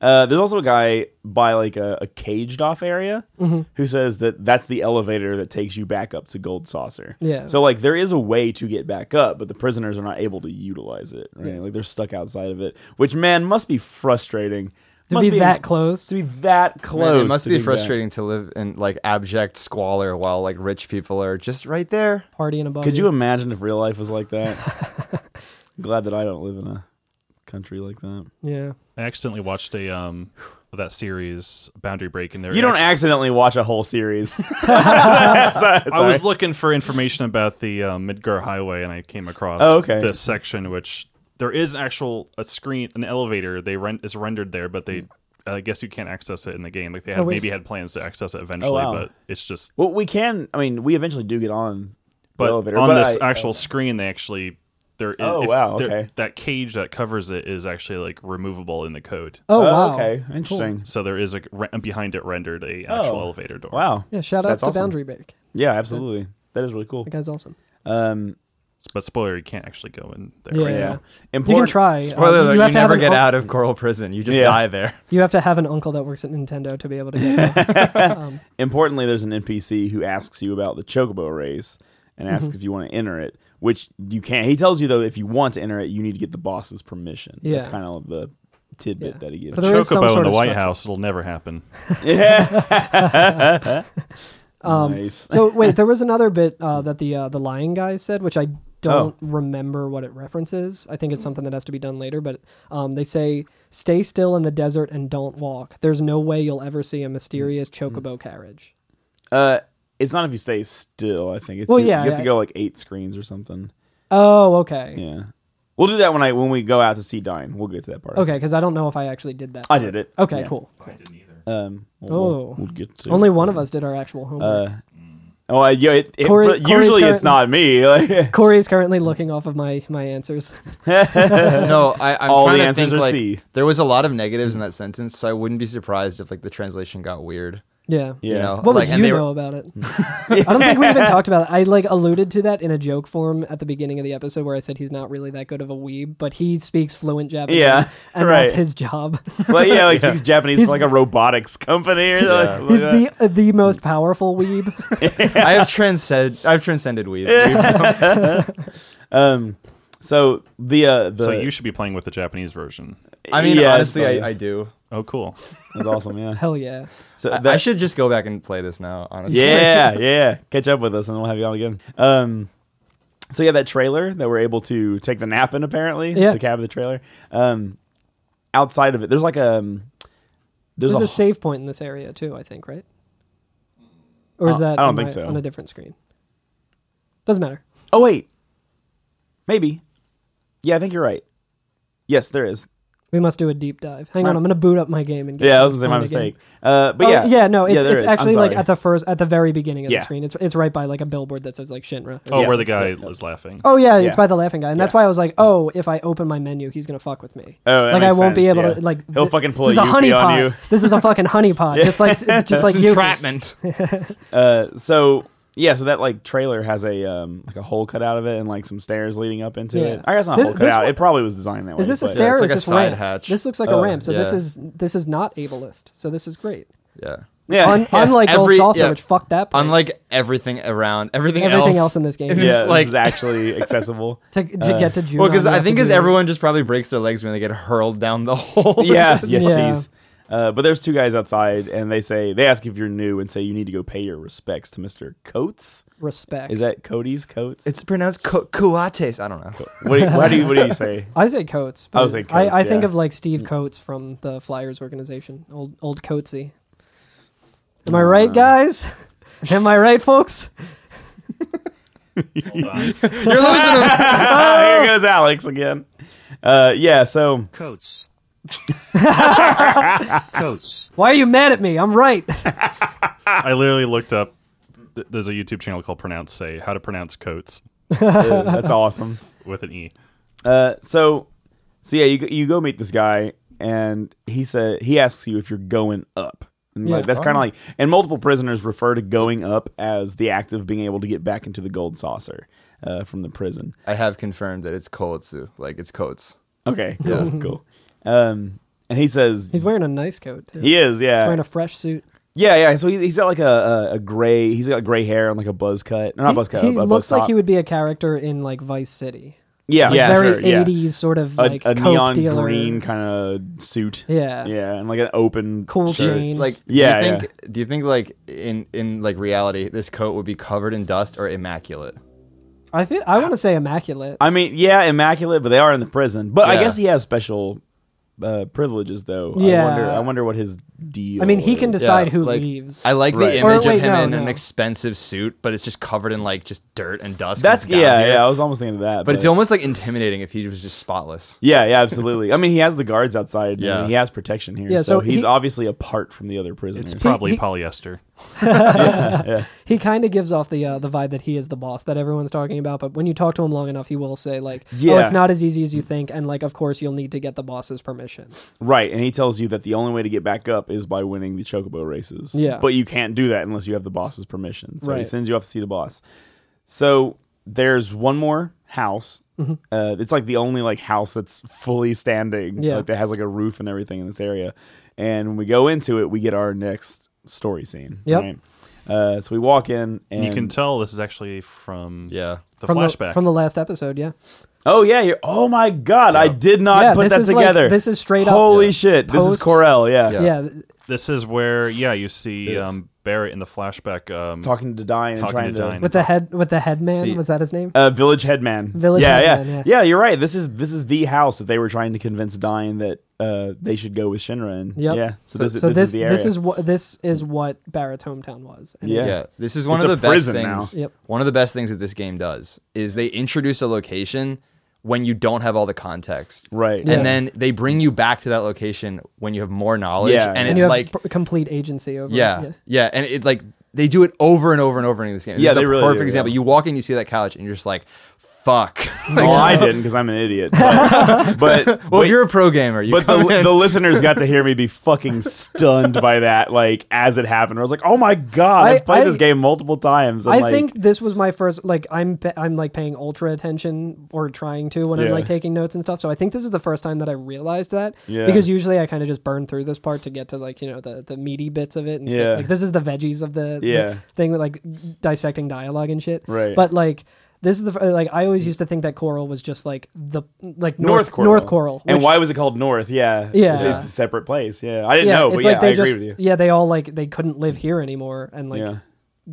B: uh, there's also a guy by like a, a caged off area
C: Mm-hmm.
B: who says that that's the elevator that takes you back up to Gold Saucer.
C: Yeah.
B: So like there is a way to get back up, but the prisoners are not able to utilize it. Right. Like they're stuck outside of it, which man must be frustrating.
C: to
B: Must
C: be that close,
B: To be that close.
D: Man, it must
B: to
D: be
B: being back.
D: frustrating to live in like abject squalor while like rich people are just right there.
C: party in a bug.
B: Could you imagine if real life was like that? Glad that I don't live in a country like that.
C: Yeah,
A: I accidentally watched a um that series Boundary Break, and there
B: You don't accidentally watch a whole series.
A: I was looking for information about the um, Midgar Highway, and I came across
B: Oh, okay.
A: this section, which there is an actual a screen, an elevator. They rent is rendered there, but they. I guess you can't access it in the game. Like they had
C: Oh, wait.
A: maybe had plans to access it eventually,
B: Oh, wow.
A: but it's just.
B: Well, we can. I mean, we eventually do get on
A: But
B: the elevator.
A: on
B: but
A: this
B: I- uh,
A: actual screen, they actually there.
B: Oh,
A: if-
B: wow,
A: there-
B: okay.
A: That cage that covers it is actually like removable in the code.
C: Oh,
B: Oh,
C: wow.
B: okay, interesting.
A: So there is a re- behind it rendered a actual
B: Oh.
A: elevator door.
B: Wow.
C: Yeah, shout out
B: That's
C: to
B: awesome.
C: Boundary Break.
B: Yeah, absolutely. That is really cool.
C: That guy's awesome.
B: Um,
A: But spoiler, you can't actually go in there.
C: Yeah,
A: right?
B: yeah.
C: you can
B: Important-
C: try.
D: Spoiler
C: Um,
D: alert,
C: you
D: you,
C: have to have
D: never
C: an
D: get
C: un-
D: out of Coral Prison. You just
B: Yeah.
D: die there.
C: You have to have an uncle that works at Nintendo to be able to get. there.
B: Importantly, there's an NPC who asks you about the chocobo race and asks
C: Mm-hmm.
B: if you want to enter it, which you can't. He tells you though, if you want to enter it, you need to get the boss's permission.
C: Yeah.
B: That's kind of the tidbit
C: Yeah.
B: that he gives.
C: So there is some
A: Chocobo in
C: sort
A: the
C: of
A: White
C: structure.
A: House. It'll never happen.
B: yeah.
C: Um,
B: nice.
C: so wait, there was another bit uh, that the uh, the lying guy said, which I don't remember what it references. I think it's something that has to be done later. But um, they say, "Stay still in the desert and don't walk. There's no way you'll ever see a mysterious chocobo carriage."
B: Uh, it's not if you stay still. I think it's
C: Well,
B: you,
C: yeah,
B: you have to
C: yeah.
B: go like eight screens or something.
C: Oh, okay, Okay, 'cause
B: Yeah, we'll do that when I when we go out to see Dine. We'll get to that part.
C: okay. Because I don't know if I actually did that.
B: I did it.
C: Okay,
B: Yeah.
C: cool.
B: Um, we'll,
C: Oh.
B: we'll, we'll get to
C: Only one of us did our actual homework.
B: Oh, I- yeah, it, it,
C: Corey-
B: but
C: Corey's
B: usually
C: current-
B: it's not me. Like,
C: Corey is currently looking off of my my answers.
D: no, I, I'm
B: All
D: trying
B: the
D: to
B: answers
D: think,
B: are
D: like,
B: C.
D: There was a lot of negatives in that sentence, so I wouldn't be surprised if like the translation got weird.
C: yeah.
B: Yeah. Mm.
D: You know,
C: What
D: like,
C: would
D: and
C: you
D: they were-
C: know about it? I don't think we even talked about it. I like alluded to that in a joke form at the beginning of the episode where I said he's not really that good of a weeb, but he speaks fluent Japanese.
B: Yeah,
C: and
B: right.
C: that's his job.
B: like yeah, like speaks Japanese
C: He's-
B: for like a robotics company. Or like, like
C: he's
B: uh,
C: the uh, the most powerful weeb.
D: I have transcend. I've transcended weed.
B: that. Um, so the uh, the
A: so you should be playing with the Japanese version.
D: I mean,
B: Yeah,
D: honestly,
B: it's-
D: I, I do.
A: Oh, cool.
B: that's awesome. Yeah.
C: Hell yeah.
B: So
D: I, I
B: that-
D: should just go back and play this now. Honestly,
B: Yeah, yeah. Catch up with us, and we'll have you on again. Um, so yeah, that trailer that we're able to take the nap in, apparently,
C: Yeah.
B: the cab of the trailer. Um, outside of it, there's like a um, there's,
C: There's
B: a,
C: a save point in this area too, I think, right? Or is
B: Uh,
C: that
B: I don't
C: on
B: think
C: my-
B: so.
C: on a different screen? Doesn't matter.
B: oh wait, maybe. Yeah, I think you're right. Yes, there is.
C: We must do a deep dive. Hang
B: My-
C: on, I'm gonna boot up my game and get
B: Yeah, I
C: it
B: was gonna say my
C: on again.
B: mistake. Uh, but
C: Oh,
B: yeah,
C: no, it's,
B: there
C: it's
B: is. I'm
C: actually like
B: sorry.
C: at the first, at the very beginning of
B: Yeah.
C: the screen. It's it's right by like a billboard that says like Shinra.
A: Oh,
B: Yeah.
A: where the guy is laughing.
C: Oh yeah,
B: Yeah.
C: it's by the laughing guy, and that's
B: Yeah.
C: why I was like, oh, if I open my menu, he's gonna fuck with me.
B: Oh, that
C: like I
B: makes
C: won't be
B: sense,
C: able
B: yeah.
C: to like.
B: He'll
C: th-
B: fucking pull
C: This
B: a
C: is a
B: Yuffie
C: honey
B: on
C: pot.
B: you.
C: This is a fucking honey pot. Just like just like you.
D: entrapment.
B: Uh, so yeah, so that like trailer has a um like a hole cut out of it and like some stairs leading up into
C: Yeah.
B: it. I guess not a
C: This-
B: hole cut
C: this
B: out.
C: was-
B: it probably was designed that way.
C: Is this a
B: but-
C: stair?
D: it's
C: or
D: like
C: is
D: a
C: this
D: side
C: ramp?
D: hatch.
C: This looks like
B: Oh,
C: a ramp. So this
D: yeah.
C: is this is not ableist. So this is great.
D: yeah.
B: Yeah,
C: Un- Unlike
D: Every-
C: Gold Saucer,
D: yeah.
C: which fucked that. place.
D: Unlike everything around, everything,
C: Everything
D: else,
C: else in this game.
B: yeah,
D: is
B: this
D: like
B: is actually accessible.
C: to, to get to June.
D: uh, well, because I think is everyone just probably breaks their legs when they get hurled down the hole.
B: yeah, yeah,
C: Yeah.
B: jeez. Uh, but there's two guys outside, and they say they ask if you're new, and say you need to go pay your respects to Mister Coates.
C: respect.
B: Is that Cody's Coates?
D: it's pronounced cu- cuates. I don't know.
B: what do you, what do you, what do you say?
C: I say Coates. but
B: I would say Coates,
C: I, think
B: yeah.
C: of like Steve
D: Mm.
C: Coates from the Flyers organization, old old Coatesy. Am I right, guys? Am I right, folks?
D: You're losing them.
B: Here goes Alex again. Uh, yeah, so
F: Coats. Coats.
C: Why are you mad at me? I'm right.
A: I literally looked up. th- There's a YouTube channel called Pronounce Say How to Pronounce Coats
B: uh, that's awesome.
A: with an E.
B: Uh, so, so yeah, you go- you go meet this guy, and he said he asks you if you're going up. And like,
C: Yeah. Oh.
B: that's kind of like, and multiple prisoners refer to going up as the act of being able to get back into the gold saucer uh, from the prison.
D: I have confirmed that it's koatsu. Like it's coats.
B: Okay, cool, cool. Um, and he says
C: He's wearing a nice coat. Too.
B: he is, yeah,
C: He's wearing a fresh suit.
B: yeah, yeah. So he, he's got like a, a, a gray, he's got gray hair and like a buzz cut, no, not
C: He-
B: buzz cut.
C: he
B: a- a buzz
C: looks like
B: top.
C: he would be a character in like Vice City.
B: yeah,
C: Like
B: yeah,
C: very
B: sure, yeah.
C: 80s sort of
B: a,
C: like
B: a
C: coke
B: neon
C: dealer.
B: green kind of suit.
C: Yeah.
B: yeah, and like an open
C: Cool
B: shirt.
C: jean.
D: Like,
B: Yeah,
D: do you think do you think like in in like reality, this coat would be covered in dust or immaculate?
C: I feel I want to say immaculate.
B: I mean, yeah, immaculate, but they are in the prison. But I
D: Yeah.
B: guess he has special uh, privileges, though. I
C: Yeah.
B: wonder, I wonder what his deal.
C: I mean, he can
B: is.
C: decide
D: Yeah,
C: who
D: like,
C: leaves.
D: I like
B: Right.
D: the
C: Or
D: image
C: wait,
D: of him
C: no,
D: in
C: no.
D: an expensive suit, but it's just covered in like just dirt and dust. 'cause
B: That's
D: it's down
B: yeah,
D: here.
B: yeah. I was almost thinking of that,
D: But it's almost like intimidating if he was just spotless.
B: yeah, yeah, absolutely. I mean, he has the guards outside. Yeah,
D: Yeah.
B: he has protection here.
C: Yeah,
B: so,
C: so
B: he's
C: he-
B: obviously apart from the other prisoners.
A: It's probably
C: he-
A: polyester.
C: he kind of gives off the uh, the vibe that he is the boss that everyone's talking about. But when you talk to him long enough, he will say like, "Oh,
B: Yeah.
C: it's not as easy as you think," and like, of course, you'll need to get the boss's permission.
B: right, and he tells you that the only way to get back up is by winning the chocobo races.
C: Yeah.
B: but you can't do that unless you have the boss's permission. So he
C: Right.
B: sends you off to see the boss. So there's one more house.
C: Mm-hmm.
B: Uh, it's like the only like house that's fully standing,
C: Yeah.
B: like that has like a roof and everything in this area. And when we go into it, we get our next story scene.
C: Yep.
B: Uh, so we walk in, and
A: And you can tell this is actually from
D: Yeah.
A: the
C: from
A: flashback.
C: the, from the last episode, yeah.
B: Oh yeah, you're, oh my god, I did not
C: Yeah,
B: put
C: this
B: that
C: is like-
B: together.
C: this is straight up
B: Holy shit, this is
C: post-
B: Corel. Yeah.
D: Yeah.
C: yeah.
A: This is where, yeah, you see um, Barrett in the flashback. Um,
B: talking to Dine and
A: Talking to
B: trying to.
A: Dine.
C: with the head with the headman
D: See-
C: was that his name?
B: Uh, village headman.
C: Village
B: yeah,
C: headman,
B: yeah,
C: yeah.
B: yeah. You're right. This is this is the house that they were trying to convince Dine that uh, they should go with Shinra. In.
C: Yep.
B: Yeah. So, this, is
C: so
B: this,
C: this
B: is the area.
C: this is what this is what Barrett's hometown was. And
B: Yeah.
C: it's-
D: Yeah, this is one
B: It's
D: of
B: a
D: the best
B: prison
D: things.
C: now. Yep.
D: One of the best things that this game does is they introduce a location when you don't have all the context,
B: Right.
C: Yeah.
D: And then they bring you back to that location when you have more knowledge,
B: Yeah,
D: and
B: yeah.
D: it
C: and you have
D: like
C: pr- complete agency over. it,
D: yeah, yeah, and it like they do it over and over and over in this game. This
B: Yeah,
D: is a
B: they really do,
D: perfect example.
B: yeah.
D: You walk in, you see that couch, and you're just like, "Fuck." Like,
B: Well, oh, I didn't because I'm an idiot. But but,
D: well,
B: but-
D: you're a pro gamer. You
B: but
D: come
B: the,
D: in-
B: the listeners got to hear me be fucking stunned by that. Like as it happened, I was like, "Oh my god!"
C: I-
B: I've played
C: I-
B: this game multiple times. and,
C: I
B: like,
C: think this was my first like I'm pa- I'm like paying ultra attention or trying to when I'm
B: Yeah.
C: like taking notes and stuff. So I think this is the first time that I realized that
B: Yeah.
C: because usually I kind of just burn through this part to get to like you know the the meaty bits of it and stuff.
B: Yeah.
C: Like this is the veggies of the, the
B: Yeah.
C: thing with like dissecting dialogue and shit.
B: Right.
C: But like this is the fir- like I always used to think that coral was just like the like
B: North
C: north
B: Coral.
C: North coral
B: And
C: which-
B: why was it called North? Yeah.
C: Yeah.
B: It's a separate place. Yeah. I didn't know, but
C: it's
B: yeah,
C: like they
B: I
C: just
B: agree with you.
C: yeah they all like they couldn't live here anymore and like
B: Yeah.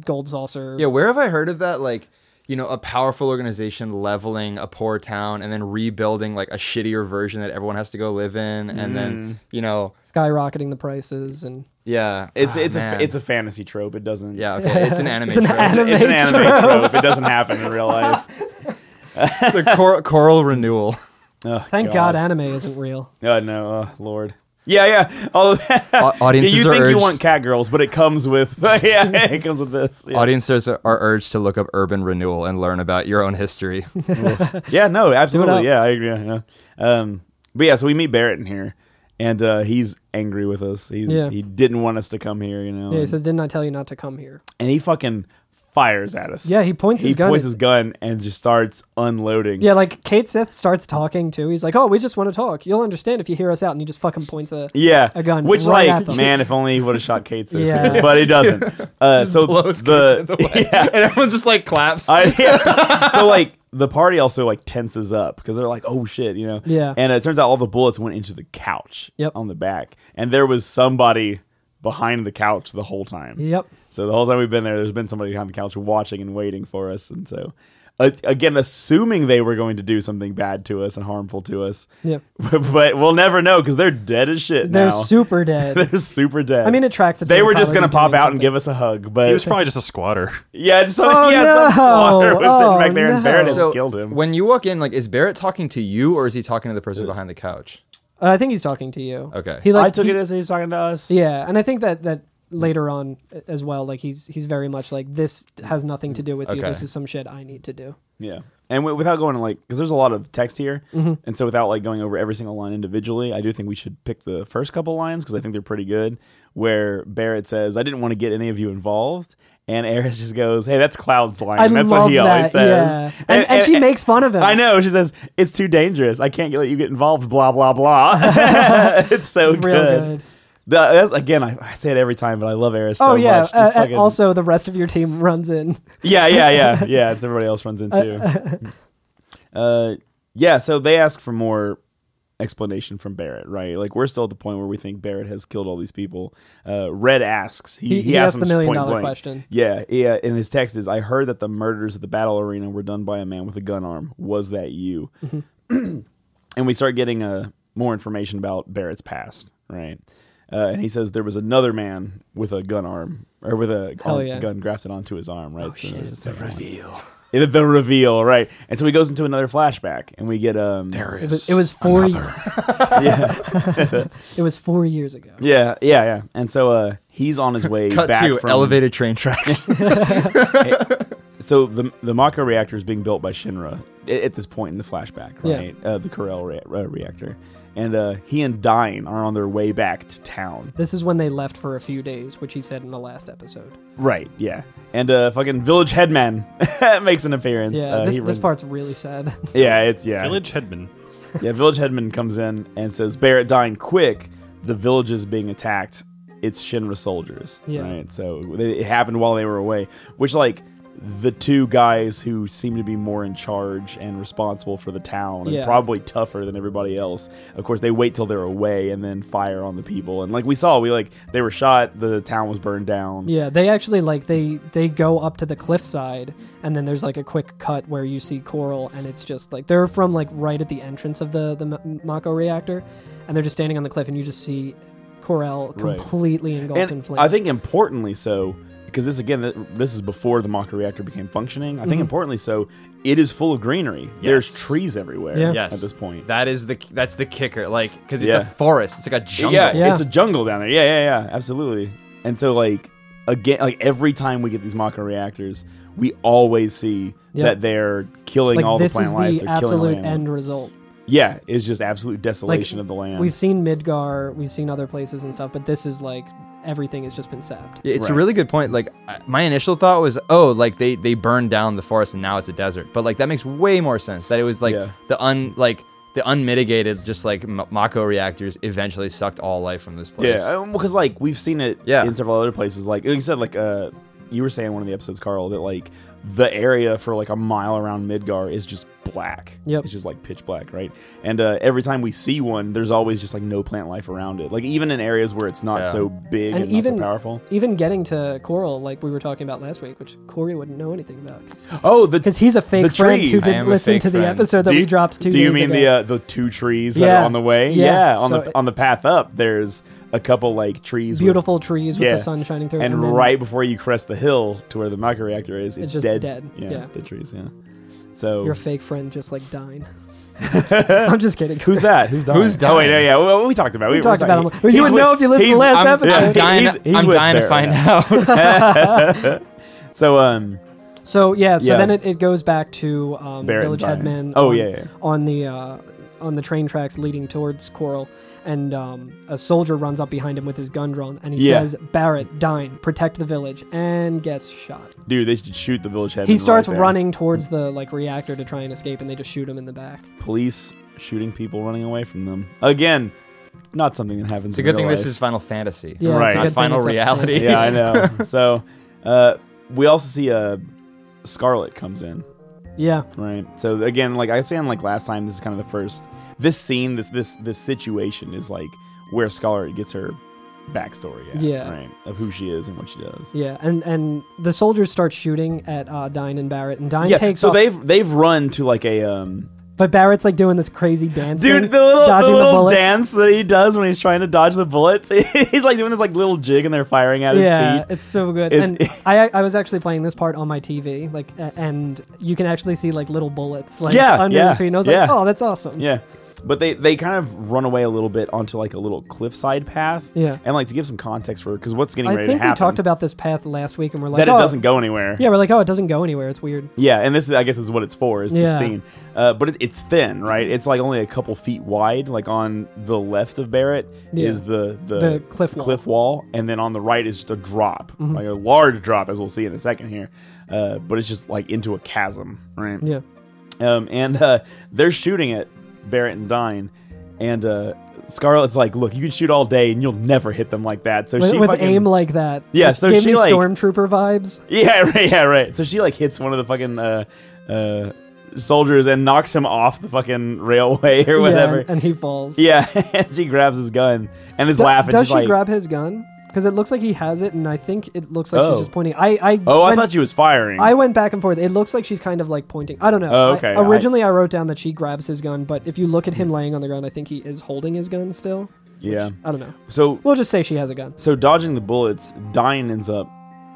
C: gold saucer
D: Yeah, where have I heard of that? Like, you know, a powerful organization leveling a poor town and then rebuilding like a shittier version that everyone has to go live in, and
B: Mm.
D: then you know,
C: skyrocketing the prices and
D: yeah,
B: It's
D: Ah,
B: it's
D: man.
B: a it's a fantasy trope. It doesn't.
D: yeah, okay, it's an anime. it's
C: anime.
B: It's an anime trope. It doesn't happen in real life.
D: the cor- choral renewal.
B: Oh,
C: Thank God. anime isn't real.
B: Oh no, oh, Lord. Yeah, yeah. All of that.
D: audiences
B: you
D: are
B: think you
D: urged-
B: want cat girls, but it comes with yeah, it comes with this. Yeah,
D: Audiences are urged to look up urban renewal and learn about your own history.
B: Yeah, no,
C: up.
B: absolutely. Yeah, I agree. Yeah, yeah. Um, but yeah, so we meet Barrett in here, and uh, he's angry with us. He
C: Yeah.
B: he didn't want us to come here, you know.
C: Yeah, he
B: and-
C: says, "Didn't I tell you not to come here?"
B: and he fucking fires at us.
C: Yeah, he points
B: he
C: his gun.
B: points
C: at-
B: his gun and just starts unloading.
C: yeah, like Kate Sith starts talking too. He's like, "Oh, we just want to talk. You'll understand if you hear us out." And he just fucking points a
B: Yeah,
C: a gun
B: Which,
C: right at
B: like,
C: them.
B: man, if only he would have shot Kate. Sith.
C: Yeah.
B: but he doesn't. Uh, so
D: blows
B: the, yeah,
D: and everyone just like claps.
B: I, yeah. so like the party also like tenses up because they're like, oh shit, you know.
C: Yeah.
B: And it turns out all the bullets went into the couch.
C: Yep.
B: On the back, and there was somebody behind the couch the whole time.
C: Yep.
B: So the whole time we've been there, there's been somebody behind the couch watching and waiting for us, and so. Uh, again, assuming they were going to do something bad to us and harmful to us,
C: Yep.
B: but we'll never know because they're dead as shit.
C: They're
B: now.
C: super dead. Uh,
B: They're super dead.
C: I mean, it tracks that
B: They
C: they
B: were
C: would
B: just gonna
C: probably be
B: pop
C: doing
B: out and
C: something.
B: give us a hug, but
A: He was probably just a squatter.
B: yeah, just some,
C: Oh,
B: yeah, some squatter was
C: no.
B: sitting back there
C: Oh,
B: and Barrett
C: no.
B: had
D: so
B: killed him.
D: when you walk in, like, is Barrett talking to you or is he talking to the person behind the couch?
C: Uh, I think he's talking to you.
D: Okay.
C: He like
B: I took
C: he-
B: it as he was talking to us.
C: yeah, and I think that that later on as well, like he's he's very much like this has nothing to do with you.
D: Okay.
C: This is some shit I need to do.
B: Yeah. And w- without going like, because there's a lot of text here,
C: Mm-hmm.
B: and so without like going over every single line individually, I do think we should pick the first couple lines because I think they're pretty good. Where Barrett says, "I didn't want to get any of you involved," and Eris just goes, "Hey, that's Cloud's line.
C: I
B: that's
C: love
B: what he always
C: that,
B: says."
C: yeah. And- and she makes fun of him.
B: I know. She says, "It's too dangerous. I can't let you get involved." Blah blah blah. it's so
C: Real good.
B: The- that's, again, I, I say it every time, but I love Eris.
C: oh
B: so
C: yeah,
B: much. She's
C: uh, and
B: fucking-
C: also the rest of your team runs in.
B: yeah, yeah, yeah, yeah. It's everybody else runs into. Uh, yeah. So they ask for more explanation from Barrett, right? Like we're still at the point where we think Barrett has killed all these people. Uh, Red asks.
C: He- he
B: asks
C: asked
B: him
C: the million
B: point
C: dollar
B: blank.
C: question.
B: Yeah, yeah. And his text is, "I heard that the murders at the battle arena were done by a man with a gun arm. Was that you?"
C: Mm-hmm.
B: and we start getting uh, more information about Barrett's past, right? Uh, and he says there was another man with a gun arm or with a
C: Hell
B: arm-
C: yeah.
B: gun grafted onto his arm, right? So there's the
C: Shit.
B: reveal. the reveal, right? And so he goes into another flashback, and we get um,
C: It was, it was four. it was four years ago.
B: yeah, yeah, yeah. And so uh, he's on his way
D: Cut
B: back
D: to
B: from
D: elevated train tracks.
B: So the the Mako reactor is being built by Shinra at, at this point in the flashback,
C: Yeah.
B: right? Uh, the Corel rea- uh, reactor, and uh, he and Dine are on their way back to town.
C: This is when they left for a few days, which he said in the last episode.
B: Right. Yeah. And uh, fucking village headman makes an appearance.
C: Yeah,
B: uh,
C: this,
B: he
C: this
B: runs-
C: part's really sad.
B: Yeah, it's yeah.
A: Village headman.
B: Yeah, village headman comes in and says, "Barrett, dine quick! The village is being attacked. It's Shinra soldiers."
C: Yeah.
B: Right. So they- it happened while they were away, which like the two guys who seem to be more in charge and responsible for the town and
C: Yeah.
B: probably tougher than everybody else. Of course, they wait till they're away and then fire on the people. And like we saw, we like they were shot, the town was burned down.
C: Yeah, they actually like they they go up to the cliffside, and then there's like a quick cut where you see coral, and it's just like they're from like right at the entrance of the the M- Mako reactor, and they're just standing on the cliff, and you just see coral
B: Right.
C: completely engulfed in
B: and
C: flames.
B: I think importantly so because this again th- this is before the Mako reactor became functioning. I
C: Mm-hmm.
B: think importantly so it is full of greenery. There's
D: Yes.
B: trees everywhere
C: Yeah.
D: Yes.
B: at this point.
D: That is the that's the kicker. Like because it's
B: Yeah.
D: a forest. It's like a jungle.
B: Yeah,
C: Yeah.
B: it's a jungle down there. Yeah, yeah, yeah, absolutely. And so like again like every time we get these Mako reactors, we always see
C: Yeah.
B: that they're killing all
C: like
B: the
C: this
B: plant
C: is
B: life.
C: the
B: they're killing
C: absolute
B: land.
C: end result.
B: Yeah, it's just absolute
C: Like
B: desolation of the land.
C: We've seen Midgar, we've seen other places and stuff, but this is like everything has just been sapped.
D: Yeah, It's a
B: Right.
D: really good point. Like I- my initial thought was, oh, like they they burned down the forest and now it's a desert. But like that makes way more sense. That it was like
B: Yeah.
D: the un like the unmitigated, just like M- Mako reactors eventually sucked all life from this place.
B: Yeah, because like we've seen it
D: Yeah.
B: in several other places. Like, like you said, like uh, you were saying in one of the episodes, Carl, that like the area for like a mile around Midgar is just black.
C: Yep.
B: it's just like pitch black, right? And uh, every time we see one, there's always just like no plant life around it. Like even in areas where it's not
D: Yeah.
B: so big and,
C: And even
B: not so powerful.
C: even getting to Coral, like we were talking about last week, which Corey wouldn't know anything about
B: Oh, the
C: because he's a fake
B: The
C: friend who
B: trees. I
C: did
D: am a
C: listen
D: fake
C: to the
D: friend.
C: episode that
B: Do
C: we
B: you-
C: dropped two.
B: Do you
C: days
B: mean
C: ago.
B: the uh, the two trees that
C: Yeah.
B: are on the way?
C: Yeah.
B: Yeah, on
C: So-
B: the on the path up, there's a couple like trees, with-
C: beautiful trees with
B: Yeah.
C: the sun shining through?
B: and,
C: then-
B: right before you crest the hill to where the microreactor is, it's,
C: just
B: dead.
C: dead,
B: Yeah,
C: yeah.
B: dead trees. Yeah. So
C: your fake friend just like dying. I'm just kidding.
B: who's that? Who's dying?
D: Who's
B: Oh wait, no,
D: dying?
B: yeah, well, we talked about. it. We,
C: We talked
B: we're
C: about
B: talking-
C: him. Well, you
B: he's
C: would
B: with-
C: know if you listened to the
B: he's-
C: last
D: I'm,
C: episode.
D: I'm
C: He's-
D: dying.
B: he's
D: I'm
B: with
D: dying to
B: Barrett
D: find out.
B: So um,
C: So yeah, so
B: Yeah.
C: then it, it goes back to um,
B: Barrett and
C: village
B: Brian.
C: headman. um,
B: Oh,
C: on,
B: yeah, yeah.
C: on the uh, on the train tracks leading towards Coral, and um, a soldier runs up behind him with his gun drawn, and he
B: Yeah.
C: says, "Barrett, dine, protect the village," and gets shot.
B: dude, they should shoot the village head.
C: He starts running towards the like reactor to try and escape, and they just shoot him in the back.
B: Police shooting people running away from them again. Not something that happens.
D: it's a
B: in
D: good
B: real
D: thing this
B: life.
D: is Final Fantasy.
C: Yeah,
B: Right.
C: it's a
D: Not
C: good thing
D: final
C: it's a-
D: reality.
B: yeah, I know. so uh, we also see uh, Scarlet comes in.
C: Yeah,
B: Right. So again, like I was saying, like last time, this is kind of the first. This scene, this this this situation is like where Scholar gets her backstory. At,
C: Yeah.
B: Right. Of who she is and what she does.
C: yeah, and and the soldiers start shooting at uh, Dine and Barrett, and Dine
B: yeah.
C: takes
B: so
C: off,
B: they've they've run to like a um
C: but Barrett's like doing this crazy dance, thing,
B: dude the little, the
C: dodging
B: little
C: bullets.
B: dance that he does when he's trying to dodge the bullets. he's like doing this like little jig and they're firing at
C: yeah,
B: his feet.
C: it's so good.
B: It-
C: and I I was actually playing this part on my TV, like, a- and you can actually see like little bullets like
B: Yeah,
C: under
B: yeah,
C: his feet. And I was
B: yeah.
C: like, oh, that's awesome.
B: Yeah. But they, they kind of run away a little bit onto like a little cliffside path.
C: Yeah.
B: And like to give some context for because what's getting
C: I
B: ready
C: think
B: to happen.
C: we talked about this path last week, and we're like,
B: that
C: oh,
B: it doesn't go anywhere.
C: yeah, we're like, oh, it doesn't go anywhere. It's weird.
B: Yeah, and this is, I guess, is what it's for is
C: Yeah.
B: the scene. Uh, but it, it's thin, right? It's like only a couple feet wide. Like on the left of Barrett
C: Yeah.
B: is the the,
C: The cliff wall. Mm-hmm.
B: wall, and then on the right is just a drop, like a large drop, as we'll see in a second here. Uh, but it's just like into a chasm, right?
C: Yeah,
B: Um, and uh, they're shooting at Barrett and Dine, and uh, Scarlett's like, "Look, you can shoot all day, and you'll never hit them like that." So
C: with,
B: she
C: with
B: fucking,
C: aim like that.
B: Yeah,
C: which
B: so
C: gave
B: she,
C: me
B: like-
C: stormtrooper vibes.
B: Yeah, right, yeah, right. So she like hits one of the fucking uh, uh, soldiers and knocks him off the fucking railway or
C: Yeah,
B: whatever.
C: and, and he falls.
B: Yeah, and she grabs his gun and is
C: Do-
B: laughing.
C: Does
B: She's
C: she
B: like,
C: grab his gun? Because it looks like he has it, and I think it looks like
B: Oh.
C: she's just pointing. I, I
B: Oh, I
C: when-
B: thought she was firing.
C: I went back and forth. It looks like she's kind of like pointing. I don't know.
B: Oh,
C: I-
B: okay. Hmm.
C: originally, I, wrote down that she grabs his gun, but if you look at him laying on the ground, I think he is holding his gun still.
B: yeah.
C: I don't know.
B: So
C: We'll just say she has a gun.
B: so dodging the bullets, Dine ends up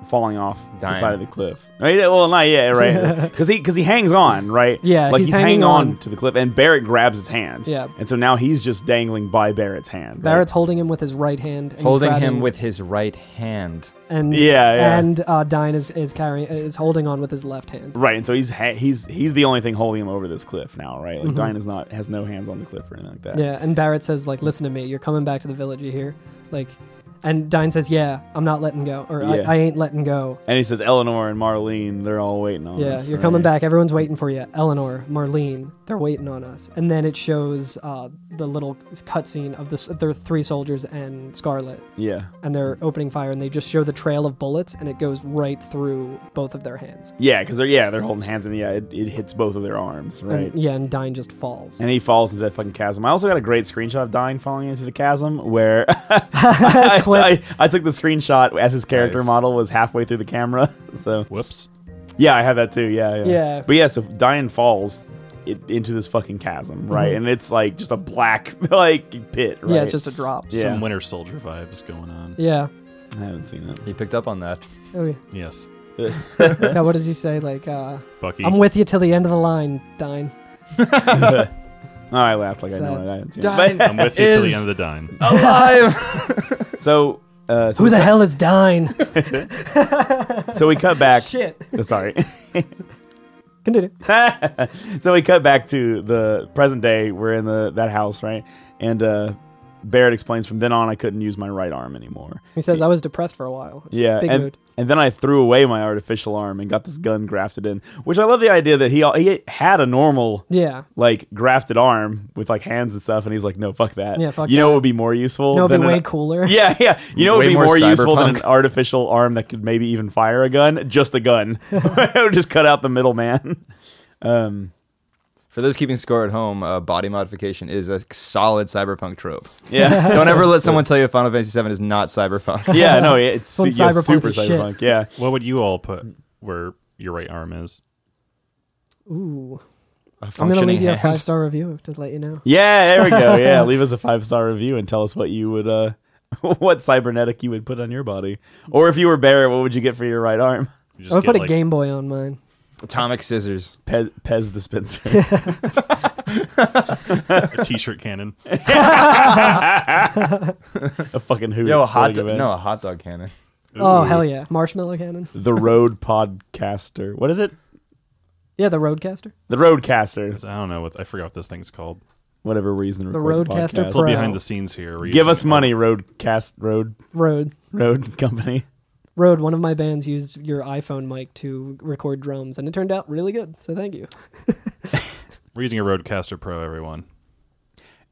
B: falling off
D: Dine.
B: the side of the cliff. Right? Well, not yet, right? Because he because he hangs on, right?
C: Yeah,
B: like
C: he's
B: he's, hanging
C: hanging
B: on,
C: on.
B: to the cliff, and Barrett grabs his hand.
C: Yeah.
B: and so now he's just dangling by Barrett's hand. right?
C: Barrett's holding him with his right hand. And he's
D: Holding
C: grabbing-
D: him with his right hand.
C: and
B: Yeah, yeah.
C: and uh, Dine is is carrying is holding on with his left hand.
B: Right, and so he's ha- he's he's the only thing holding him over this cliff now, right? Like
C: Mm-hmm.
B: Dine is not has no hands on the cliff or anything like that.
C: Yeah, and Barrett says like, "Listen to me. You're coming back to the village. You hear? Like, And Dine says, "Yeah, I'm not letting go, or I,
B: Yeah.
C: I ain't letting go.
B: And he says Eleanor and Marlene, they're all waiting on
C: Yeah,
B: us.
C: you're coming back. Everyone's waiting for you. Eleanor, Marlene, they're waiting on us." And then it shows uh, the little cutscene of the s- their three soldiers and Scarlet,
B: Yeah.
C: and they're opening fire, and they just show the trail of bullets, and it goes right through both of their hands.
B: Yeah, because they're yeah, they're holding hands and yeah, it, it hits both of their arms, right?
C: And, yeah, and Dine just falls.
B: and he falls into that fucking chasm. I also got a great screenshot of Dine falling into the chasm where I, I,
C: Clipped.
B: I took the screenshot as his character
D: Nice.
B: model was halfway through the camera. So
A: Whoops.
B: yeah, I had that too. Yeah, yeah.
C: Yeah.
B: But yeah, so Dine falls it, into this fucking chasm, right? And it's like just a black like pit, right?
C: Mm-hmm. Yeah, it's just a drop.
B: Yeah.
A: Some Winter Soldier vibes going on.
C: Yeah.
B: I haven't seen it.
D: He picked up on that.
C: Oh, yeah.
A: Yes.
C: God, what does he say? Like, uh,
A: Bucky.
C: I'm with you till the end of the line, Dine.
B: No, Oh, I laughed like I
C: Sad.
B: know it. I haven't seen it.
D: Dine
A: I'm with you till the
D: is
A: end of the dime.
D: alive.
B: But- so uh, so
C: Who the hell is Dine?
B: So we cut back.
C: Shit.
B: Sorry.
C: Continue.
B: so we cut back to the present day. We're in the that house, right? And uh, Barrett explains from then on I couldn't use my right arm anymore.
C: He says, I was depressed for a while.
B: Yeah,
C: Big
B: and,
C: mood.
B: and then I threw away my artificial arm and got this gun grafted in, which I love the idea that he he had a normal
C: Yeah.
B: like grafted arm with like hands and stuff, and he's like, no, fuck that.
C: Yeah, fuck
B: You know what would be more useful?
C: No, it'd
B: than
C: be
B: an-
C: way cooler.
B: Yeah, yeah. You know,
D: Way
B: it'd be more,
D: more
B: useful than an
D: cyberpunk.
B: artificial arm that could maybe even fire a gun. Just a gun. It would just cut out the middleman. Um,
D: For those keeping score at home, uh, body modification is a solid cyberpunk trope.
B: yeah,
D: Don't ever let someone tell you Final Fantasy VII is not cyberpunk.
B: yeah. No, it's
C: Some
B: yeah,
C: cyberpunk
B: super
C: is shit.
B: cyberpunk. Yeah,
A: What would you all put where your right arm is?
C: Ooh.
D: A
C: I'm going to
D: functioning
C: leave you a
D: hand.
C: five star review to let you know.
B: yeah. There we go. Yeah, leave us a five star review and tell us what you would, uh, what cybernetic you would put on your body, or if you were Barrett, what would you get for your right arm?
A: You
C: I'm going to
A: get,
C: put a
A: like,
C: Game Boy on mine.
D: Atomic scissors.
B: Pez, Pez the Spencer.
A: a t-shirt cannon.
B: a fucking who?
D: Yo, a
B: exploding
D: hot dog.
B: events.
D: No, a hot dog cannon.
C: Oh,
A: Ooh.
C: hell yeah. Marshmallow Cannon.
B: the Road Podcaster. What is it?
C: Yeah, the Roadcaster.
B: The Roadcaster.
A: I don't know what I forgot what this thing's called.
B: Whatever reason.
C: The Roadcaster
A: Still
C: Pro.
A: behind the scenes here. We're
B: Give
A: using
B: us
A: it.
B: money, Roadcast Road
C: Road.
B: Road Company.
C: Road, one of my bands used your iPhone mic to record drums, and it turned out really good. So thank you.
A: We're using a Roadcaster Pro, everyone.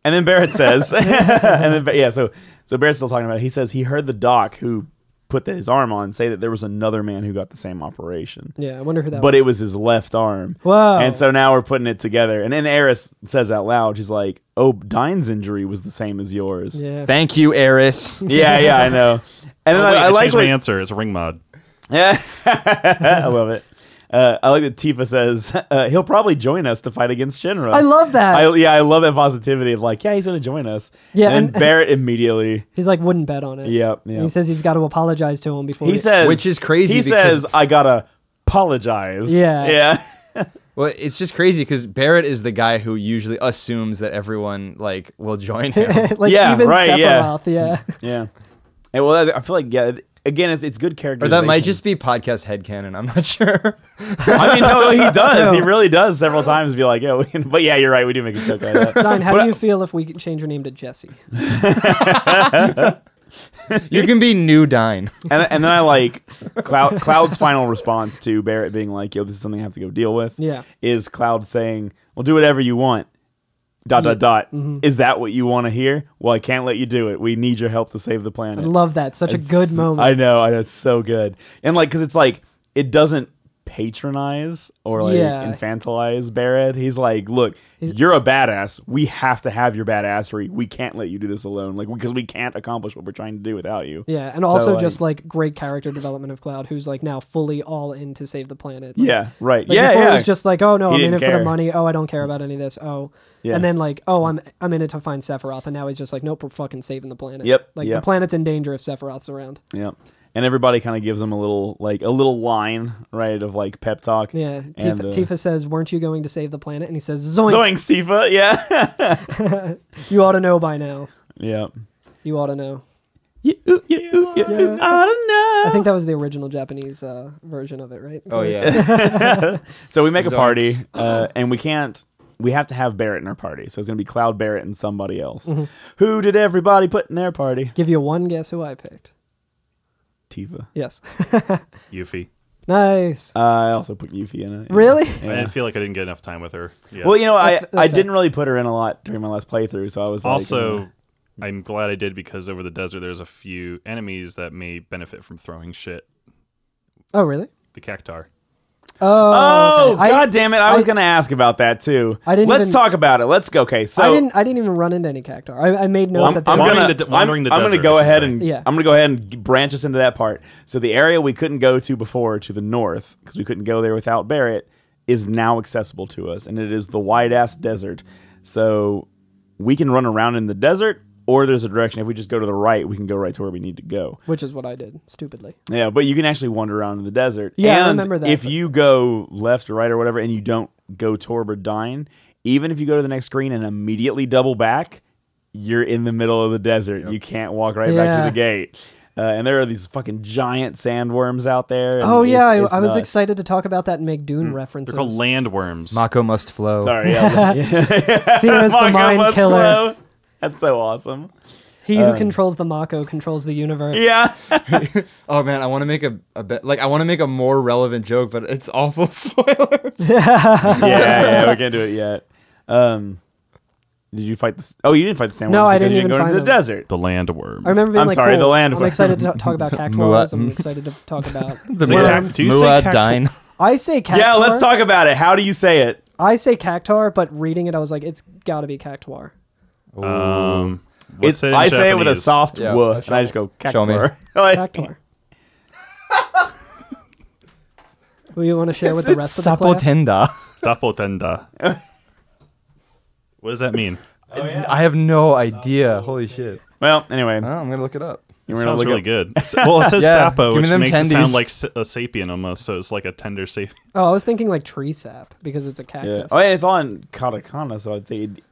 B: And then Barrett says, and then Ba- yeah, so so Barrett's still talking about. It. He says he heard the doc who put the, his arm on say that there was another man who got the same operation,
C: Yeah, I wonder who that
B: but
C: was.
B: it was his left arm.
C: Whoa.
B: And so now we're putting it together. And then Eris says out loud, she's like, "Oh, Dine's injury was the same as yours."
C: yeah.
D: Thank you, Eris.
B: yeah, yeah, I know. And then
A: Oh,
B: I,
A: wait,
B: I
A: I
B: like
A: changed my
B: what
A: answer. It's a ring mod.
B: I love it. Uh, I like that Tifa says uh, he'll probably join us to fight against Shinra.
C: I love that.
B: I, yeah, I love that positivity of like, yeah, he's gonna join us.
C: Yeah,
B: and,
C: and-
B: then Barrett immediately.
C: He's like, wouldn't bet on it.
B: Yep,
C: And
B: yep.
C: he says he's got to apologize to him before
B: He
C: we-
B: says,
D: Which is crazy
B: He
D: because-
B: says, I gotta apologize.
C: Yeah.
B: yeah,
D: Well, it's just crazy because Barrett is the guy who usually assumes that everyone like will join him.
C: like
B: Yeah,
C: even
B: right, yeah.
C: Sephiroth, yeah.
B: yeah. And well, I I feel like yeah. Again, it's, it's good character.
D: or that might just be podcast headcanon. I'm not sure.
B: I mean, no, he does. He really does several times be like, yeah, we, but yeah, you're right. We do make a joke like that.
C: Don, how
B: But-
C: do you feel if we could change your name to Jesse?
D: You can be new Dine.
B: and, and then I like Cloud, Cloud's final response to Barrett being like, "Yo, this is something I have to go deal with."
C: Yeah.
B: is Cloud saying, "Well, do whatever you want." Dot
C: Mm-hmm.
B: dot dot. Is that what you want to hear? Well, I can't let you do it. We need your help to save the
C: I
B: planet.
C: love that. Such a
B: It's-
C: good
B: I
C: moment.
B: know. I know. It's so good. And like, because it's like it doesn't patronize or like
C: Yeah.
B: infantilize Barrett. He's like, look, you're a badass. We have to have your badassery. We can't let you do this alone. Like, because we can't accomplish what we're trying to do without you.
C: yeah, and also
B: like-
C: just like great character development of Cloud, who's like now fully all in to save the planet. Like-
B: Yeah. Right.
C: like,
B: yeah.
C: before
B: Yeah.
C: it was just like, oh no,
B: He
C: I'm in
B: didn't
C: it for
B: care.
C: the money. Oh, I don't care about any of this. Oh,
B: Yeah.
C: and then like, oh, I'm I'm in it to find Sephiroth, and now he's just like, nope, we're fucking saving the planet.
B: Yep,
C: like
B: yep.
C: the planet's in danger if Sephiroth's around.
B: Yeah. And everybody kind of gives him a little like a little line, right, of like pep talk.
C: Yeah, Tifa,
B: And, uh,
C: Tifa says, "Weren't you going to save the planet?" And he says, "Zoinks!
B: Zoinks, Tifa. Yeah.
C: You ought to know by now.
B: yeah.
C: You ought to know."
B: You, ooh, you, ooh, you, ooh, I don't know.
C: I think that was the original Japanese
B: Oh,
C: uh, version of it, right?
D: Oh yeah.
B: So we make a
D: Zoinks.
B: party, uh, and we can't we have to have Barrett in our party. So it's going to be Cloud Barrett and somebody else.
C: Mm-hmm.
B: Who did everybody put in their party?
C: Give you one guess who I picked.
B: Tifa. Uh,
C: Yes.
A: Yuffie.
C: nice.
B: I also put Yuffie in it. yeah.
C: Really?
A: I didn't feel like I didn't get enough time with her. Yeah.
B: Well, you know, I,
C: That's- that's
B: I
C: fair.
B: didn't really put her in a lot during my last playthrough, so I was like,
A: also,
B: uh,
A: I'm glad I did because over the desert there's a few enemies that may benefit from throwing shit.
C: Oh, really?
A: The cactar.
C: Oh,
B: oh
C: okay. I-
B: god damn it! I, was
C: I-
B: gonna ask about that too.
C: I didn't
B: Let's
C: even-
B: talk about it. Let's go. Okay, so
C: I didn't. I didn't even run into any cactar. I, I made note
B: I'm,
C: that they
B: I'm
C: were-
A: Wandering
B: gonna
A: the de- wandering the
B: I'm, I'm
A: desert,
B: gonna go
A: I should
B: ahead
A: say.
B: and
C: Yeah.
B: I'm gonna go ahead and g- branch us into that part. So the area we couldn't go to before to the north because we couldn't go there without Barrett is now accessible to us, and it is the wide ass desert. So we can run around in the desert, or there's a direction. If we just go to the right, we can go right to where we need to go.
C: which is what I did stupidly.
B: Yeah, but you can actually wander around in the desert.
C: Yeah, I
B: And
C: remember that,
B: If
C: but-
B: you go left or right or whatever, and you don't go toward or dine, even if you go to the next screen and immediately double back, you're in the middle of the desert. You can't walk right back to
C: Yeah.
B: the gate. Uh, and there are these fucking giant sandworms out there. and
C: Oh yeah,
B: it's- it's
C: I, I was
B: nuts. Mm.
C: excited to talk about that and make Dune references.
A: They're called landworms.
D: Mako must flow.
B: Sorry, yeah,
C: Fear is the
B: Mako
C: mind
B: must
C: killer.
B: flow. That's so awesome.
C: He who controls the Mako controls the universe.
B: Yeah,
D: Oh man, I want to make a, a bit like I want to make a more relevant joke, but it's awful spoiler.
B: yeah, yeah. We can't do it yet. Um, did you fight the? s- Oh, you didn't fight the sandworms.
C: No, I
B: because
C: didn't
B: you
C: even
B: didn't go
C: find
B: into the
C: them.
B: desert.
A: The landworm.
C: I remember being
B: I'm
C: like,
B: sorry,
C: cool,
B: the land
C: I'm
B: was-
C: excited to talk about cactuars. I'm excited to talk about.
A: Is it cac- do you say cactuar?
C: I say cactuar.
B: Yeah, let's talk about it. How do you say it?
C: I say cactuar, but reading it, I was like, it's got to be cactuar.
A: Um, what's
B: It's-
A: it in
B: I say it with a
A: Japanese?
B: soft
D: Yeah,
B: "w,"
D: uh,
B: and I just go
D: show me.
B: "cactuar." Like,
C: Cactuar. Will you want to share with the rest of the class?
D: Sapotenda.
A: Zapotenda. what does that mean?
D: I have no idea. Holy shit.
B: Well, anyway,
D: I don't know, I'm gonna look it up.
B: you
A: It
B: were gonna
A: sounds
B: look
A: really
B: up-
A: good. S- Well, it says
D: Yeah, give
A: sapo,
D: me
A: which
D: them
A: makes it sound
D: tendies.
A: like s- a sapien almost, so it's like a tender sapien.
C: Oh, I was thinking like tree sap because it's a
B: Yeah.
C: cactus.
B: Oh, yeah, it's all in katakana, so I think. it-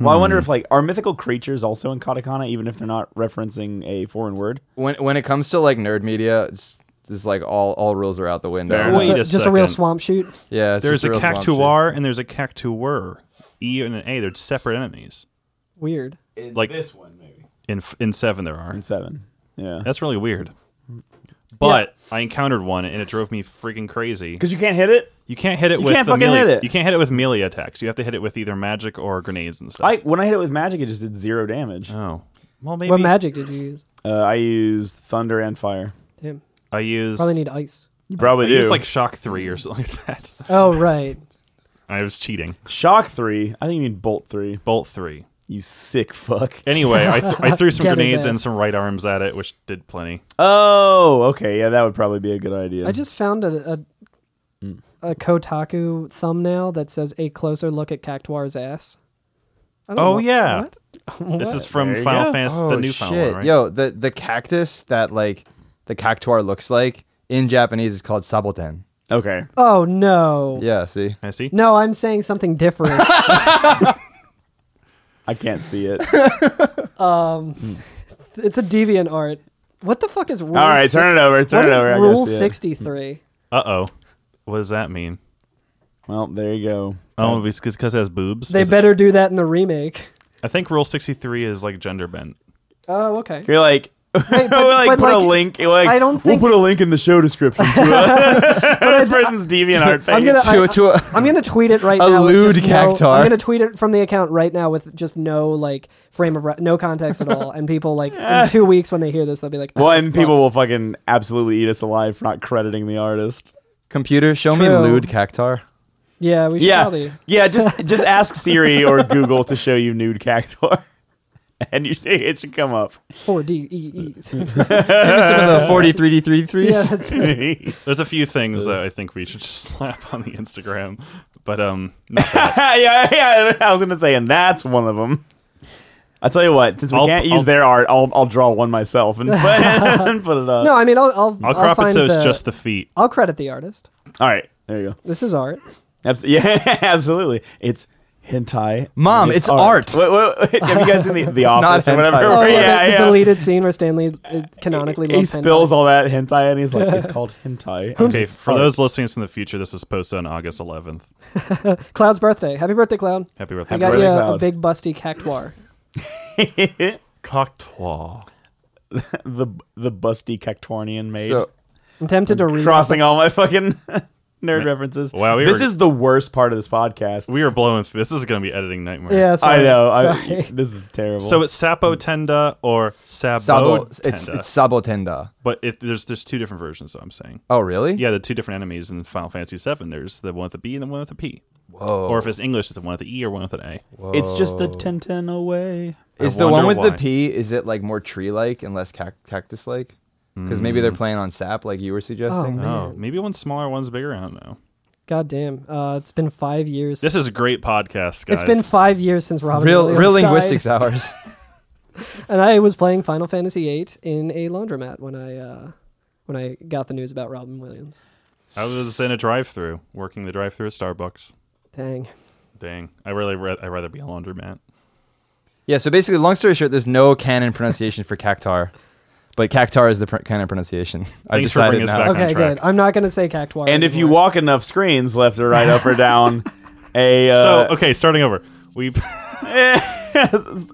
B: Well, I wonder
A: Hmm.
B: if like are mythical creatures also in katakana, even if they're not referencing a foreign word.
D: When when it comes to like nerd media, it's just like all all rules are out the window.
A: Fair
C: Just,
A: Wait
C: a,
A: a
C: just a real
A: second.
C: swamp shoot.
D: Yeah, it's
A: There's
D: just
A: a
D: real swamp
A: cactuar and there's a cactuar. E and an A, they're separate enemies.
C: Weird.
A: Like this one, maybe. In f- in seven, there are.
B: And seven. Yeah.
A: That's really weird. But I encountered one and it drove me freaking crazy.
B: Because you can't hit it.
A: You can't hit it
B: You
A: with
B: can't
A: the
B: fucking
A: melee.
B: hit it.
A: You can't hit it with melee attacks. You have to hit it with either magic or grenades and stuff.
B: I when I hit it with magic, it just did zero damage. Uh,
A: oh, well maybe
C: What magic did you use?
B: I used thunder and fire.
C: Damn.
A: I used
C: Probably need ice.
B: You probably
A: I
B: do.
A: used like shock three or something like that.
C: Oh, right.
A: I was cheating.
B: shock three. I think you mean bolt three.
A: Bolt three.
B: You sick fuck.
A: Anyway, I, th- I threw some
C: Get his
A: grenades and
C: ass.
A: some right arms at it, which did plenty.
B: Oh, okay. Yeah, that would probably be a good idea.
C: I just found a, a,
B: Mm.
C: a Kotaku thumbnail that says a closer look at Cactuar's ass. I don't
A: Oh,
C: know-
A: yeah.
C: What?
A: This is
B: There
A: from
B: you
A: Final
B: go.
A: Fantasy,
D: Oh,
A: the new
D: shit.
A: Final one, right?
D: Yo, the the cactus that like the cactuar looks like in Japanese is called saboten.
B: okay.
C: Oh no.
D: Yeah, see.
A: I see.
C: No, I'm saying something different.
B: I can't see it.
C: it's a deviant art. What the fuck is rule?
B: All right, turn it over, turn
C: what
B: it
C: is
B: over, I
C: Rule
B: guess, yeah.
C: sixty three.
A: Uh oh. What does that mean?
B: Well, there you go.
A: Oh, because it has boobs.
C: They
A: Is it-
C: better do that in the remake.
A: I think Rule sixty three is like gender bent.
C: Oh, okay.
B: You're like,
C: Wait,
B: we'll like
C: but,
B: put a
C: like,
B: link. Like,
C: I don't think-
B: we'll put a link in the show description to a, this person's DeviantArt page.
C: I'm gonna
D: To,
C: I-
D: to a,
C: I'm gonna tweet it right
D: A
C: now. with
D: lewd
C: just no-
D: cactar.
C: I'm gonna tweet it from the account right now with just no like frame of re- no context at all, and people like in two weeks when they hear this they'll be like, oh,
B: One people will fucking absolutely eat us alive for not crediting the artist.
D: computer, show me
C: True.
D: lewd cactar.
C: yeah, we should
B: Yeah,
C: probably
B: yeah. Just just ask Siri or Google to show you nude cactuar, and you it should come up.
C: four D E E.
D: Give me some of the 43D33s.
C: Yeah, that's
B: yeah,
A: There's a few things that I think we should just slap on the Instagram, but um,
B: yeah. I was gonna say, and that's one of them. I tell you what, since we
A: I'll-
B: can't
A: I'll-
B: use their art, I'll I'll draw one myself and put, and put it up.
C: no. I mean, I'll I'll,
A: I'll crop it
C: find
A: so it's
C: the-
A: just the feet.
C: I'll credit the artist.
B: All right, there you go.
C: This is art.
B: Abs- yeah, absolutely. It's hentai.
D: Mom, it's art.
B: Wait, wait, wait, Have you guys seen the, the office
D: not
B: or whatever?
D: hentai.
C: Oh,
B: yeah,
C: the, the
B: yeah.
C: deleted scene where Stanley uh, canonically
B: he
C: loves hentai.
B: spills all that hentai, and he's like, "It's called hentai."
A: Okay,
B: It's
A: for
B: art.
A: those listening to us in the future, this is posted on August 11th.
C: Cloud's birthday. Happy birthday, Cloud.
A: Happy
C: I
A: birthday,
C: got
B: birthday,
A: Cloud.
C: you a
B: Cloud.
C: big busty cactuar.
A: Cocktail.
B: the the busty Cactuarnian maid.
D: So-
C: I'm tempted to read.
B: crossing all my fucking nerd references.
A: Wow, we
B: this
A: were-
B: is the worst part of this podcast.
A: We are blowing. through. This is going to be editing nightmare.
C: Yeah,
B: I
C: sorry,
B: know. I,
C: Sorry.
B: this is terrible.
A: So it's Sapo
C: Hmm.
A: Tenda or Sabo,
D: Sabo,
A: Tenda.
D: it's, it's Sabotenda.
A: but it, there's there's two different versions. So I'm saying,
D: Oh, really?
A: yeah, the two different enemies in Final Fantasy VII. There's the one with a B and the one with a P.
D: Whoa.
A: Or if
C: Oh.
A: it's English, it's the one with the E or one with an A.
B: it's just a ten ten away.
D: Is
A: I
D: the one
A: wonder
D: with
A: why.
D: the P? Is it like more tree-like and less cac- cactus-like? Because maybe they're playing on sap, like you were
C: Oh,
D: suggesting.
C: man.
A: Oh, maybe one's smaller, one's bigger. I don't know.
C: God damn. Uh, it's been five years.
A: This is a great podcast, guys.
C: it's been five years since Robin
D: real,
C: Williams
D: real
C: died,
D: linguistics hours.
C: And I was playing Final Fantasy VIII in a laundromat when I uh, when I got the news about Robin Williams.
A: I was in a drive-through, working the drive-through at Starbucks.
C: Dang.
A: Dang, I really re- I rather be a laundromat.
D: yeah. So basically, long story short, there's no canon pronunciation for cactar, but cactar is the pr- canon pronunciation. I've
A: Thanks for bringing
D: decided
A: us
D: now.
A: back on
C: Okay,
A: track.
C: good. I'm not gonna say cactuar.
B: And if you
C: anymore.
B: walk enough screens left or right, up or down, a
A: So
B: uh,
A: okay, starting over. We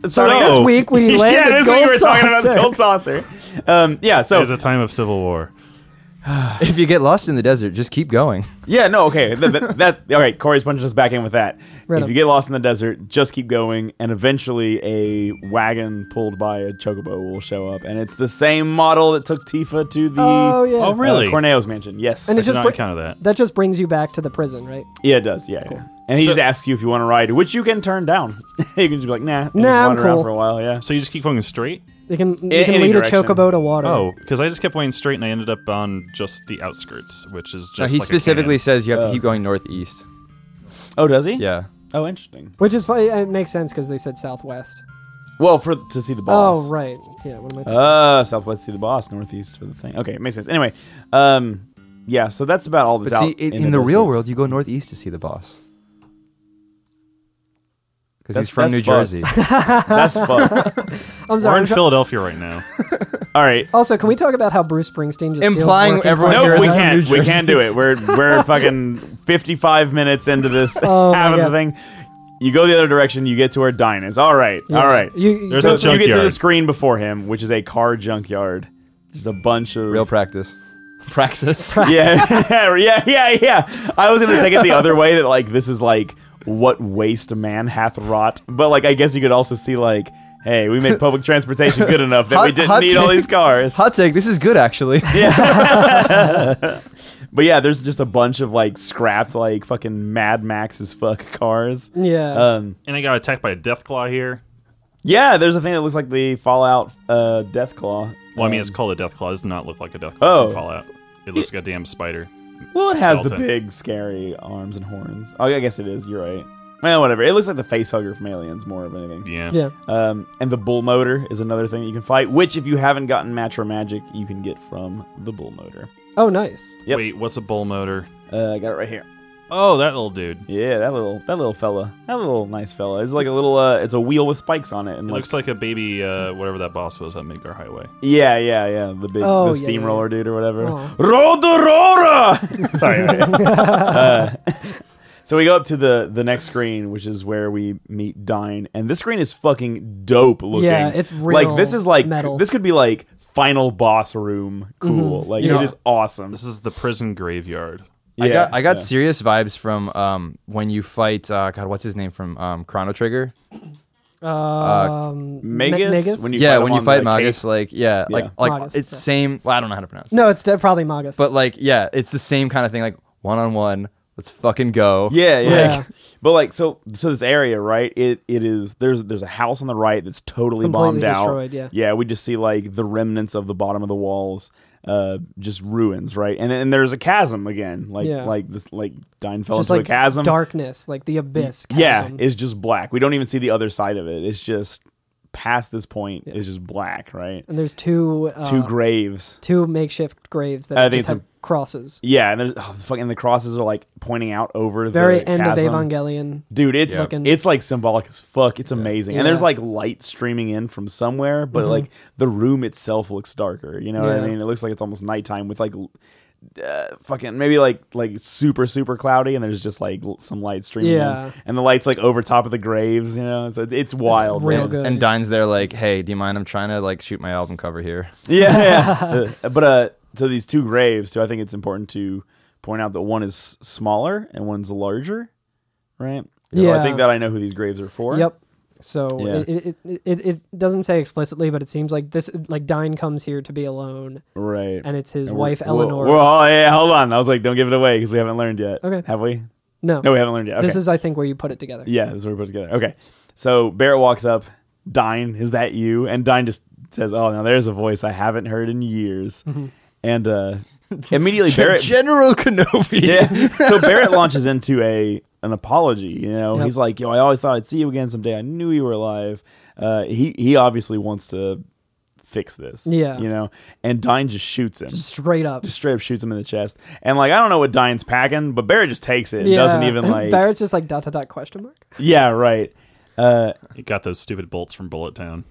B: so
C: this week we landed
B: yeah, this week we
C: gold
B: were talking about the
C: saucer.
B: gold saucer. Um, yeah, so
A: it's a time of civil war.
D: If you get lost in the desert, just keep going.
B: Yeah, no, okay. That, that, that all right. Corey's punching us back in with that.
C: Right
B: if
C: on.
B: you get lost in the desert, just keep going, and eventually a wagon pulled by a chocobo will show up, and it's the same model that took Tifa to the
C: Oh, yeah. Oh,
A: really?
B: uh, Corneo's mansion. Yes,
A: I
C: And it
A: did
C: just
A: not
C: br-
A: count that.
C: that just brings you back to the prison, right?
B: yeah, it does. Yeah, yeah. and he
A: So-
B: just asks you if you want to ride, which you can turn down. you can just be like, nah, and
C: Nah,
B: just
C: I'm
B: wander around
C: cool.
B: for a while. Yeah,
A: So you just keep going straight?
C: You can you
B: A-
C: can
B: any
C: lead
B: direction.
C: a chocobo to water.
A: Oh, because I just kept going straight and I ended up on just the outskirts, which is just.
D: No, he
A: like a
D: specifically
A: canyon.
D: says you have to keep going northeast.
B: oh, does he?
D: Yeah.
B: Oh, interesting.
C: which is funny. It makes sense because they said southwest.
B: Well, for to see the boss.
C: Oh right, yeah. What am I? thinking?
B: Uh, southwest see the boss, northeast for the thing. Okay, it makes sense. Anyway, um, yeah, so that's about all.
D: But
B: that's
D: see,
B: out
D: in, in the real
B: desert.
D: world, you go northeast to see the boss. Because
B: That's-
D: he's from
B: that's
D: New
B: fucked.
D: Jersey.
B: That's fucked.
C: I'm
A: We're
C: sorry.
A: in
C: I'm tr-
A: Philadelphia right now.
B: All right.
C: also, can we talk about how Bruce Springsteen just steals
D: Implying
C: working
D: everyone
C: class
D: here
B: No,
D: Jersey.
B: we
C: labor?
B: can't.
D: New
B: We
D: Jersey.
B: can't do it. We're we're fucking fifty-five minutes into this
C: Oh, my
B: half of the
C: God.
B: thing. You go the other direction. You get to where Dine is. All right.
C: Yeah.
B: All right.
C: You,
A: There's
C: so-
A: a
B: So you get to the
A: Junkyard.
B: screen before him, which is a car junkyard. Just a bunch of
D: real practice. Praxis.
B: yeah, yeah, yeah, yeah. I was gonna take it the other way that like this is like what waste man hath wrought, but like I guess you could also see like, hey, we made public transportation good enough that we
D: Hot-
B: didn't
D: hot
B: need all
D: take.
B: these cars.
D: Hot take. This is good, actually.
B: But yeah, there's just a bunch of like scrapped like fucking Mad Max as fuck cars.
C: yeah.
B: Um,
A: and I got attacked by a Deathclaw here.
B: yeah, there's a thing that looks like the Fallout uh, Deathclaw.
A: Well, I mean, it's called a Deathclaw. It does not look like a Deathclaw
B: Oh.
A: from Fallout. It looks like a damn spider.
B: Well, it has the
A: skeleton.
B: big scary arms and horns. Oh, I guess it is. You're right. Well, whatever. It looks like the facehugger from Aliens more of anything.
A: Yeah.
C: yeah.
B: Um, and the bull motor is another thing that you can fight, which if you haven't gotten match or magic, you can get from the bull motor.
C: Oh, nice.
B: Yep.
A: Wait, what's a bull motor?
B: Uh, I got it right here.
A: Oh, that little dude. It
B: Yeah, that little that little fella, that little nice fella. It's like a little. Uh, it's a wheel with spikes on it, and like,
A: looks like a baby, uh, whatever that boss was on Midgar Highway.
B: yeah, yeah, yeah. The big
C: Oh,
B: the
C: yeah, Oh.
B: steamroller dude or whatever.
C: Aw.
B: Rodorora. Sorry. uh, so we go up to the the next screen, which is where we meet Dine, and this screen is fucking dope looking.
C: Yeah, it's
B: like this
C: real
B: is like
C: metal. Mm-hmm.
B: this could be like final boss room cool. Like
C: Yeah.
B: it is awesome.
A: This is the prison graveyard.
B: Yeah,
D: I got, I got
B: yeah.
D: serious vibes from um, when you fight, uh, God, what's his name from um, Chrono Trigger?
C: Um, Ma-
B: Uh, Magus, when you
D: yeah,
B: fight
D: when
B: him
D: you
B: on
D: fight
B: the
D: Magus,
B: cape.
D: like, yeah,
B: Yeah.
D: like, like
C: Magus,
D: it's
C: yeah.
D: same, well, I don't know how to pronounce it.
C: no, it's de- probably Magus.
D: But, like, yeah, it's the same kind of thing, like, one on one, let's fucking go.
B: Yeah, yeah.
C: Yeah.
B: Like- but like so so this area, right? It it is there's there's a house on the right that's totally
C: Completely
B: bombed out.
C: destroyed, yeah.
B: Yeah, we just see like the remnants of the bottom of the walls, uh just ruins, right? And then there's a chasm again. Like
C: Yeah.
B: like this like Dine fell
C: just
B: into
C: like
B: a chasm.
C: darkness, like the abyss.
B: Yeah,
C: chasm.
B: it's just black. We don't even see the other side of it. It's just past this point it's just black, right?
C: and there's two uh,
B: Two graves.
C: two makeshift graves that
B: I think it's
C: just
B: a
C: have crosses.
B: Yeah, and there's, oh, fucking the crosses are like pointing out over
C: Very
B: the
C: end
B: chasm.
C: of Evangelion.
B: Dude, it's
C: Fucking-
B: it's like symbolic as fuck. It's amazing, and there's
C: Yeah. Mm-hmm.
B: like light streaming in from somewhere, but like the room itself looks darker. You know what I
C: Yeah.
B: mean? It looks like it's almost nighttime with like l- uh, fucking maybe like like super super cloudy, and there's just like l- some light streaming. in.
C: Yeah.
B: and the lights like over top of the graves. You know, so it's wild.
C: real
B: man.
C: good.
D: And Dine's there like, hey, do you mind? I'm trying to like shoot my album cover here.
B: Yeah, yeah. Uh, but uh, so these two graves. So I think it's important to point out that one is smaller and one's larger, right? So I
C: Yeah.
B: think that I know who these graves are for.
C: Yep. So
B: Yeah.
C: it, it, it, it, it doesn't say explicitly, but it seems like this like Dine comes here to be alone,
B: Right.
C: and it's his
B: And we're-
C: wife
B: whoa,
C: Eleanor.
B: Whoa, oh, yeah, hold on. I was like, don't give it away because we haven't learned yet.
C: Okay.
B: Have we?
C: No,
B: No, we haven't learned yet.
C: this
B: Okay.
C: is I think where you put it together.
B: yeah, this is what we put together. Okay. So Barrett walks up. Dine, is that you? And Dine just says, "Oh, now there's a voice I haven't heard in years."
C: Mm-hmm.
B: And uh, immediately Barrett
D: General Kenobi.
B: yeah. So Barrett launches into a an apology. You know,
C: Yep.
B: he's like, "Yo, I always thought I'd see you again someday. I knew you were alive." Uh, he he obviously wants to fix this.
C: Yeah.
B: you know. And Dine just shoots him, just,
C: Straight up.
B: straight up shoots him in the chest. And like, I don't know what Dine's packing, but Barrett just takes it. and
C: yeah.
B: Doesn't even like.
C: Barrett's just like dot dot dot question mark.
B: yeah, right. Uh,
A: You got those stupid bolts from Bullet Town.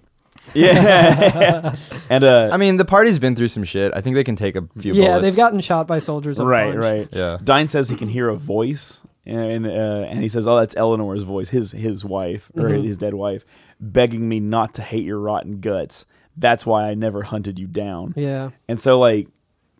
B: yeah. and uh,
D: I mean, the party's been through some shit. I think they can take a few
C: Yeah,
D: bullets.
C: they've gotten shot by soldiers. A
B: right,
C: bunch.
B: right.
D: Yeah.
B: Dine says he can hear a voice, and uh, and he says, "Oh, that's Eleanor's voice, his his wife or his dead wife, begging me not to hate your rotten guts. That's why I never hunted you down."
C: Yeah.
B: And so like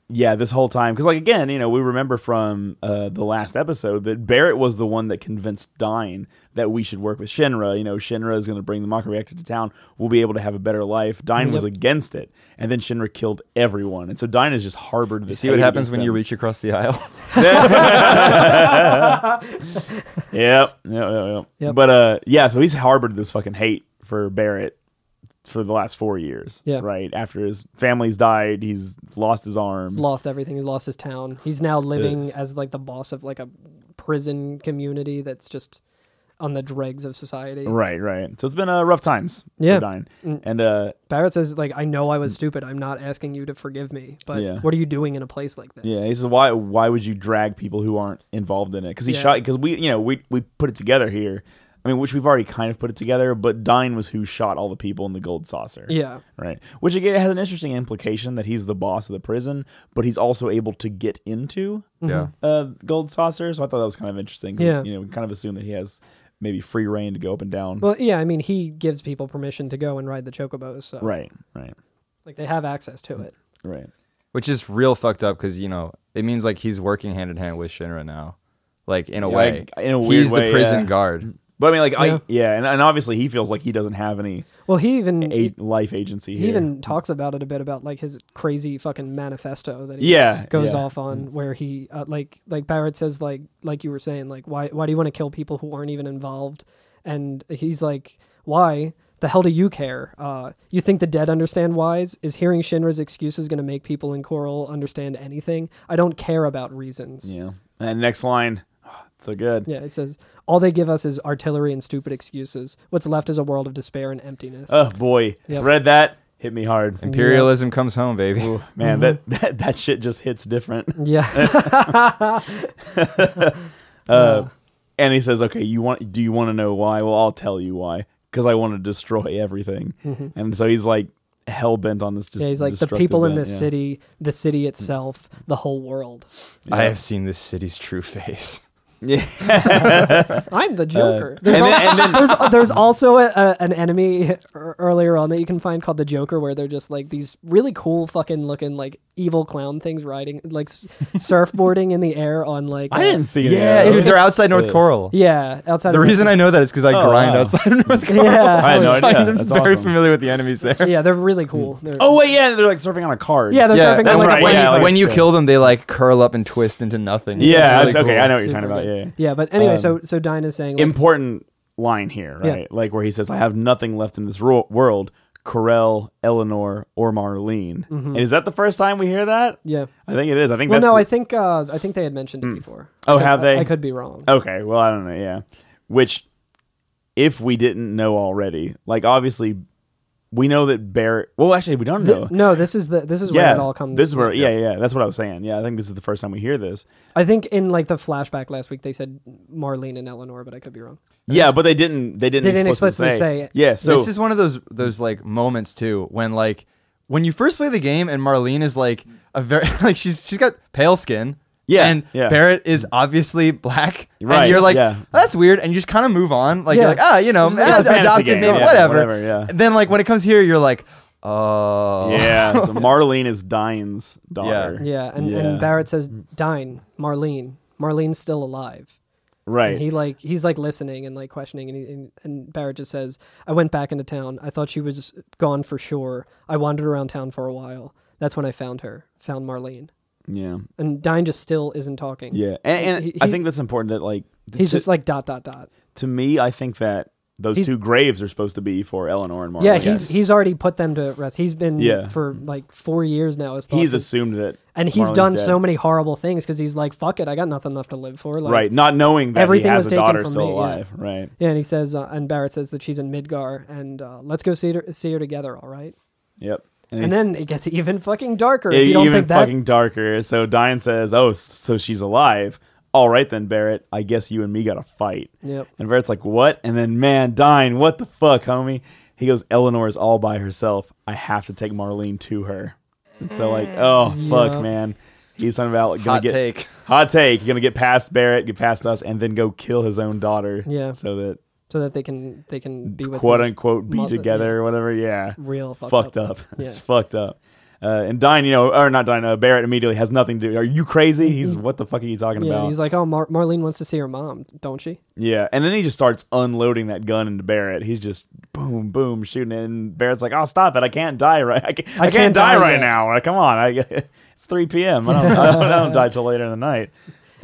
B: yeah, this whole time cuz like again, you know, we remember from uh the last episode that Barrett was the one that convinced Dine that we should work with Shinra, you know, Shinra is going to bring the Mach reactor to town. We'll be able to have a better life. Dine was against it. And then Shinra killed everyone. And so Dine has just harbored this
D: See what
B: hate
D: happens
B: against
D: when you
B: them.
D: reach across the aisle.
B: Yep. Yep, yep, yep.
C: Yep.
B: But uh yeah, so he's harbored this fucking hate for Barrett for the last 4 years,
C: Yeah.
B: right? After his family's died, he's lost his arm.
C: He's lost everything. He lost his town. He's now living as like the boss of like a prison community that's just on the dregs of society.
B: Right, right. So it's been uh, rough times
C: Yeah. Mm.
B: for Dine. And uh,
C: Barrett says like I know I was stupid. I'm not asking you to forgive me, but
B: Mm. Yeah.
C: what are you doing in a place like this?
B: yeah, he says, why why would you drag people who aren't involved in it? Because he
C: Yeah.
B: shot, because we, you know, we, we put it together here. I mean, which we've already kind of put it together, but Dine was who shot all the people in the gold saucer.
C: Yeah.
B: Right. Which again has an interesting implication that he's the boss of the prison, but he's also able to get into
D: Yeah.
B: uh, gold saucer. So I thought that was kind of interesting. 'cause,
C: Yeah.
B: You know, we kind of assume that he has maybe free reign to go up and down.
C: Well, yeah, I mean, he gives people permission to go and ride the chocobos, so
B: right, right,
C: like they have access to it.
B: right.
D: Which is real fucked up because, you know, it means like he's working hand in hand with Shinra now. Like, in a
B: Yeah,
D: way.
B: like, in a weird
D: he's
B: way,
D: the prison
B: yeah.
D: guard.
B: But I mean, like,
C: Yeah.
B: I yeah, and, and obviously he feels like he doesn't have any
C: Well, he even
B: a- life agency.
C: he
B: here.
C: even talks about it a bit about like his crazy fucking manifesto that he
B: Yeah,
C: goes
B: yeah. Mm.
C: off on where he uh, like like Barrett says like like you were saying like why why do you want to kill people who aren't even involved and he's like why the hell do you care uh, you think the dead understand whys is hearing Shinra's excuses going to make people in Coral understand anything I don't care about reasons
B: yeah. And next line, so good.
C: Yeah, it says all they give us is artillery and stupid excuses. What's left is a world of despair and emptiness.
B: Oh boy,
C: Yep.
B: read that hit me hard.
D: Imperialism comes home, baby.
B: Man,
C: Mm-hmm.
B: that, that that shit just hits different.
C: yeah,
B: Uh, and he says, "Okay, you want? Do you want to know why? Well, I'll tell you why. Because I want to destroy everything." And so he's like hell bent on this. Just
C: Mm-hmm. yeah. He's like the
B: destructive
C: people in
B: bent,
C: this
B: yeah.
C: city, the city itself, the whole world.
D: I have seen this city's true face.
B: Yeah.
C: I'm the Joker. there's,
B: Uh, and
C: al-
B: then, and then
C: there's, there's also a, a, an enemy e- earlier on that you can find called the Joker, where they're just like these really cool fucking looking like evil clown things riding like s- surfboarding in the air on like
B: I
C: uh,
B: didn't see. any of
D: Yeah,
B: that.
D: dude, they're outside North Coral.
C: yeah outside
D: The
C: of
D: reason I know that is because I
B: Oh,
D: grind
B: wow.
D: outside of North Coral.
C: yeah
B: I had no
D: So
B: idea.
D: I'm
B: That's
D: very
B: awesome.
D: familiar with the enemies there.
C: yeah they're really cool They're-
B: Oh wait, yeah, they're like surfing on a card.
C: yeah they're
D: Yeah,
C: surfing
D: that's
C: on, like,
B: right,
C: a
D: when,
B: yeah,
D: you,
B: like-
D: when you kill them, they like curl up and twist into nothing.
B: yeah.
D: It's really
B: okay,
D: cool.
B: I know what you're talking
C: Super
B: about.
C: good.
B: Yeah, Um, yeah.
C: Yeah, but anyway, so so Dine is saying like,
B: important line here,
C: Yeah.
B: right? Like where he says, "I have nothing left in this ro- world." Corell, Eleanor, or Marlene. And is that the first time we hear that?
C: Mm-hmm. yeah.
B: I think it is. I think.
C: Well,
B: that's
C: no,
B: the-
C: I think uh, I think they had mentioned it before.
B: Oh,
C: I could-
B: have
C: I-
B: they?
C: I could be wrong.
B: Okay, well, I don't know, yeah. Which if we didn't know already, like obviously we know that Barrett. Well, actually, we don't know.
C: No, this is the this is
B: yeah,
C: where it all comes.
B: This is where. Yeah, yeah, That's what I was saying. Yeah, I think this is the first time we hear this.
C: I think in like the flashback last week they said Marlene and Eleanor, but I could be wrong.
B: Yeah, but they didn't. They didn't.
C: They didn't
B: explicitly,
C: explicitly say it.
B: Yeah. So
D: this is one of those those like moments too when like when you first play the game and Marlene is like a very like she's she's got pale skin.
B: Yeah,
D: and
B: yeah.
D: Barrett is obviously black,
B: Right,
D: and you're like,
B: yeah.
D: "Oh, that's weird, and you just kind of move on, like,
C: Yeah.
D: you're like, ah, you know,
C: It's
D: ah,
B: a fantasy
D: adopted
B: game,
D: maybe,
B: yeah,
D: whatever.
B: whatever, yeah.
D: Then like when it comes here, you're like, oh,
B: yeah. So Marlene is Diane's daughter.
C: Yeah, and,
B: Yeah.
C: and Barrett says, "Dine, Marlene. Marlene's still alive."
B: Right.
C: And he like he's like listening and like questioning, and, he, and and Barrett just says, "I went back into town. I thought she was gone for sure. I wandered around town for a while. That's when I found her. Found Marlene."
B: yeah.
C: And Dine just still isn't talking.
B: Yeah. And, and
C: He-
B: I
C: he-
B: think that's important. That like th-
C: he's
B: to,
C: just like dot dot dot.
B: to me, I think that those
C: He's-
B: two graves are supposed to be for Eleanor and Marlene.
C: Yeah, he's he's already put them to rest. He's been
B: Yeah.
C: for like four years now. His
B: he's
C: thoughts-
B: assumed that,
C: and he's
B: Marlene's
C: done
B: dead.
C: so many horrible things because he's like, "Fuck it, I got nothing left to live for." Like,
B: right, not knowing that
C: Everything
B: he has
C: was
B: a
C: taken
B: daughter
C: from
B: still
C: me, yeah.
B: alive. Right.
C: Yeah, and he says, uh, and Barrett says that she's in Midgar, and uh, let's go see her, see her together. All right.
B: Yep.
C: And
B: he-
C: then it gets even fucking darker.
B: it
C: if you don't
B: even
C: think that,
B: fucking darker. So Diane says, "Oh, s- so she's alive." All right then, Barrett. I guess you and me got to fight.
C: Yep.
B: And Barrett's like, "What?" And then, man, Dine, what the fuck, homie? He goes, "Eleanor is all by herself. I have to take Marlene to her." And so like, oh
C: Mm. Yeah.
B: fuck, man. He's talking about gonna
D: Hot
B: get
D: take.
B: hot take. You're gonna get past Barrett, get past us, and then go kill his own daughter.
C: Yeah.
B: So that
C: so that they can they can be with
B: quote
C: his
B: unquote be
C: mother.
B: together or whatever. Yeah,
C: Real fucked
B: up.
C: up.
B: It's
C: Yeah.
B: fucked up. Uh, and Dine, you know, or not Dine, uh, Barrett immediately has nothing to do. Are you crazy? He's what the fuck are you talking
C: Yeah,
B: about?
C: and he's like, "Oh, Mar- Marlene wants to see her mom, don't she?"
B: yeah, and then he just starts unloading that gun into Barrett. He's just boom, boom, shooting it, and Barrett's like, "I'll stop it. I can't die right. I can't, I can't,
C: can't
B: die,
C: die
B: right
C: yet."
B: now. Like, come on, I, it's three p.m. I don't, I don't, I don't die till later in the night."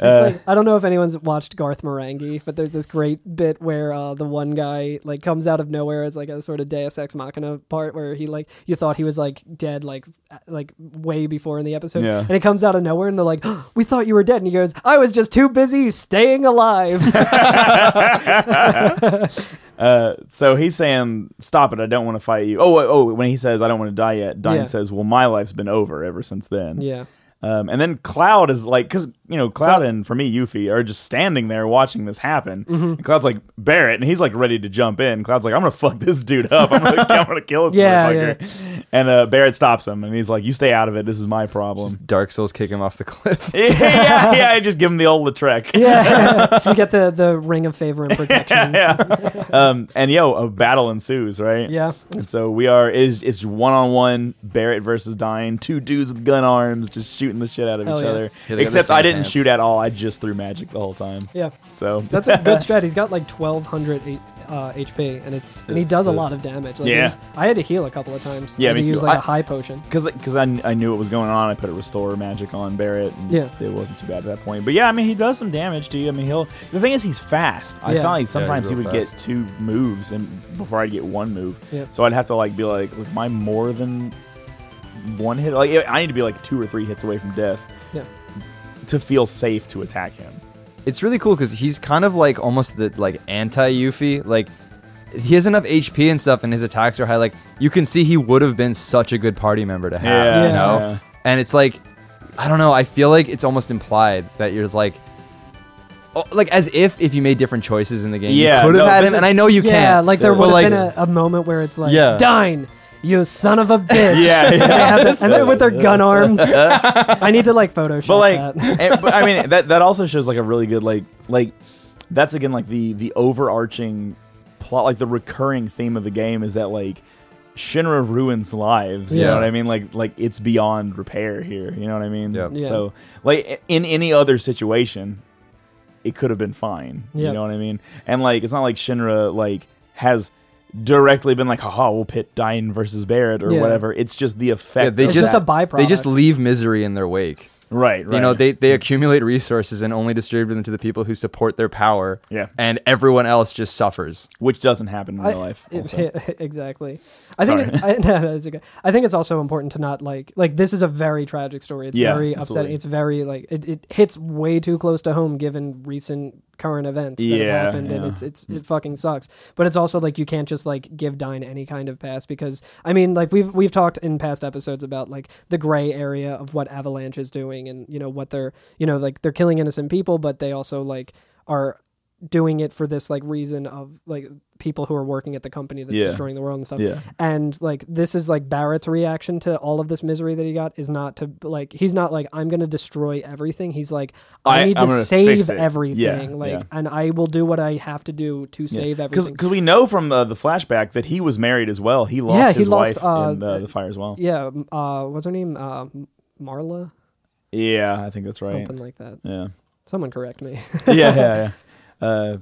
B: Uh,
C: It's like, I don't know if anyone's watched Garth Marenghi, but there's this great bit where uh, the one guy like comes out of nowhere as like a sort of Deus Ex Machina part where he like you thought he was like dead like a- like way before in the episode,
B: Yeah.
C: and it comes out of nowhere and they're like, "Oh, "We thought you were dead," and he goes, "I was just too busy staying alive."
B: Uh, so he's saying, "Stop it! I don't want to fight you." Oh, oh, when he says, "I don't want to die yet," Dine
C: Yeah.
B: says, "Well, my life's been over ever since then."
C: yeah,
B: Um, and then Cloud is like, because you know, Cloud and for me, Yuffie are just standing there watching this happen.
C: Mm-hmm.
B: And Cloud's like Barrett, and he's like ready to jump in. Cloud's like, I'm gonna fuck this dude up. I'm gonna, I'm gonna kill this
C: Yeah,
B: motherfucker. And uh, Barrett stops him, and he's like, You stay out of it. This is my problem.
D: Dark Souls kick him off the cliff.
B: yeah, yeah. I just give him the old Latrec.
C: yeah. you get the the ring of favor and protection. yeah,
B: Um, and yo, a battle ensues, right?
C: Yeah.
B: And so we are is it's one on one Barrett versus Dine, two dudes with gun arms just shooting the shit out of
C: Hell
B: each
C: yeah.
B: other.
D: Yeah, they got the
B: Except
D: same
B: I didn't
D: pants.
B: shoot at all. I just threw magic the whole time. So
C: That's a good strat. He's got like 1200 H- uh, HP, and it's and he does a lot of damage. Like,
B: Yeah.
C: there's- I had to heal a couple of times.
B: Yeah,
C: I had
B: me
C: to use
B: too.
C: like a
B: I-
C: high potion.
B: because because I, I knew what was going on. I put a restore magic on Barrett. And
C: Yeah.
B: it wasn't too bad at that point. But yeah, I mean he does some damage to you. I mean he'll the thing is he's fast. I
C: Yeah.
B: found like sometimes he
D: real
B: would
D: fast.
B: get two moves and before I'd get one move.
C: Yep.
B: So I'd have to like be like, look, am I more than one hit? Like I need to be like two or three hits away from death
C: Yeah.
B: to feel safe to attack him.
D: it's really cool because he's kind of like almost the like anti Yuffie. Like he has enough HP and stuff, and his attacks are high. Like you can see he would have been such a good party member to have.
B: Yeah,
D: You know?
B: yeah.
D: And it's like I don't know. I feel like it's almost implied that you're just like. oh, like as if if you made different choices in the game,
B: Yeah,
D: you could have
B: no,
D: had
B: this
D: him,
B: is-
D: and I know you can't.
C: Yeah, like there
D: but,
C: would have
D: like,
C: been a, a moment where it's like,
D: Yeah.
C: Dine, you son of a bitch.
B: Yeah,
C: And, they
B: yeah.
C: have this- and they're with their gun arms. I need to like Photoshop
B: but like,
C: that.
B: and- but, I mean, that that also shows like a really good like like that's again like the the overarching plot, like the recurring theme of the game is that like Shinra ruins lives. You
C: Yeah.
B: know what I mean? Like like it's beyond repair here. You know what I mean?
D: Yep.
C: Yeah.
B: So like in any other situation, it could have been fine. You
C: Yep.
B: know what I mean? And like it's not like Shinra like has directly been like haha we'll pit Dine versus Barrett or
C: Yeah.
B: whatever. It's just the effect.
D: Yeah, they
B: of
C: It's just
B: that.
C: a byproduct.
D: They just leave misery in their wake.
B: Right, right.
D: You know, they, they accumulate resources and only distribute them to the people who support their power.
B: Yeah.
D: And everyone else just suffers.
B: which doesn't happen in
C: I-
B: real life.
C: it-
B: also.
C: exactly. I think it, I, no, no, it's okay. I think it's also important to not like like this is a very tragic story. It's
B: Yeah,
C: very upsetting.
B: absolutely.
C: It's very like it, it hits way too close to home given recent current events that
B: Yeah,
C: have happened, and
B: yeah.
C: it's it's it fucking sucks. But it's also like you can't just like give Dine any kind of pass because I mean like we've we've talked in past episodes about like the gray area of what Avalanche is doing and you know what they're you know like they're killing innocent people, but they also like are doing it for this like reason of like people who are working at the company that's
B: Yeah.
C: destroying the world and stuff.
B: Yeah.
C: And like this is like Barrett's reaction to all of this misery that he got is not to like he's not like I'm gonna destroy everything. He's like I,
B: I-
C: need
B: I'm
C: to
B: gonna fix
C: save
B: it."
C: everything.
B: Yeah,
C: like
B: yeah.
C: and I will do what I have to do to save everything.
B: Because we know from uh, the flashback that he was married as well. He lost
C: Yeah, he
B: his
C: lost,
B: wife
C: uh,
B: in uh, the fire as well.
C: yeah, m- uh what's her name? Uh M- Marla?
B: Yeah, I think that's right.
C: Something like that.
B: Yeah.
C: Someone correct me.
B: yeah, yeah, yeah. Uh,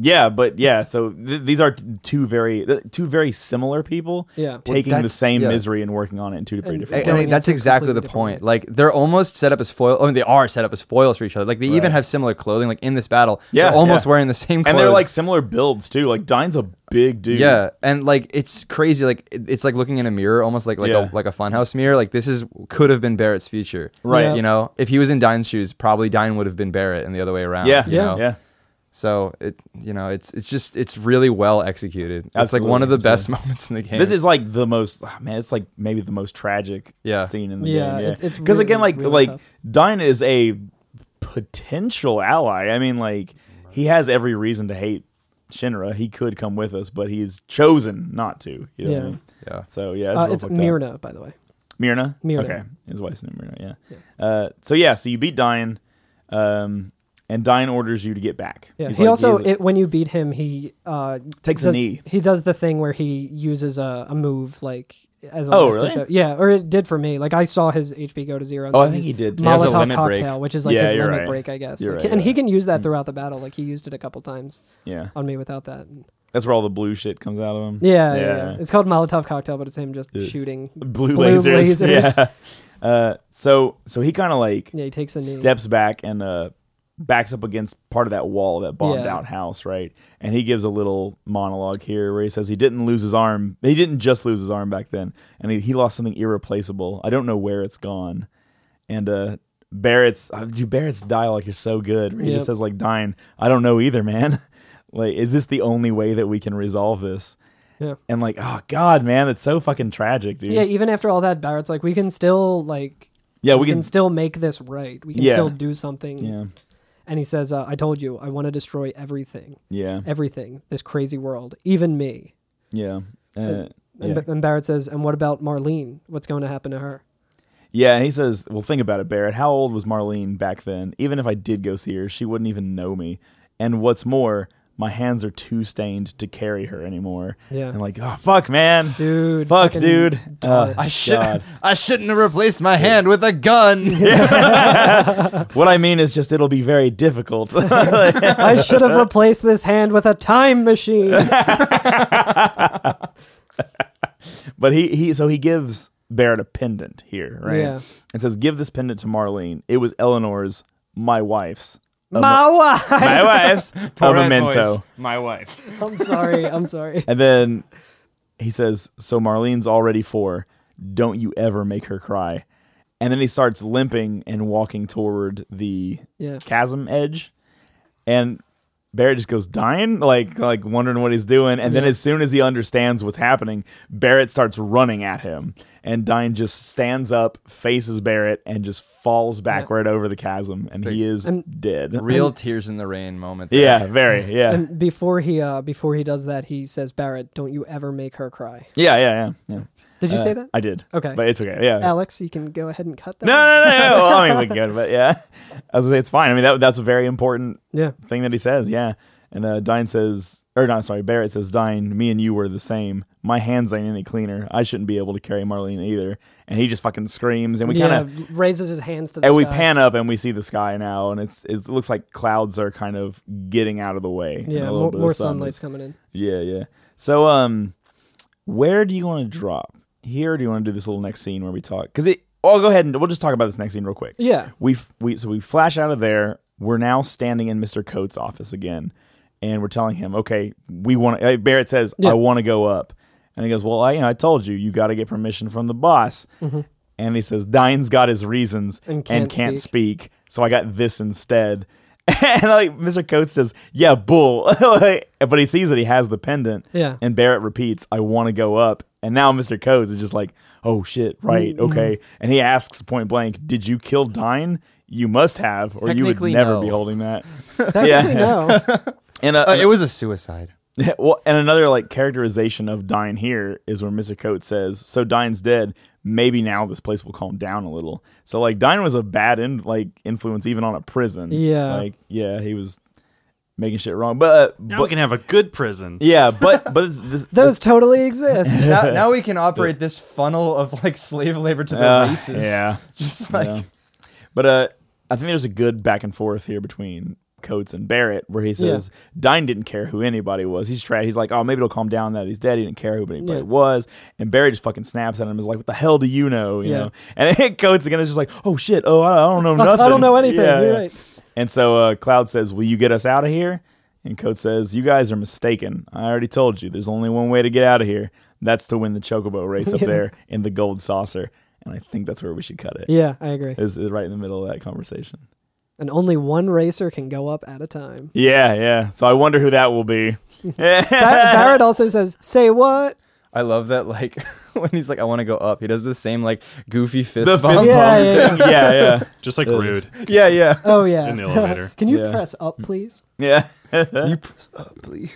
B: yeah, but yeah. So th- these are t- two very th- two very similar people.
C: Yeah. Well,
B: taking the
D: that's-
B: same
D: yeah.
B: misery and working on it in two very
C: And-
B: different.
D: And-
B: ways.
D: and
C: going
D: that's
C: into
D: exactly the
C: completely different
D: point. Like they're almost set up as foil. I mean, they are set up as foils for each other. Like they even have similar clothing. Like in this battle,
B: Yeah,
D: they're almost
B: yeah.
D: wearing the same. clothes.
B: and they're like similar builds too. Like Dine's a big dude.
D: Yeah, and like it's crazy. Like it- it's like looking in a mirror, almost like like
B: Yeah.
D: a like a funhouse mirror. Like this is could have been Barrett's future,
B: Right.
C: Yeah.
D: You know, if he was in Dine's shoes, probably Dine would have been Barrett, and the other way around.
B: yeah,
D: you
C: Yeah.
D: know?
B: yeah.
D: So it you know it's it's just it's really well executed. It's like one of the
B: Absolutely,
D: best moments in the game.
B: This is like the most ah, man. It's like maybe the most tragic
D: Yeah.
B: scene in the
C: Yeah,
B: game. Yeah,
C: it's- it's
B: again,
C: really,
B: like
C: really
B: like
C: tough.
B: Dine is a potential ally. I mean, like he has every reason to hate Shinra. He could come with us, but he's chosen not to. You know what I
C: Yeah.
B: mean?
D: yeah.
B: So yeah, it's,
C: Uh,
B: real
C: it's
B: fucked up.
C: Mirna, by the way.
B: Mirna.
C: Mirna.
B: Okay, his wife's name Mirna. Yeah. Uh, so yeah, so you beat Dine, um, and Dine orders you to get back.
C: Yeah.
B: He's
C: he
B: like-
C: also
B: he's-
C: it, when you beat him, he uh,
B: Takes a
C: does,
B: knee.
C: He does the thing where he uses a, a move like as a
B: Oh,
C: last
B: really?
C: ditch- Yeah, or it did for me. Like I saw his HP go to zero. and
B: Oh, I
C: then
B: think
C: his
B: he did. He
D: has a
C: Molotov
D: limit break.
C: cocktail, which is like
B: Yeah,
C: his
B: you're
C: limit
B: right.
C: break, I guess.
B: You're
C: Like,
B: right, Hmm.
C: and he
B: yeah.
C: can use that throughout the battle. Like he used it a couple times
B: yeah,
C: on me without that.
B: that's where all the blue shit comes out of him.
C: Yeah, yeah. yeah. It's called Molotov cocktail, but it's him just
B: Yeah.
C: shooting.
B: blue,
C: Blue
B: lasers.
C: lasers.
B: Yeah. Uh, so so he kind of like
C: Yeah, he takes a knee.
B: steps back and uh, backs up against part of that wall, that bombed
C: Yeah.
B: out house, right? And he gives a little monologue here where he says he didn't lose his arm. He didn't just lose his arm back then, and he, he lost something irreplaceable. I don't know where it's gone. And uh, Barrett's, uh, dude, Barrett's dialogue is so good. He
C: Yep.
B: just says like, "Dying, I don't know either, man. like, is this the only way that we can resolve this?"
C: Yeah.
B: And like, oh god, man, that's so fucking tragic, dude.
C: Yeah, even after all that, Barrett's like, we can still like,
B: Yeah,
C: we,
B: we
C: can,
B: can-
C: still make this right. We can
B: Yeah.
C: still do something.
B: Yeah.
C: And he says, uh, "I told you, I want to destroy everything."
B: Yeah.
C: everything, this crazy world, even me.
B: Yeah. Uh,
C: And,
B: yeah.
C: and Barrett says, and what about Marlene? What's going to happen to her?
B: yeah, and he says, Well, think about it, Barrett. How old was Marlene back then? Even if I did go see her, she wouldn't even know me. And what's more, my hands are too stained to carry her anymore.
C: Yeah.
B: And like, oh, fuck, man.
C: Dude.
B: Fuck,
C: fucking
B: dude.
C: dog.
B: Uh,
D: I should
B: God.
D: I shouldn't have replaced my hand with a gun.
B: What I mean is just it'll be very difficult.
C: I should have replaced this hand with a time machine.
B: But he he so he gives Barrett a pendant here, right?
C: Yeah.
B: And says, "Give this pendant to Marlene. It was Eleanor's, my wife's,
C: My wife.
B: my wife's a memento."
D: my wife.
C: I'm sorry. I'm sorry.
B: And then he says, "So Marlene's already four. Don't you ever make her cry." And then he starts limping and walking toward the
C: Yeah.
B: chasm edge, and Barrett just goes dying, like like wondering what he's doing. And then as soon as he understands what's happening, Barrett starts running at him, and Dine just stands up, faces Barrett, and just falls backward over the chasm, and he is dead.
D: Real tears in the rain moment. there.
B: yeah, very, yeah,
C: And before he uh before he does that, he says, Barrett, don't you ever make her cry.
B: yeah, yeah, yeah, yeah.
C: Did you
B: Uh,
C: say that?
B: I did.
C: Okay.
B: but it's okay. Yeah.
C: Alex, you can go ahead and cut that.
B: No, no, no, no. Well, I mean, we can go, but yeah, I was gonna say it's fine. I mean, that, that's a very important
C: Yeah.
B: thing that he says. Yeah, and uh, Dine says, or no, sorry, Barrett says, Dine, me and you were the same. My hands ain't any cleaner. I shouldn't be able to carry Marlene either. And he just fucking screams, and we kind of
C: yeah, raises his hands to the
B: and we
C: sky.
B: pan up and we see the sky now, and it's it looks like clouds are kind of getting out of the way. and
C: Yeah,
B: a little
C: more,
B: bit of
C: more
B: sun is-
C: sunlight's coming in.
B: yeah, yeah. So, um, where do you want to drop here? Or do you want to do this little next scene where we talk? Because it well, I'll go ahead and we'll just talk about this next scene real quick.
C: Yeah.
B: We f- we so we flash out of there. We're now standing in Mr. Coates' office again, and we're telling him, "Okay, we want." to Barrett says,
C: Yeah.
B: "I want to go up," and he goes, "Well, I, you know, I told you, you got to get permission from the boss." And he says, "Dine's got his reasons
C: And
B: and
C: can't
B: can't, speak. so I got this instead." and like Mr. Coates says, "Yeah, bull," Like, but he sees that he has the pendant.
C: Yeah.
B: And Barrett repeats, "I want to go up." And now Mr. Coates is just like, "Oh shit, right,
D: Mm-hmm.
B: okay." And he asks point blank, "Did you kill Dine? You must have, or you would
D: Technically,
B: never
D: no.
B: be holding that."
C: Technically, no.
B: And uh,
D: Uh, it was a suicide.
B: well, and another like characterization of Dine here is where Mr. Coates says, "So Dine's dead. Maybe now this place will calm down a little." So like Dine was a bad in, like influence even on a prison.
C: Yeah.
B: like yeah, he was making shit wrong. But uh,
A: Now we
B: but
A: can have a good prison.
B: yeah, but but this, this,
C: Those totally exist.
D: now, now we can operate this funnel of like slave labor to the
B: uh,
D: races.
B: yeah,
D: Just like
B: yeah. But uh, I think there's a good back and forth here between Coates and Barrett, where he says Dine didn't care who anybody was. He's tried. He's like, oh, maybe it'll calm down that he's dead. He didn't care who anybody
C: Yeah.
B: was. And Barrett just fucking snaps at him. Is like, what the hell do you know? You
C: Yeah.
B: know. And then Coates again is just like, oh shit, oh I, I don't know
C: I
B: nothing.
C: don't know anything. You're right.
B: And so uh, Cloud says, will you get us out of here? And Coates says, you guys are mistaken. I already told you. There's only one way to get out of here. That's to win the chocobo race up
C: Yeah.
B: there in the gold saucer. And I think that's where we should cut it
C: Yeah, I agree.
B: is, is right in the middle of that conversation.
C: And only one racer can go up at a time.
B: Yeah, yeah. So I wonder who that will be.
C: Bar- Barrett also says, "Say what?"
D: I love that like when he's like I want to go up, he does the same like goofy fist
B: The
D: bump.
B: fist
C: Yeah, yeah, yeah.
B: yeah,
A: Just like rude.
D: yeah, yeah.
C: Oh yeah.
A: In the elevator.
C: can you
B: Yeah. Mm.
C: press up, please?
B: yeah, yeah.
D: you press up, please.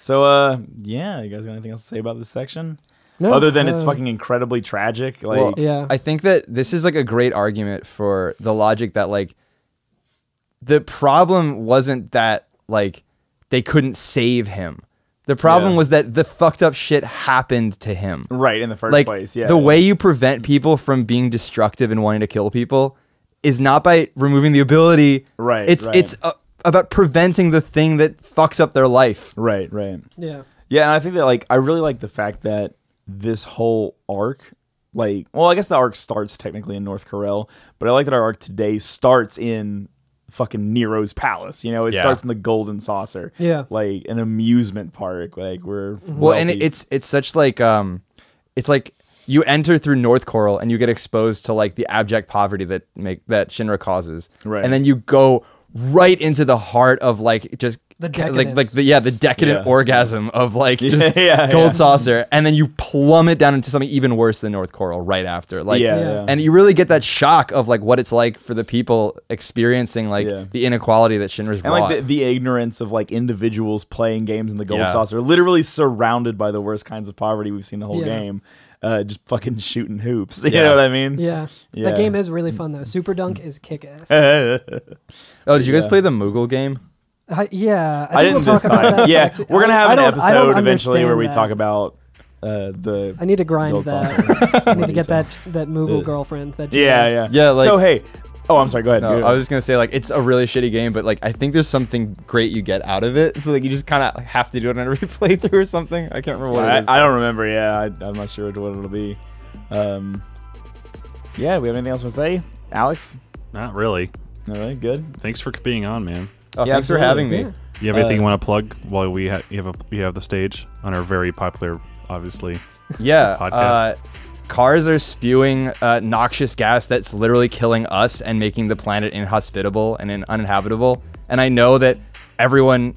B: so, uh, yeah, you guys got anything else to say about this section?
C: No.
B: Other than it's
C: uh,
B: fucking incredibly tragic. Like,
D: Well,
C: Yeah.
D: I think that this is like a great argument for the logic that like the problem wasn't that like they couldn't save him. The problem
B: Yeah.
D: was that the fucked up shit happened to him.
B: right in the first
D: like
B: place. Yeah,
D: the
B: yeah.
D: way you prevent people from being destructive and wanting to kill people is not by removing the ability.
B: Right,
D: It's
B: right.
D: it's uh, about preventing the thing that fucks up their life.
B: Right, right.
C: Yeah.
B: Yeah, and I think that like I really like the fact that this whole arc, like, well, I guess the arc starts technically in North Corel, but I like that our arc today starts in fucking Nero's palace. You know, it
A: Yeah.
B: starts in the Golden Saucer.
C: Yeah.
B: like an amusement park. Like we're
D: Well, and it,
B: wealthy.
D: it's it's such like um, it's like you enter through North Coral and you get exposed to like the abject poverty that make that Shinra causes,
B: Right.
D: And then you go right into the heart of like just
C: The
D: ca- like
C: decadence.
D: like the yeah the decadent
B: Yeah.
D: orgasm of like just
B: yeah,
D: gold
B: yeah.
D: saucer, and then you plummet down into something even worse than North Coral right after, like
B: Yeah,
C: Yeah.
B: yeah.
D: and you really get that shock of like what it's like for the people experiencing like
B: Yeah.
D: the inequality that Shinra's
B: and
D: brought.
B: like the, the ignorance of like individuals playing games in the gold
D: Yeah.
B: saucer literally surrounded by the worst kinds of poverty we've seen the whole
C: Yeah.
B: game uh just fucking shooting hoops you
D: Yeah.
B: know what i mean
C: Yeah.
B: Yeah. Uh-huh.
C: That game is really fun though. Super Dunk is kick ass.
D: oh, did you guys
B: yeah.
D: play the Moogle game?
C: I- yeah,
B: i didn't
C: we'll talk
B: this time
C: about that.
B: yeah
C: next week.
B: we're gonna
C: I-
B: have
C: I
B: an
C: don't- I don't
B: episode eventually where we
C: understand
B: talk
C: that.
B: about uh the
C: I need to grind
B: gold
C: that.
B: saucer
C: I need to get that that Moogle
B: Ugh.
C: girlfriend. That
B: Uh, yeah
C: GF.
B: yeah
D: Yeah, like-
B: so hey oh i'm sorry go ahead
D: No,
B: You-
D: I was just gonna say like it's a really shitty game, but like I think there's something great you get out of it. So like you just kind of have to do it on every playthrough or something. I can't remember what it
B: I,
D: is.
B: I don't remember yeah I, i'm not sure what it'll be um yeah we have anything else to say alex
A: Not really.
B: all right good
A: Thanks for being on, man.
D: Oh,
B: Yeah,
D: thanks for
B: absolutely.
D: having me.
C: Yeah.
A: You have anything you want to plug while we ha- you have a, you have the stage on our very popular, obviously.
D: Yeah.
A: Podcast.
D: Uh, cars are spewing uh, noxious gas that's literally killing us and making the planet inhospitable and in- uninhabitable. And I know that everyone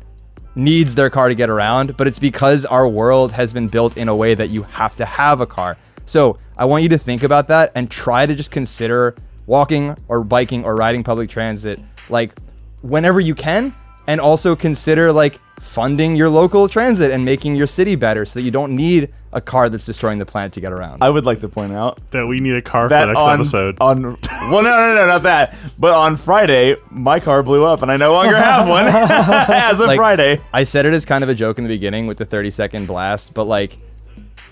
D: needs their car to get around, but it's because our world has been built in a way that you have to have a car. So I want you to think about that and try to just consider walking or biking or riding public transit like whenever you can and also consider like funding your local transit and making your city better so that you don't need a car that's destroying the planet to get around.
B: i would like to point out
A: That we need a car for
B: that
A: the next
B: on,
A: episode.
B: on well no no no not that but on friday my car blew up and i no longer have one as of
D: Like,
B: friday
D: I said it as kind of a joke in the beginning with the 30 second blast, but like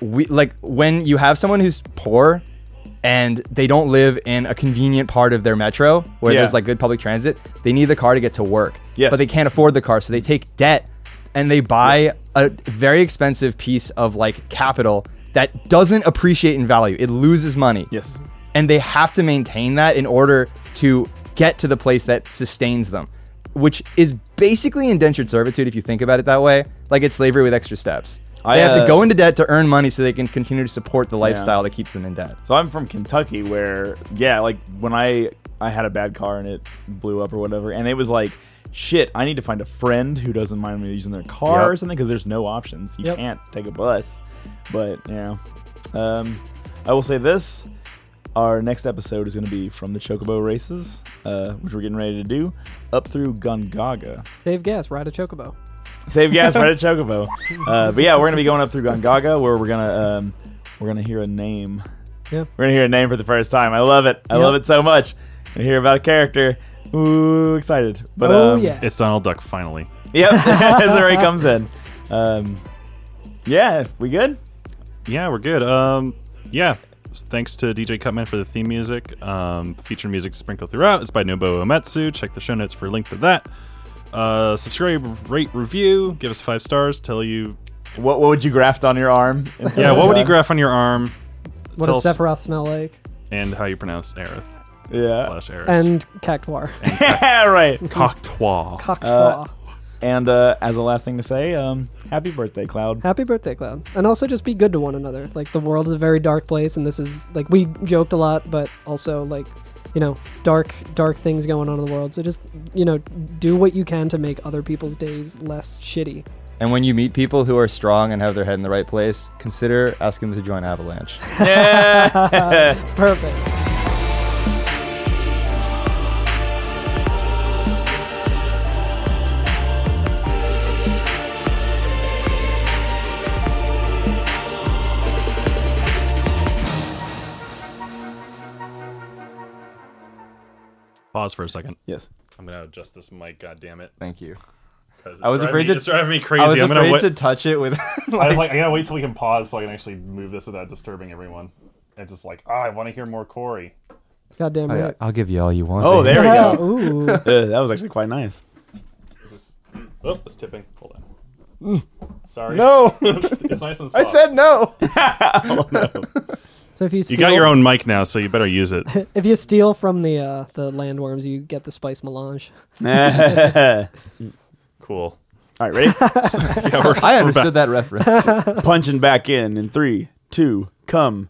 D: we like when you have someone who's poor and they don't live in a convenient part of their metro where
B: Yeah.
D: there's like good public transit, they need the car to get to work.
B: Yes.
D: But they can't afford the car, so they take debt and they buy a very expensive piece of like capital that doesn't appreciate in value. It loses money.
B: yes
D: and they have to maintain that in order to get to the place that sustains them, which is basically indentured servitude if you think about it that way. Like it's slavery with extra steps.
B: I,
D: they have
B: uh,
D: to go into debt to earn money so they can continue to support the lifestyle that keeps them in debt.
B: So I'm from Kentucky, where yeah, like when I I had a bad car and it blew up or whatever, and it was like, shit, I need to find a friend who doesn't mind me using their car
D: Yep.
B: or something because there's no options. You
C: Yep.
B: can't take a bus. But yeah, um, I will say this: our next episode is going to be from the Chocobo races, uh, which we're getting ready to do, up through Gungaga.
C: Save gas, ride a chocobo.
B: Save gas, right at Chocobo. Uh, but yeah, we're gonna be going up through Gongaga, where we're gonna um, we're gonna hear a name.
C: Yeah.
B: We're gonna hear a name for the first time. I love it. I
C: Yeah.
B: love it so much. And hear about a character. Ooh, excited. But
C: oh
B: um,
C: yeah.
A: It's Donald Duck finally.
B: yep. That's where he comes in. Um, yeah, we good?
A: Yeah, we're good. Um, yeah. Thanks to DJ Cutman for the theme music. Um, featured music sprinkled throughout. It's by Nobuo Uematsu. Check the show notes for a link to that. Uh, subscribe, rate, review. Give us five stars. Tell you.
B: What what would you graft on your arm?
A: Yeah, what would you graph on your arm?
C: What
A: tell
C: does
A: us-
C: Sephiroth smell like?
A: And how you pronounce Aerith
B: Yeah.
A: slash Aerith.
C: And Cactuar.
B: yeah, right.
A: Coctwa.
C: Cactuar.
B: And uh, as a last thing to say, um, happy birthday, Cloud.
C: Happy birthday, Cloud. And also just be good to one another. Like the world is a very dark place and this is like we joked a lot, but also like, you know, dark dark things going on in the world. So just, you know, do what you can to make other people's days less shitty.
D: And when you meet people who are strong and have their head in the right place, consider asking them to join Avalanche.
C: Perfect.
A: Pause for a second.
B: Yes.
A: I'm gonna adjust this mic. God damn it!
D: Thank you.
A: 'cause it's
D: I was
A: driving
D: afraid
A: me,
D: to-
A: It's driving me
D: I was
A: crazy. I'm gonna
D: afraid
A: wait.
D: to touch it with.
A: I was like, I gotta wait till we can pause so I can actually move this without disturbing everyone. And just like, ah, I want to hear more Corey.
C: Goddamn right.
D: I'll give you all you want.
B: Oh,
D: baby.
B: there we
C: Yeah,
B: go.
C: ooh.
B: Uh, that was actually quite nice.
A: Is this? Oh, it's tipping. Hold on. Sorry.
D: Mm. No,
A: it's nice and
D: I
A: soft.
D: said no.
C: So if you
A: you
C: steal,
A: got your own mic now, so you better use it.
C: if you steal from the uh, the landworms, you get the spice melange.
A: Cool.
B: All right, ready?
A: Yeah, we're,
D: I understood that reference.
B: punching back in in three, two, come.